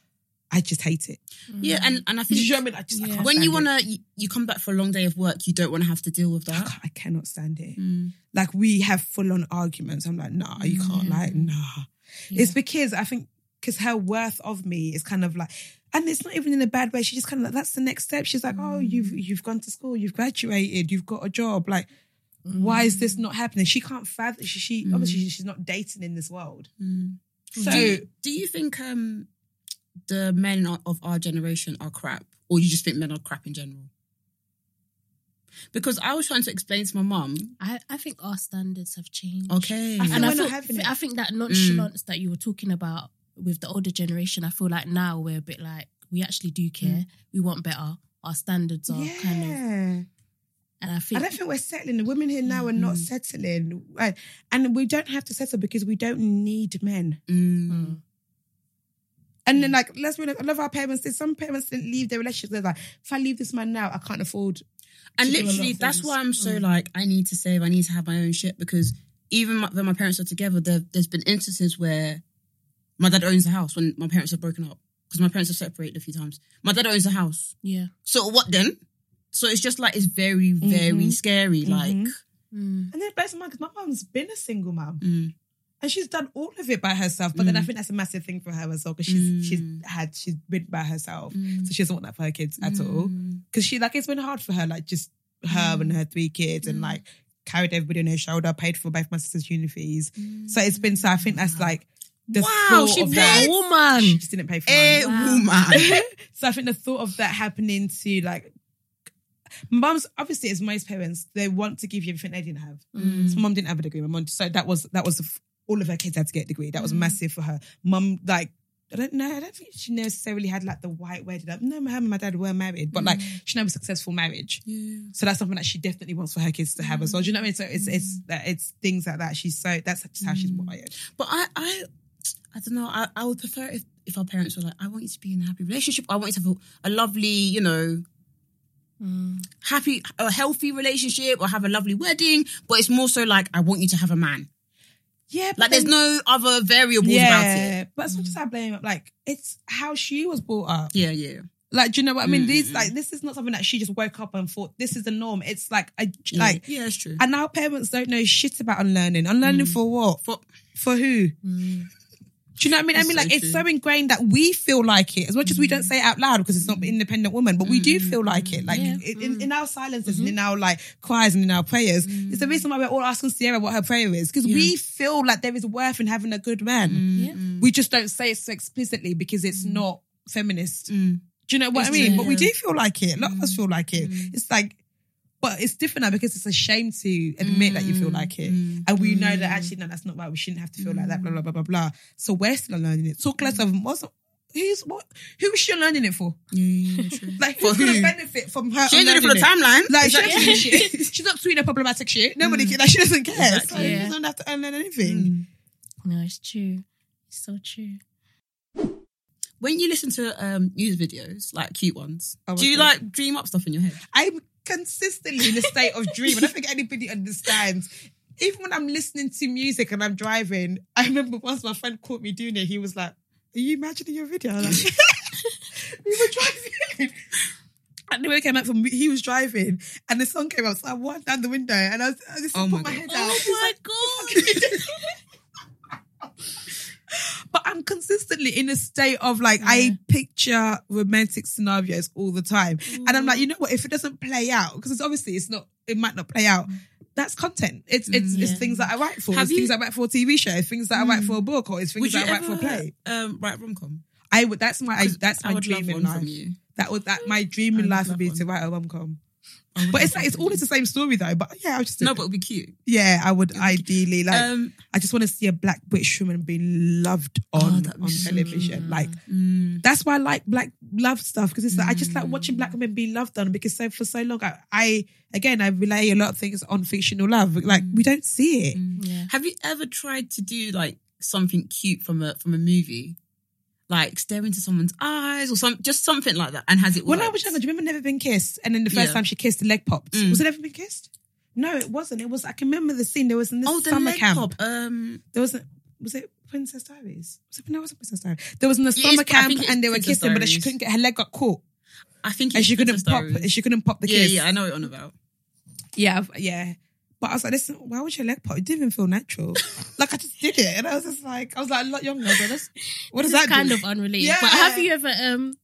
Speaker 3: I just hate it.
Speaker 1: yeah, and and I
Speaker 3: Do
Speaker 1: think
Speaker 3: you know what I mean? I just, I
Speaker 2: Yeah.
Speaker 3: can't
Speaker 1: when
Speaker 3: stand
Speaker 1: you
Speaker 3: it.
Speaker 1: wanna you, you come back for a long day of work, you don't want to have to deal with
Speaker 3: I,
Speaker 1: that.
Speaker 3: can't- I cannot stand it.
Speaker 1: Mm.
Speaker 3: Like, we have full on arguments. I'm like, nah, you can't. Like, nah. It's because I think because her worth of me is kind of like, and it's not even in a bad way. She just kind of like that's the next step. She's like, oh, you've
Speaker 2: Mm.
Speaker 3: you've gone to school, you've graduated, you've got a job. Like, why
Speaker 2: Mm.
Speaker 3: is this not happening? She can't fathom. She, she obviously she- she's not dating in this world.
Speaker 1: Mm.
Speaker 3: So
Speaker 1: do, you, do you think um the men o- of our generation are crap, or you just think men are crap in general? Because I was trying to explain to my mum.
Speaker 2: I, I think our standards have changed.
Speaker 1: Okay,
Speaker 3: I feel
Speaker 2: And I,
Speaker 3: we're
Speaker 2: feel,
Speaker 3: not having it.
Speaker 2: I think that nonchalance that you were talking about with the older generation, I feel like now we're a bit like, we actually do care. We want better. Our standards are
Speaker 3: yeah,
Speaker 2: kind of, and I
Speaker 3: I
Speaker 2: think,
Speaker 3: don't think we're settling. The women here now are not
Speaker 1: Mhm.
Speaker 3: settling, Like, and we don't have to settle because we don't need men.
Speaker 1: Mm.
Speaker 2: Mm.
Speaker 3: And then, like, let's be honest, a lot of our parents did. Some parents didn't leave their relationships. They're like, if I leave this man now, I can't afford
Speaker 1: And
Speaker 3: to do a lot
Speaker 1: literally,
Speaker 3: of
Speaker 1: that's
Speaker 3: things.
Speaker 1: why I'm so
Speaker 2: Mm.
Speaker 1: like, I need to save, I need to have my own shit because even my, when my parents are together, there, there's been instances where my dad owns the house when my parents have broken up because my parents have separated a few times. My dad owns the house.
Speaker 2: yeah.
Speaker 1: So what then? So it's just like, it's very, very
Speaker 3: Mhm.
Speaker 1: scary. Like,
Speaker 3: Mhm.
Speaker 2: Mm.
Speaker 3: And then bless my because my mum's been a single mum
Speaker 1: mm,
Speaker 3: and she's done all of it by herself. But then I think that's a massive thing for her as well because she's she's
Speaker 1: Mm.
Speaker 3: had she's been by herself,
Speaker 1: Mm.
Speaker 3: so she doesn't want that for her kids at all. Because she like it's been hard for her, like just
Speaker 1: Mm.
Speaker 3: her and her three kids, and
Speaker 2: Mm.
Speaker 3: like carried everybody on her shoulder, paid for both my sister's uni fees. So it's been so I think that's like the
Speaker 1: Mm. Wow,
Speaker 3: thought
Speaker 1: she
Speaker 3: of
Speaker 1: paid?
Speaker 3: that. She
Speaker 2: Woman.
Speaker 3: just didn't pay for
Speaker 1: A
Speaker 3: mine.
Speaker 2: Wow.
Speaker 1: Eh, woman.
Speaker 3: so I think the thought of that happening to like. Mums, obviously, as most parents, they want to give you everything they didn't have.
Speaker 2: Mm.
Speaker 3: So mum didn't have a degree. My mum, so that was that was all of her kids had to get a degree. That
Speaker 1: Mm.
Speaker 3: was massive for her. Mum, like I don't know, I don't think she necessarily had like the white wedding. Like, no, her and my dad were married, but like she never successful marriage.
Speaker 1: Mm. yeah.
Speaker 3: So that's something that she definitely wants for her kids to have as well. Do you know what I mean? So it's it's
Speaker 1: Mm.
Speaker 3: it's things like that. She's so that's just how she's wired.
Speaker 1: But I, I, I don't know. I, I would prefer if, if our parents were like, I want you to be in a happy relationship. I want you to have a, a lovely, you know,
Speaker 3: Mm.
Speaker 1: happy, a healthy relationship or have a lovely wedding. But it's more so like, I want you to have a man.
Speaker 3: Yeah, but
Speaker 1: Like, there's
Speaker 3: then-
Speaker 1: no other variables about it.
Speaker 3: yeah, but it's not just I blame. Like it's how she was brought up.
Speaker 1: Yeah, yeah.
Speaker 3: Like, do you know what I mean? These
Speaker 1: Mm.
Speaker 3: like this is not something that she just woke up and thought this is the norm. It's like I
Speaker 1: Yeah.
Speaker 3: like
Speaker 1: yeah, Mm. it's true.
Speaker 3: And our parents don't know shit about unlearning. Unlearning for what? For, for who?
Speaker 2: Mm.
Speaker 3: Do you know what I mean? I
Speaker 1: That's
Speaker 3: mean,
Speaker 1: so
Speaker 3: like,
Speaker 1: true.
Speaker 3: it's so ingrained that we feel like it, as much as we don't say it out loud because it's not independent woman, but we do
Speaker 1: Mm.
Speaker 3: feel like it. Like,
Speaker 2: Yeah.
Speaker 3: in, in, in our silences and
Speaker 1: Mm-hmm.
Speaker 3: in our, like, cries and in our prayers, it's
Speaker 1: Mm.
Speaker 3: the reason why we're all asking Sierra what her prayer is because we feel like there is worth in having a good man.
Speaker 1: Mm.
Speaker 2: Yeah.
Speaker 3: We just don't say it so explicitly because it's not feminist.
Speaker 1: Mm.
Speaker 3: Do you know what I
Speaker 1: It's
Speaker 3: mean?
Speaker 1: true,
Speaker 3: But we
Speaker 1: yeah. Mm.
Speaker 3: do feel like it. A lot of us feel like it. It's like, but it's different now because it's a shame to admit that you feel like it.
Speaker 1: Mm.
Speaker 3: And we know that actually, no, that's not right. We shouldn't have to feel like that, blah, blah, blah, blah, blah. So we're still learning it. Talk
Speaker 1: Mm.
Speaker 3: less of what's, who's, what, who is she learning it for?
Speaker 1: Yeah, yeah, yeah, true.
Speaker 3: Like,
Speaker 1: For
Speaker 3: who's going
Speaker 1: who?
Speaker 3: to benefit from her?
Speaker 1: She ain't doing it for the
Speaker 3: unlearning
Speaker 1: timeline.
Speaker 3: Like,
Speaker 1: Exactly.
Speaker 3: she doesn't give a shit. she's not tweeting her problematic shit. Nobody, can- like, she doesn't care.
Speaker 1: Mm. Exactly. Mm.
Speaker 3: So
Speaker 2: Yeah.
Speaker 3: you don't have to unlearn anything.
Speaker 2: No, it's true. It's so true.
Speaker 1: When you listen to um, music videos, like cute ones,
Speaker 3: Oh my
Speaker 1: do you
Speaker 3: God.
Speaker 1: like dream up stuff in your head?
Speaker 3: I'm consistently in a state of dream. I don't think anybody understands even when I'm listening to music and I'm driving, I remember once my friend caught me doing it. He was like, "Are you imagining your video?" I'm Like, we were driving. And the way came out from he was driving, and the song came out. So I walked down the window, and I, was, I just
Speaker 1: Oh
Speaker 3: put
Speaker 1: my
Speaker 3: my,
Speaker 1: God.
Speaker 3: head out.
Speaker 2: Oh my
Speaker 3: He's like,
Speaker 2: god.
Speaker 3: but I'm consistently in a state of like I picture romantic scenarios all the time, and
Speaker 1: Mm.
Speaker 3: I'm like, you know what? If it doesn't play out, because it's obviously it's not, it might not play out. That's content. It's it's,
Speaker 2: Yeah.
Speaker 3: it's things that I write for.
Speaker 1: Mm. Have
Speaker 3: it's
Speaker 1: you- Mm.
Speaker 3: things I write for a TV show. It's things that I write for a book, or it's things
Speaker 1: Would you
Speaker 3: that I write for a
Speaker 1: ever
Speaker 3: play.
Speaker 1: um, write rom com?
Speaker 3: I would. That's my. I, that's my dream in life.
Speaker 1: you.
Speaker 3: That would. That my dream
Speaker 1: I
Speaker 3: in
Speaker 1: would love
Speaker 3: life would be
Speaker 1: one.
Speaker 3: to write a rom com.
Speaker 1: I would
Speaker 3: But it's
Speaker 1: love
Speaker 3: like it's
Speaker 1: one.
Speaker 3: always the same story though. But yeah, I would just do
Speaker 1: no,
Speaker 3: it.
Speaker 1: but it'd be cute.
Speaker 3: yeah, I would ideally like.
Speaker 1: um,
Speaker 3: I just want to see a black British woman being loved
Speaker 1: Oh,
Speaker 3: on
Speaker 2: that'd be
Speaker 3: on
Speaker 2: so
Speaker 3: television.
Speaker 2: good.
Speaker 3: Like
Speaker 1: mm,
Speaker 3: that's why I like black love stuff because it's like I just like watching black women be loved on because so for so long I, I again I relay a lot of things on fictional love. Like we
Speaker 1: Mm.
Speaker 3: don't see it.
Speaker 2: Yeah.
Speaker 1: have you ever tried to do like something cute from a from a movie, like stare into someone's eyes or some just something like that? And has it?
Speaker 3: When I
Speaker 1: worked?
Speaker 3: was younger, do you remember Never Been Kissed? And then the first
Speaker 1: Yeah.
Speaker 3: time she kissed, the leg popped.
Speaker 1: Mm.
Speaker 3: Was it Never Been Kissed? No, it wasn't. It was. I can remember the scene. There was in this
Speaker 1: oh, the
Speaker 3: summer
Speaker 1: leg
Speaker 3: camp.
Speaker 1: pop. Um,
Speaker 3: there wasn't was it Princess Diaries? Was it, no, it wasn't Princess Diaries. There was in the
Speaker 1: It is,
Speaker 3: summer
Speaker 1: but I
Speaker 3: camp
Speaker 1: think it
Speaker 3: and they
Speaker 1: is
Speaker 3: were
Speaker 1: Princess
Speaker 3: kissing, but then she
Speaker 1: Diaries.
Speaker 3: couldn't get her leg got caught
Speaker 1: I think
Speaker 3: and
Speaker 1: it's
Speaker 3: she couldn't
Speaker 1: Princess
Speaker 3: pop.
Speaker 1: Diaries.
Speaker 3: and She couldn't pop the
Speaker 1: yeah,
Speaker 3: kiss.
Speaker 1: yeah, I know what you're on about.
Speaker 3: yeah, I've- yeah. But I was like, listen, why was your leg pop? It didn't even feel natural. like I just did it, and I was just like, I was like a lot younger. I was like, that's, what does
Speaker 2: This
Speaker 3: that
Speaker 2: is kind
Speaker 3: do?
Speaker 2: of unrelated.
Speaker 3: Yeah.
Speaker 2: But have you ever um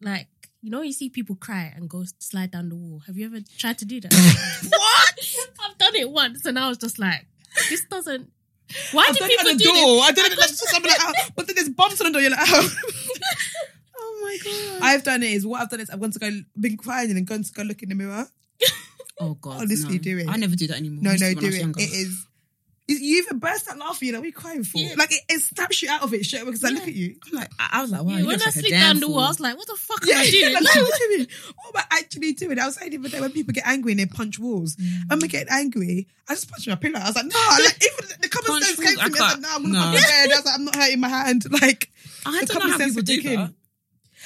Speaker 2: like you know you see people cry and go slide down the wall? Have you ever tried to do that? what? I've done it once and I was just like, this doesn't why
Speaker 3: I've
Speaker 2: do
Speaker 3: done
Speaker 2: people
Speaker 3: it on the
Speaker 2: do this?
Speaker 3: door. I did it like, just, I'm like, oh, but then there's bumps on the door. You're like, oh.
Speaker 1: Oh my god.
Speaker 3: I've done it. Is what I've done is I've gone to go been crying and then gone to go look in the mirror.
Speaker 1: Oh god.
Speaker 3: Honestly,
Speaker 1: no.
Speaker 3: do it.
Speaker 1: I never do that anymore.
Speaker 3: No,
Speaker 1: I used
Speaker 3: no,
Speaker 1: to when
Speaker 3: do
Speaker 1: I was
Speaker 3: it.
Speaker 1: younger.
Speaker 3: It is. You you even burst out laughing. You're like, what are you crying for?
Speaker 1: Yeah.
Speaker 3: Like, it, it snaps you out of it, shit, because I look at you.
Speaker 1: I'm like, I, I was like, wow.
Speaker 2: Yeah,
Speaker 1: you
Speaker 2: when
Speaker 1: look
Speaker 2: I
Speaker 1: like a
Speaker 2: slid
Speaker 1: damn
Speaker 2: down the
Speaker 1: fool.
Speaker 2: wall, I was like, what the fuck am
Speaker 3: Yeah,
Speaker 2: I doing?
Speaker 3: like, what am I doing? What am I actually doing? I was saying the other day when people get angry and they punch walls.
Speaker 1: Mm.
Speaker 3: When I get angry, I just punch my pillow. I was like, no, like, even the common
Speaker 1: Punch
Speaker 3: sense
Speaker 1: walls,
Speaker 3: came
Speaker 1: I
Speaker 3: to me. I was like,
Speaker 1: can't.
Speaker 3: no, I'm going to
Speaker 1: No.
Speaker 3: pop my head. I was like, I'm not hurting my hand. Like,
Speaker 1: I
Speaker 3: the
Speaker 1: don't
Speaker 3: common
Speaker 1: know how
Speaker 3: sense
Speaker 1: people
Speaker 3: would
Speaker 1: do
Speaker 3: kick in.
Speaker 1: that.
Speaker 3: Do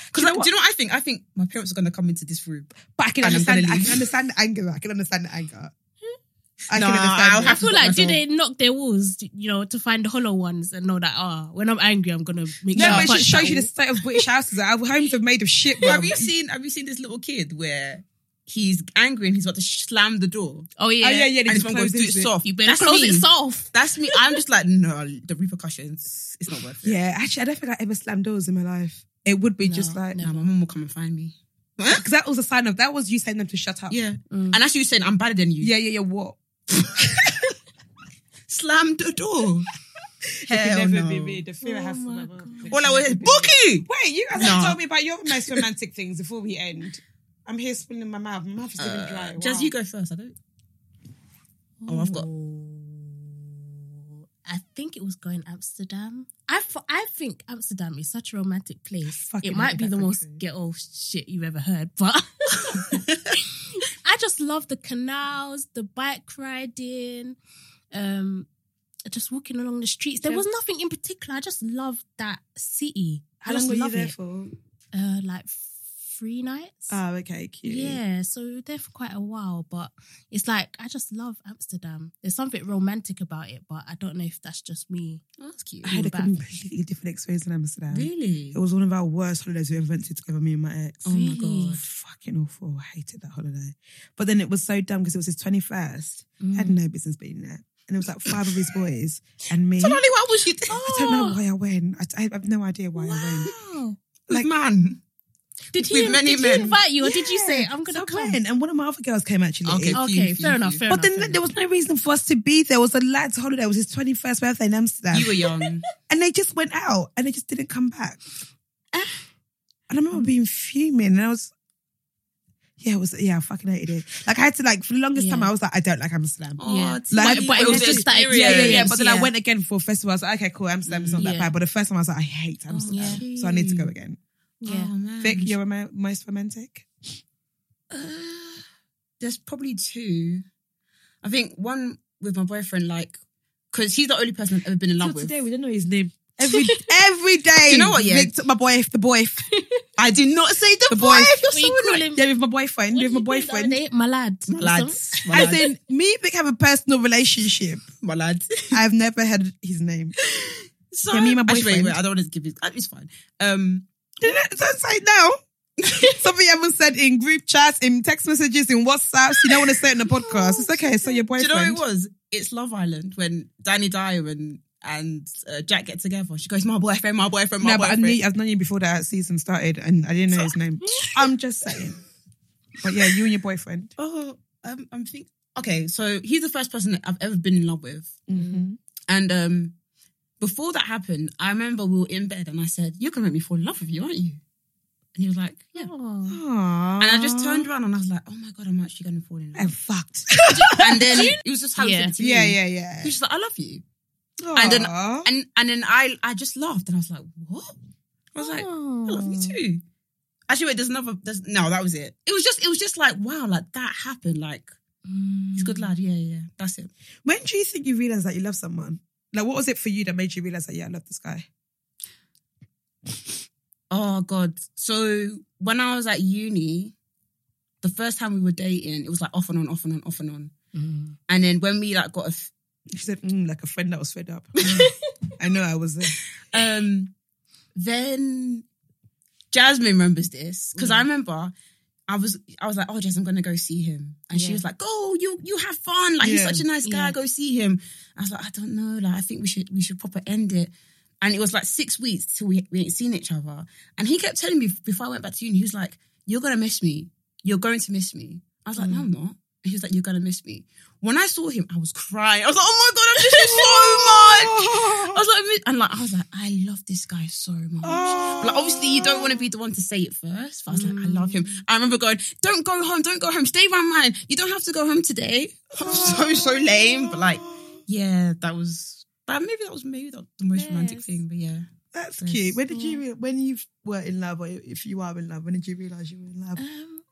Speaker 1: Because
Speaker 3: you know
Speaker 1: do
Speaker 3: what?
Speaker 1: you know what I think? I think my parents are going to come into this room.
Speaker 3: But I can
Speaker 1: And I'm gonna
Speaker 3: understand. I
Speaker 1: leave.
Speaker 3: can understand the anger. I can understand the anger. I
Speaker 1: Nah,
Speaker 3: can
Speaker 1: I'll
Speaker 3: understand.
Speaker 2: I
Speaker 3: it.
Speaker 1: have-
Speaker 2: feel like do
Speaker 1: myself.
Speaker 2: they knock their walls, you know, to find hollow ones and know that ah, when I'm angry, I'm gonna make
Speaker 3: No,
Speaker 2: sure I
Speaker 3: but it
Speaker 2: punch
Speaker 3: just shows
Speaker 2: that
Speaker 3: you the
Speaker 2: wall.
Speaker 3: state of British houses. Our homes are made of shit.
Speaker 1: Have
Speaker 3: bruv.
Speaker 1: you seen? Have you seen this little kid where he's angry and he's about to slam the door?
Speaker 2: Oh yeah,
Speaker 3: Oh, yeah, yeah.
Speaker 1: And
Speaker 3: they
Speaker 1: his
Speaker 3: just
Speaker 1: mum goes,
Speaker 3: close
Speaker 1: "Do it
Speaker 3: it.
Speaker 1: soft."
Speaker 2: You better
Speaker 1: That's
Speaker 2: close
Speaker 1: me.
Speaker 2: it soft.
Speaker 1: That's me. I'm just like, no, the repercussions. It's not worth it.
Speaker 3: Yeah, actually, I don't think I ever slammed doors in my life. It would be
Speaker 2: No,
Speaker 3: just like
Speaker 1: Nah, my mum will come and find me.
Speaker 3: because that was a sign of that was you saying them to shut up.
Speaker 1: Yeah,
Speaker 2: Mm.
Speaker 1: and that's you saying I'm better than you.
Speaker 3: yeah, yeah. yeah, What?
Speaker 1: Slam the door. Hell no.
Speaker 3: The fear
Speaker 2: Oh has to my never-
Speaker 1: All I was is bookie.
Speaker 3: Wait, you guys
Speaker 1: No.
Speaker 3: haven't told me about your most romantic things before we end. I'm here spilling my mouth. My mouth is even dry. Wow.
Speaker 1: Uh, Jazz, you go first. I don't. Oh, I've got.
Speaker 2: I think it was going Amsterdam. I, f- I think Amsterdam is such a romantic place.
Speaker 3: fucking
Speaker 2: It might
Speaker 3: hate
Speaker 2: be
Speaker 3: that
Speaker 2: the most
Speaker 3: country.
Speaker 2: ghetto shit you've ever heard, but I just love the canals, the bike riding, um, just walking along the streets. There was nothing in particular. I just loved that city. I
Speaker 3: How long
Speaker 2: just
Speaker 3: were you
Speaker 2: love
Speaker 3: there
Speaker 2: it.
Speaker 3: for?
Speaker 2: Uh, like three nights.
Speaker 3: Oh, okay, cute.
Speaker 2: Yeah, so we were there for quite a while, but it's like I just love Amsterdam. There's something romantic about it, but I don't know if that's just me.
Speaker 1: Oh, that's cute.
Speaker 3: I had a
Speaker 2: Back.
Speaker 3: completely different experience in Amsterdam.
Speaker 1: Really?
Speaker 3: It was one of our worst holidays we ever went to together, me and my ex.
Speaker 1: Oh my
Speaker 2: Really?
Speaker 1: god.
Speaker 3: Fucking awful. I hated that holiday. But then it was so dumb because it was his 21st.
Speaker 2: Mm.
Speaker 3: Had no business being there. And it was like five of his boys and me.
Speaker 1: Tell Ollie, why was you?
Speaker 2: Oh,
Speaker 3: I don't know why I went. I, I have no idea why I went.
Speaker 2: Wow.
Speaker 1: Like man.
Speaker 2: Did he,
Speaker 1: With many
Speaker 2: did
Speaker 1: men.
Speaker 2: he invite you or did you
Speaker 3: Yeah.
Speaker 2: say, I'm going to
Speaker 3: So I
Speaker 2: come?
Speaker 3: went, and one of my other girls came actually.
Speaker 1: Okay.
Speaker 2: Okay,
Speaker 1: You-
Speaker 2: fair
Speaker 1: you-
Speaker 2: enough,
Speaker 1: you-
Speaker 2: fair
Speaker 3: But
Speaker 2: enough.
Speaker 3: then there was no reason for us to be there. It was a lad's holiday. It was his 21st birthday in Amsterdam.
Speaker 1: You were young.
Speaker 3: and they just went out and they just didn't come back.
Speaker 2: Ah.
Speaker 3: and I remember being fuming and I was, yeah, it was, yeah, I fucking hated it. Like I had to, like, for the longest
Speaker 2: Yeah.
Speaker 3: time, I was like, I don't like Amsterdam.
Speaker 1: Oh, it's
Speaker 3: Like,
Speaker 1: funny,
Speaker 2: but it was
Speaker 1: an
Speaker 2: just that
Speaker 1: experience.
Speaker 3: Yeah, yeah, yeah.
Speaker 2: Yes,
Speaker 3: But then
Speaker 2: yeah.
Speaker 3: I went again for a festival. I was like, okay, cool, Amsterdam's not
Speaker 2: Yeah.
Speaker 3: that bad. But the first time I was like, I hate
Speaker 2: Oh,
Speaker 3: Amsterdam.
Speaker 1: yeah.
Speaker 3: So I need to go again.
Speaker 2: Yeah.
Speaker 1: Oh, man.
Speaker 3: Vic, you're roma- most romantic?
Speaker 1: Uh, there's probably two. I think one with my boyfriend, like, because he's the only person I've ever been in love with.
Speaker 3: don't know his name. Every every day,
Speaker 1: Do you know what, yeah?
Speaker 3: Vic took my boy, the boy.
Speaker 1: I did not say the,
Speaker 3: The
Speaker 1: boy.
Speaker 3: boy.
Speaker 1: You're
Speaker 2: What you
Speaker 1: so
Speaker 2: call
Speaker 1: annoying.
Speaker 2: him?
Speaker 3: Yeah, with my boyfriend,
Speaker 2: What
Speaker 3: with
Speaker 2: do
Speaker 3: my
Speaker 2: you call it
Speaker 3: boyfriend.
Speaker 2: nowadays? My lad.
Speaker 1: Lads, my
Speaker 3: As
Speaker 1: lads,
Speaker 3: in, me and Vic have a personal relationship.
Speaker 1: my lads.
Speaker 3: I've never heard his name.
Speaker 1: So,
Speaker 3: Yeah, me and my
Speaker 1: Actually, wait,
Speaker 3: boyfriend.
Speaker 1: wait, I don't want to give you. uh, It's fine. Um,
Speaker 3: Don't say it now. Something you haven't said in group chats, in text messages, in WhatsApps. You don't want to say it in the podcast. It's okay. So your
Speaker 1: do you
Speaker 3: boyfriend.
Speaker 1: know what it was? It's Love Island when Danny Dyer and and uh, Jack get together. She goes, "My boyfriend, my boyfriend, my
Speaker 3: no, but I
Speaker 1: boyfriend."
Speaker 3: knew, I've known you before that season started, and I didn't know his name. I'm just saying. But yeah, you and your boyfriend.
Speaker 1: oh, um, I'm think. Okay, so he's the first person that I've ever been in love with,
Speaker 3: Mm-hmm.
Speaker 1: and um, before that happened, I remember we were in bed, and I said, "You're gonna make me fall in love with you, aren't you?" And he was like, "Yeah."
Speaker 2: Oh.
Speaker 1: And I just turned around and I was like, "Oh my god, I'm actually gonna fall in love."
Speaker 3: and fucked.
Speaker 1: and then it was just how
Speaker 2: Yeah.
Speaker 1: yeah. to me.
Speaker 3: yeah, yeah, yeah.
Speaker 1: He's just like, "I love you," And then-
Speaker 3: Aw.
Speaker 1: and and then I I just laughed and I was like, "What?" I was like, I love you too. Actually, wait, there's another. There's, no, that was it. It was just, it was just like, wow, like that happened. Like, he's a
Speaker 2: Oh.
Speaker 1: good lad. Yeah, yeah, that's it.
Speaker 3: when do you think you realize that you love someone? Like, what was it for you that made you realize that yeah, I love this guy?
Speaker 1: Oh God. So when I was at uni, the first time we were dating, it was like off and on, off and on, off and on.
Speaker 2: Mm.
Speaker 1: And then when we like got a, f-
Speaker 3: She said, mm, like a friend that was fed up. I know I was there.
Speaker 1: um, then Jasmine remembers this because
Speaker 2: Mm.
Speaker 1: I remember. I was I was like, oh Jess, I'm gonna go see him. And she
Speaker 2: Yeah.
Speaker 1: was like, Oh, you you have fun. Like he's
Speaker 3: Yeah.
Speaker 1: such a nice guy,
Speaker 2: Yeah.
Speaker 1: go see him. I was like, I don't know, like I think we should we should proper end it. And it was like six weeks till we we ain't seen each other. And he kept telling me before I went back to uni, he was like, You're gonna miss me. You're going to miss me. I was like,
Speaker 2: Mm.
Speaker 1: No, I'm not. And he was like, You're gonna miss me. When I saw him, I was crying. I was like, Oh my god, I miss you so much. I was like, "Mi-" and like I was like, I love this guy so much.
Speaker 3: Oh.
Speaker 1: Like, obviously, you don't want to be the one to say it first, but I was like, I love him. I remember going, don't go home, don't go home, stay around mine. You don't have to go home today. so, so lame, but like, yeah, that was, that maybe that was maybe that, the most romantic
Speaker 2: Yes.
Speaker 1: thing, but yeah.
Speaker 3: That's
Speaker 1: Yes.
Speaker 3: cute. When did you real when you were in love, or if you are in love, when did you realize you were in love?
Speaker 2: Um,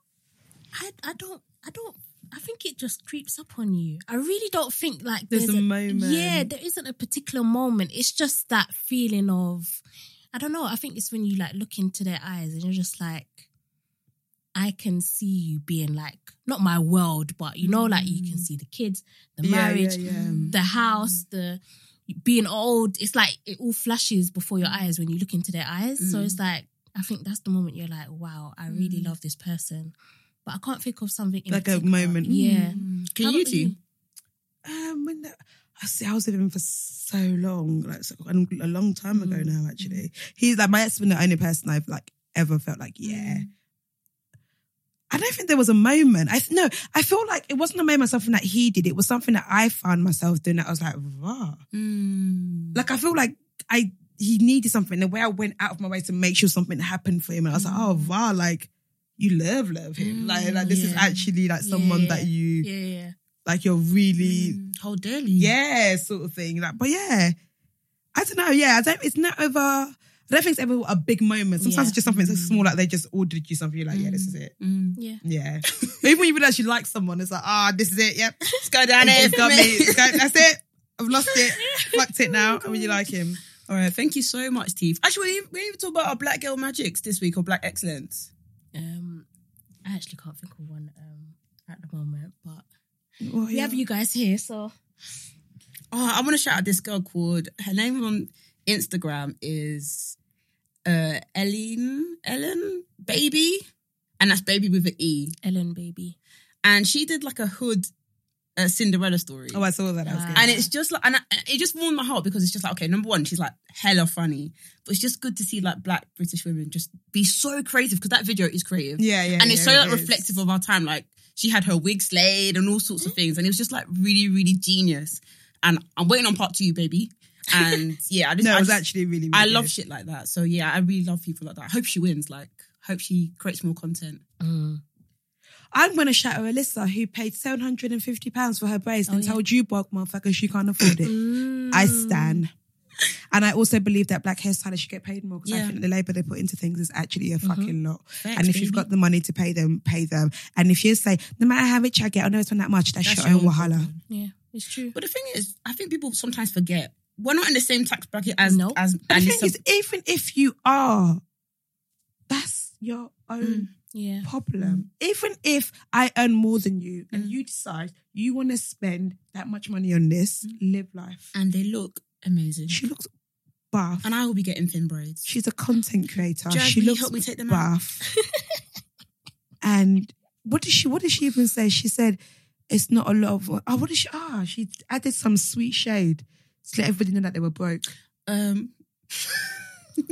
Speaker 2: I I don't I don't I think it just creeps up on you. I really don't think like
Speaker 3: There's a moment.
Speaker 2: Yeah, there isn't a particular moment. It's just that feeling of I don't know. I think it's when you like look into their eyes and you're just like, I can see you being like not my world, but you know, like you can see the kids, the
Speaker 3: Mm. Yeah, yeah,
Speaker 2: marriage,
Speaker 3: yeah.
Speaker 2: the house, the being old. It's like it all flashes before your eyes when you look into their eyes. So it's
Speaker 3: Mm.
Speaker 2: like I think that's the moment you're like, wow, I really love this person. But I can't think of something in
Speaker 3: Like a
Speaker 2: particular.
Speaker 3: moment. Mm.
Speaker 2: Yeah.
Speaker 1: Can
Speaker 2: How
Speaker 1: you
Speaker 2: about
Speaker 1: do?
Speaker 3: Um, when the, I see, I was with him for so long, like so, and a long time ago now. Actually, he's like my ex been the only person I've like ever felt like yeah. I don't think there was a moment. I no, I feel like it wasn't a moment something that he did. It was something that I found myself doing. That I was like, wow.
Speaker 1: Mm.
Speaker 3: Like I feel like I he needed something. The way I went out of my way to make sure something happened for him, and I was like, oh wow, like you love love him.
Speaker 1: Mm,
Speaker 3: like like this is
Speaker 1: yeah.
Speaker 3: actually like someone
Speaker 2: Yeah.
Speaker 3: that you
Speaker 2: Yeah, yeah. yeah.
Speaker 3: like you're really
Speaker 1: How dare you?
Speaker 3: yeah, sort of thing. Like, but yeah, I don't know. Yeah, I don't. It's not over. I don't think it's ever a big moment. Sometimes
Speaker 2: Yeah.
Speaker 3: it's just something so small, like they just ordered you something. You're like, yeah, this is it.
Speaker 1: Mm.
Speaker 2: Yeah.
Speaker 3: Yeah. Even when you realize you like someone, it's like, ah, this is it. Yep,
Speaker 1: Let's go down there
Speaker 3: It's
Speaker 1: for
Speaker 3: got me.
Speaker 1: me.
Speaker 3: It's got- that's it. I've lost it. Fucked it now.
Speaker 1: Oh,
Speaker 3: I mean, you like him.
Speaker 1: All right, thank you so much, Steve. Actually, we didn't- we didn't even talk about our black girl magics this week or black excellence.
Speaker 2: Um, I actually can't think of one um at the moment, but
Speaker 3: Well,
Speaker 2: we have you guys here, so
Speaker 1: Oh, I want to shout out this girl called her name on Instagram is uh Ellen Ellen Baby, and that's baby with an E.
Speaker 2: Ellen, baby.
Speaker 1: And she did like a hood uh, Cinderella story.
Speaker 3: Oh, I saw that. That was good.
Speaker 1: and it's just like, and I, it just warmed my heart because it's just like, okay, number one, she's like hella funny, but it's just good to see like black British women just be so creative because that video is creative
Speaker 3: yeah, yeah.
Speaker 1: and it's so
Speaker 3: yeah,
Speaker 1: like
Speaker 3: it is.
Speaker 1: reflective of our time. Like she had her wig slayed and all sorts of things, and it was just like really, really genius. And I'm waiting on part two, baby. And yeah, I just,
Speaker 3: No,
Speaker 1: I,
Speaker 3: it was
Speaker 1: just-
Speaker 3: actually really. really
Speaker 1: I love
Speaker 3: good.
Speaker 1: shit like that. So yeah, I really love people like that. I hope she wins. Like, hope she creates more content.
Speaker 3: Mm. I'm going to shout out Alyssa, who paid £750 for her
Speaker 1: Oh,
Speaker 3: braids and
Speaker 2: yeah.
Speaker 3: told you, Bog, motherfucker, she can't afford it.
Speaker 2: Mm,
Speaker 3: I
Speaker 1: Mm.
Speaker 3: stan. And I also believe that black hairstylists should get paid more because I
Speaker 1: Yeah. Mm-hmm.
Speaker 3: think the labor they put into things is actually a fucking lot.
Speaker 1: Facts,
Speaker 3: and if you've
Speaker 1: baby.
Speaker 3: got the money to pay them, pay them. And if you say, no matter how rich I get, I know it's not that much, that's,
Speaker 1: That's
Speaker 3: your own
Speaker 1: your own
Speaker 3: wahala.
Speaker 2: Yeah, it's true.
Speaker 1: But the thing is, I think people sometimes forget we're not in the same tax bracket as
Speaker 2: No.
Speaker 1: as
Speaker 3: But
Speaker 1: and
Speaker 3: the
Speaker 1: it's
Speaker 3: thing is, even if you are, that's your own
Speaker 1: Mm.
Speaker 2: Yeah.
Speaker 3: problem. Even if I earn more than you and
Speaker 1: Mm.
Speaker 3: you decide you want to spend that much money on this, live life.
Speaker 1: Mm. And they look amazing.
Speaker 3: She looks buff.
Speaker 1: And I will be getting thin braids.
Speaker 3: She's a content creator.
Speaker 1: Jazz,
Speaker 3: she
Speaker 1: will you
Speaker 3: looks
Speaker 1: help me take them out?
Speaker 3: buff. and what did she? What did she even say? She said, "It's not a lot of." Oh, what did she? Ah, she added some sweet shade to let everybody know that they were broke.
Speaker 1: Um,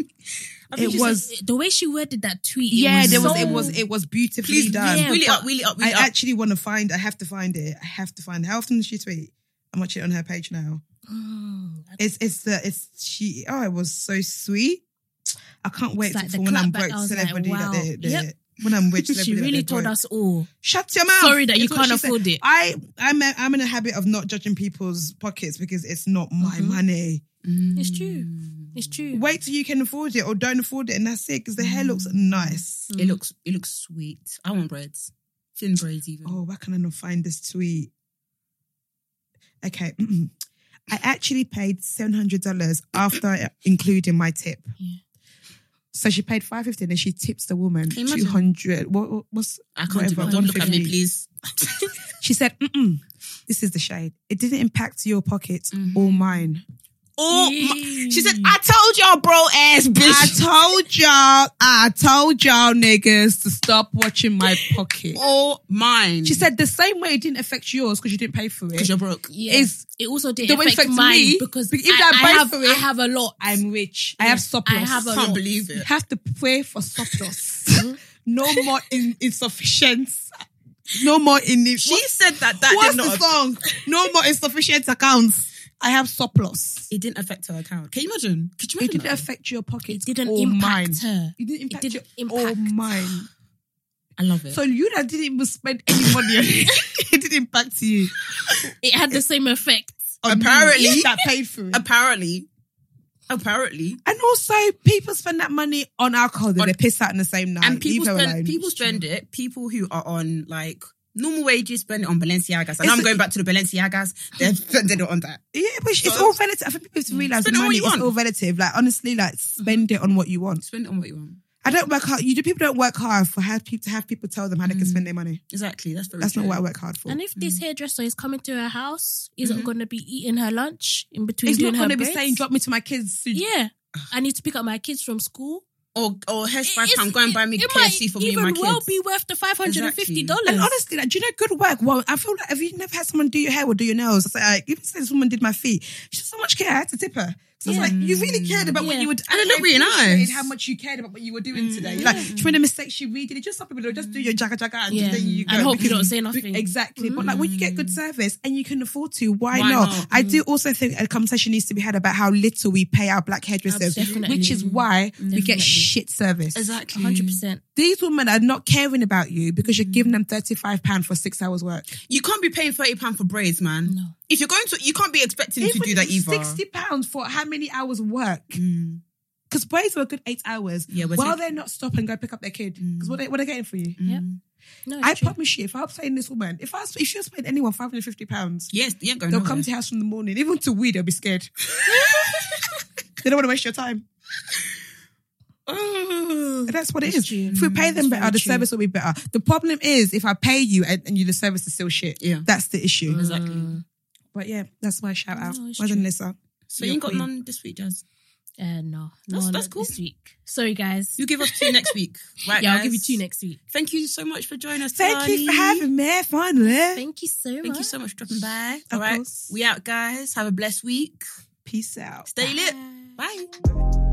Speaker 2: I mean,
Speaker 3: It
Speaker 2: just
Speaker 3: was-
Speaker 2: like, the way she worded that tweet.
Speaker 3: yeah,
Speaker 2: it was
Speaker 3: there was.
Speaker 2: so-
Speaker 3: It was. It was beautifully
Speaker 1: please,
Speaker 3: done.
Speaker 2: yeah,
Speaker 1: wheel it
Speaker 2: but-
Speaker 1: up, wheel it up, wheel
Speaker 3: I
Speaker 1: it up.
Speaker 3: actually want to find. I have to find it. I have to find. it. How often does she tweet? I'm watching it on her page now.
Speaker 2: Oh,
Speaker 3: It's it's the it's she. Oh, it was so sweet. I can't wait
Speaker 2: It's like
Speaker 3: for
Speaker 2: the
Speaker 3: when I'm
Speaker 2: clapback.
Speaker 3: broke
Speaker 2: I was
Speaker 3: to tell
Speaker 2: like,
Speaker 3: everybody
Speaker 2: wow.
Speaker 3: that they. they
Speaker 2: Yep.
Speaker 3: When I'm rich, to
Speaker 2: she
Speaker 3: everybody that
Speaker 2: really
Speaker 3: they're
Speaker 2: told
Speaker 3: broke.
Speaker 2: us all.
Speaker 3: Shut your mouth.
Speaker 2: Sorry that you
Speaker 3: Is what
Speaker 2: can't
Speaker 3: she said.
Speaker 2: afford it.
Speaker 3: I I'm a, I'm in a habit of not judging people's pockets because it's not my
Speaker 2: Mhm.
Speaker 3: money.
Speaker 1: Mm-hmm.
Speaker 2: It's true. Mm. It's true.
Speaker 3: Wait till you can afford it or don't afford it, and that's it. Because the hair looks
Speaker 2: Mm.
Speaker 3: nice.
Speaker 1: It looks, it looks sweet. I want braids, thin braids even.
Speaker 3: Oh, why can I not find this tweet? Okay, I actually paid seven hundred dollars after including my tip.
Speaker 2: Yeah.
Speaker 3: So she paid five fifty, and she tips the woman
Speaker 1: Can you imagine?
Speaker 3: two hundred. What, what what's
Speaker 1: I can't do
Speaker 3: whatever,
Speaker 1: it. Don't look at me,
Speaker 3: 150.
Speaker 1: please.
Speaker 3: She said, Mm-mm, "This is the shade. It didn't impact your pockets
Speaker 1: Mhm.
Speaker 3: or mine."
Speaker 1: Oh, my,
Speaker 2: Yay.
Speaker 1: she said, "I told y'all, bro, ass
Speaker 3: I
Speaker 1: bitch."
Speaker 3: told y'all, I told y'all niggas to stop watching my pocket.
Speaker 1: oh, mine.
Speaker 3: She said the same way it didn't affect yours because you didn't pay for
Speaker 1: "Because
Speaker 3: it.
Speaker 1: you're broke."
Speaker 2: Yeah.
Speaker 3: Is
Speaker 2: it also did
Speaker 3: the way it
Speaker 2: affect
Speaker 3: affects
Speaker 2: mine
Speaker 3: me,
Speaker 2: because
Speaker 3: if
Speaker 2: I,
Speaker 3: that
Speaker 2: I
Speaker 3: buys
Speaker 2: have,
Speaker 3: for it,
Speaker 2: I have a lot.
Speaker 3: I'm rich. I have surplus.
Speaker 2: I have a
Speaker 1: Can't
Speaker 2: lot.
Speaker 1: believe it.
Speaker 3: You have to pray for surplus.
Speaker 1: Mm-hmm.
Speaker 3: no more in, insufficiency. No more in
Speaker 1: She said that that
Speaker 3: What's
Speaker 1: did
Speaker 3: the
Speaker 1: not.
Speaker 3: song? No more insufficient accounts. I have surplus.
Speaker 1: It didn't affect her account. Can you imagine? Could you
Speaker 3: It
Speaker 1: imagine?
Speaker 3: didn't
Speaker 1: that?
Speaker 3: affect your pocket.
Speaker 2: It didn't
Speaker 3: or
Speaker 2: impact
Speaker 3: oh, mine.
Speaker 2: her.
Speaker 3: It didn't impact.
Speaker 2: It
Speaker 3: your,
Speaker 2: didn't
Speaker 3: or
Speaker 2: impact.
Speaker 3: mine.
Speaker 1: I love it.
Speaker 3: So you that didn't even spend any money on it. it didn't impact you.
Speaker 2: It had the same effect.
Speaker 3: On me
Speaker 1: Apparently.
Speaker 3: that paid for it.
Speaker 1: apparently, apparently,
Speaker 3: And also, people spend that money on alcohol that
Speaker 1: On-
Speaker 3: they piss out in the same night.
Speaker 1: and people
Speaker 3: Leave her
Speaker 1: spend
Speaker 3: alone.
Speaker 1: people spend it. People who are on like normal wages spend it on Balenciagas, and
Speaker 3: It's-
Speaker 1: I'm going back to the Balenciagas. They're spending it on that.
Speaker 3: Yeah, but it's
Speaker 1: So-
Speaker 3: all relative. I think people have to realize
Speaker 1: Spend it on what
Speaker 3: money
Speaker 1: you
Speaker 3: is
Speaker 1: want.
Speaker 3: all relative. Like honestly, like spend it on what you want.
Speaker 1: Spend it on what you want.
Speaker 3: I don't work hard. You do. People don't work hard for how people to have people tell them how they can spend their money.
Speaker 1: Exactly. That's very.
Speaker 3: That's not
Speaker 1: true.
Speaker 3: what I work hard for.
Speaker 2: And if
Speaker 1: Mm.
Speaker 2: this hairdresser is coming to her house, isn't
Speaker 1: Mm-hmm.
Speaker 2: going to be eating her lunch in between
Speaker 3: it's
Speaker 2: doing
Speaker 3: not
Speaker 2: her
Speaker 3: going to be
Speaker 2: braids?
Speaker 3: saying drop me to my kids. To
Speaker 2: Yeah, I need to pick up my kids from school.
Speaker 1: Or or here's five
Speaker 2: It's-
Speaker 1: pound. Go and buy me
Speaker 2: it
Speaker 1: KFC
Speaker 2: might
Speaker 1: for me and
Speaker 2: even
Speaker 1: my kids.
Speaker 2: well be worth the five hundred and fifty dollars.
Speaker 3: And honestly, like, do you know good work? Well, I feel like if you never had someone do your hair or do your nails, it's like, even since this woman did my feet, she took so much care, I had to tip her. So it's
Speaker 2: Yeah.
Speaker 3: like, you really cared about what
Speaker 2: Yeah.
Speaker 3: you would
Speaker 1: And it looked really nice.
Speaker 3: how much you cared about what you were doing
Speaker 2: Mm.
Speaker 3: today. Like, do you remember the mistakes you redid? Just some people will just do your jaga jaga and
Speaker 2: Yeah.
Speaker 3: then you go.
Speaker 2: And hope you
Speaker 3: because-
Speaker 2: don't say nothing. Mm.
Speaker 3: Exactly. But like, when you get good service and you can afford to, why,
Speaker 1: Why
Speaker 3: not?
Speaker 1: not?
Speaker 3: I do also think a conversation needs to be had about how little we pay our black hairdressers,
Speaker 2: Absolutely.
Speaker 3: which is why we get
Speaker 2: Definitely.
Speaker 3: shit service
Speaker 1: Exactly.
Speaker 2: hundred percent.
Speaker 3: these women are not caring about you because you're giving them £35 for six hours work.
Speaker 1: You can't be paying thirty pound for braids, man.
Speaker 2: No.
Speaker 1: If you're going to, you can't be expecting to do that either.
Speaker 3: £60 for how many hours work?
Speaker 1: Mm.
Speaker 3: Because boys are a good eight hours.
Speaker 1: Yeah, Mm.
Speaker 3: While
Speaker 1: we're taking-
Speaker 3: they're not stop and go pick up their kid. Because what, they, what are they getting for
Speaker 1: Mm.
Speaker 3: you?
Speaker 2: Yep. No, it's
Speaker 3: I
Speaker 2: true.
Speaker 3: promise you, if I was paying this woman, if I was, if she was paying anyone £550,
Speaker 1: Yes, you ain't going.
Speaker 3: they'll
Speaker 1: nowhere.
Speaker 3: come to your house from the morning. Even to weed, they'll be scared. they don't want to waste your time.
Speaker 1: Oh.
Speaker 3: That's what it
Speaker 2: It's
Speaker 3: is.
Speaker 2: true.
Speaker 3: If we pay
Speaker 2: Mm,
Speaker 3: them
Speaker 2: it's
Speaker 3: better,
Speaker 2: very
Speaker 3: the
Speaker 2: true.
Speaker 3: service will be better. The problem is if I pay you and, and you, the service is still shit.
Speaker 1: Yeah.
Speaker 3: That's the issue.
Speaker 1: Exactly.
Speaker 3: But yeah, that's my shout out.
Speaker 2: No, it's
Speaker 3: Wasn't
Speaker 2: true.
Speaker 3: Lisa.
Speaker 1: so
Speaker 3: Your
Speaker 1: you ain't got
Speaker 3: queen.
Speaker 1: none this week, Jazz.
Speaker 2: Uh, no, no,
Speaker 1: That's-
Speaker 2: not
Speaker 1: that's cool.
Speaker 2: this week. Sorry, guys.
Speaker 1: You give us two next week, right?
Speaker 2: yeah, I'll
Speaker 1: guys?
Speaker 2: give you two next week.
Speaker 1: Thank you so much for joining us.
Speaker 3: Thank you for
Speaker 1: darling.
Speaker 3: having me. Finally.
Speaker 2: Thank you so much.
Speaker 1: Thank you so much for dropping by.
Speaker 3: Of
Speaker 1: All right,
Speaker 3: course.
Speaker 1: we out, guys. Have a blessed week.
Speaker 3: Peace out.
Speaker 1: Stay lit. Bye.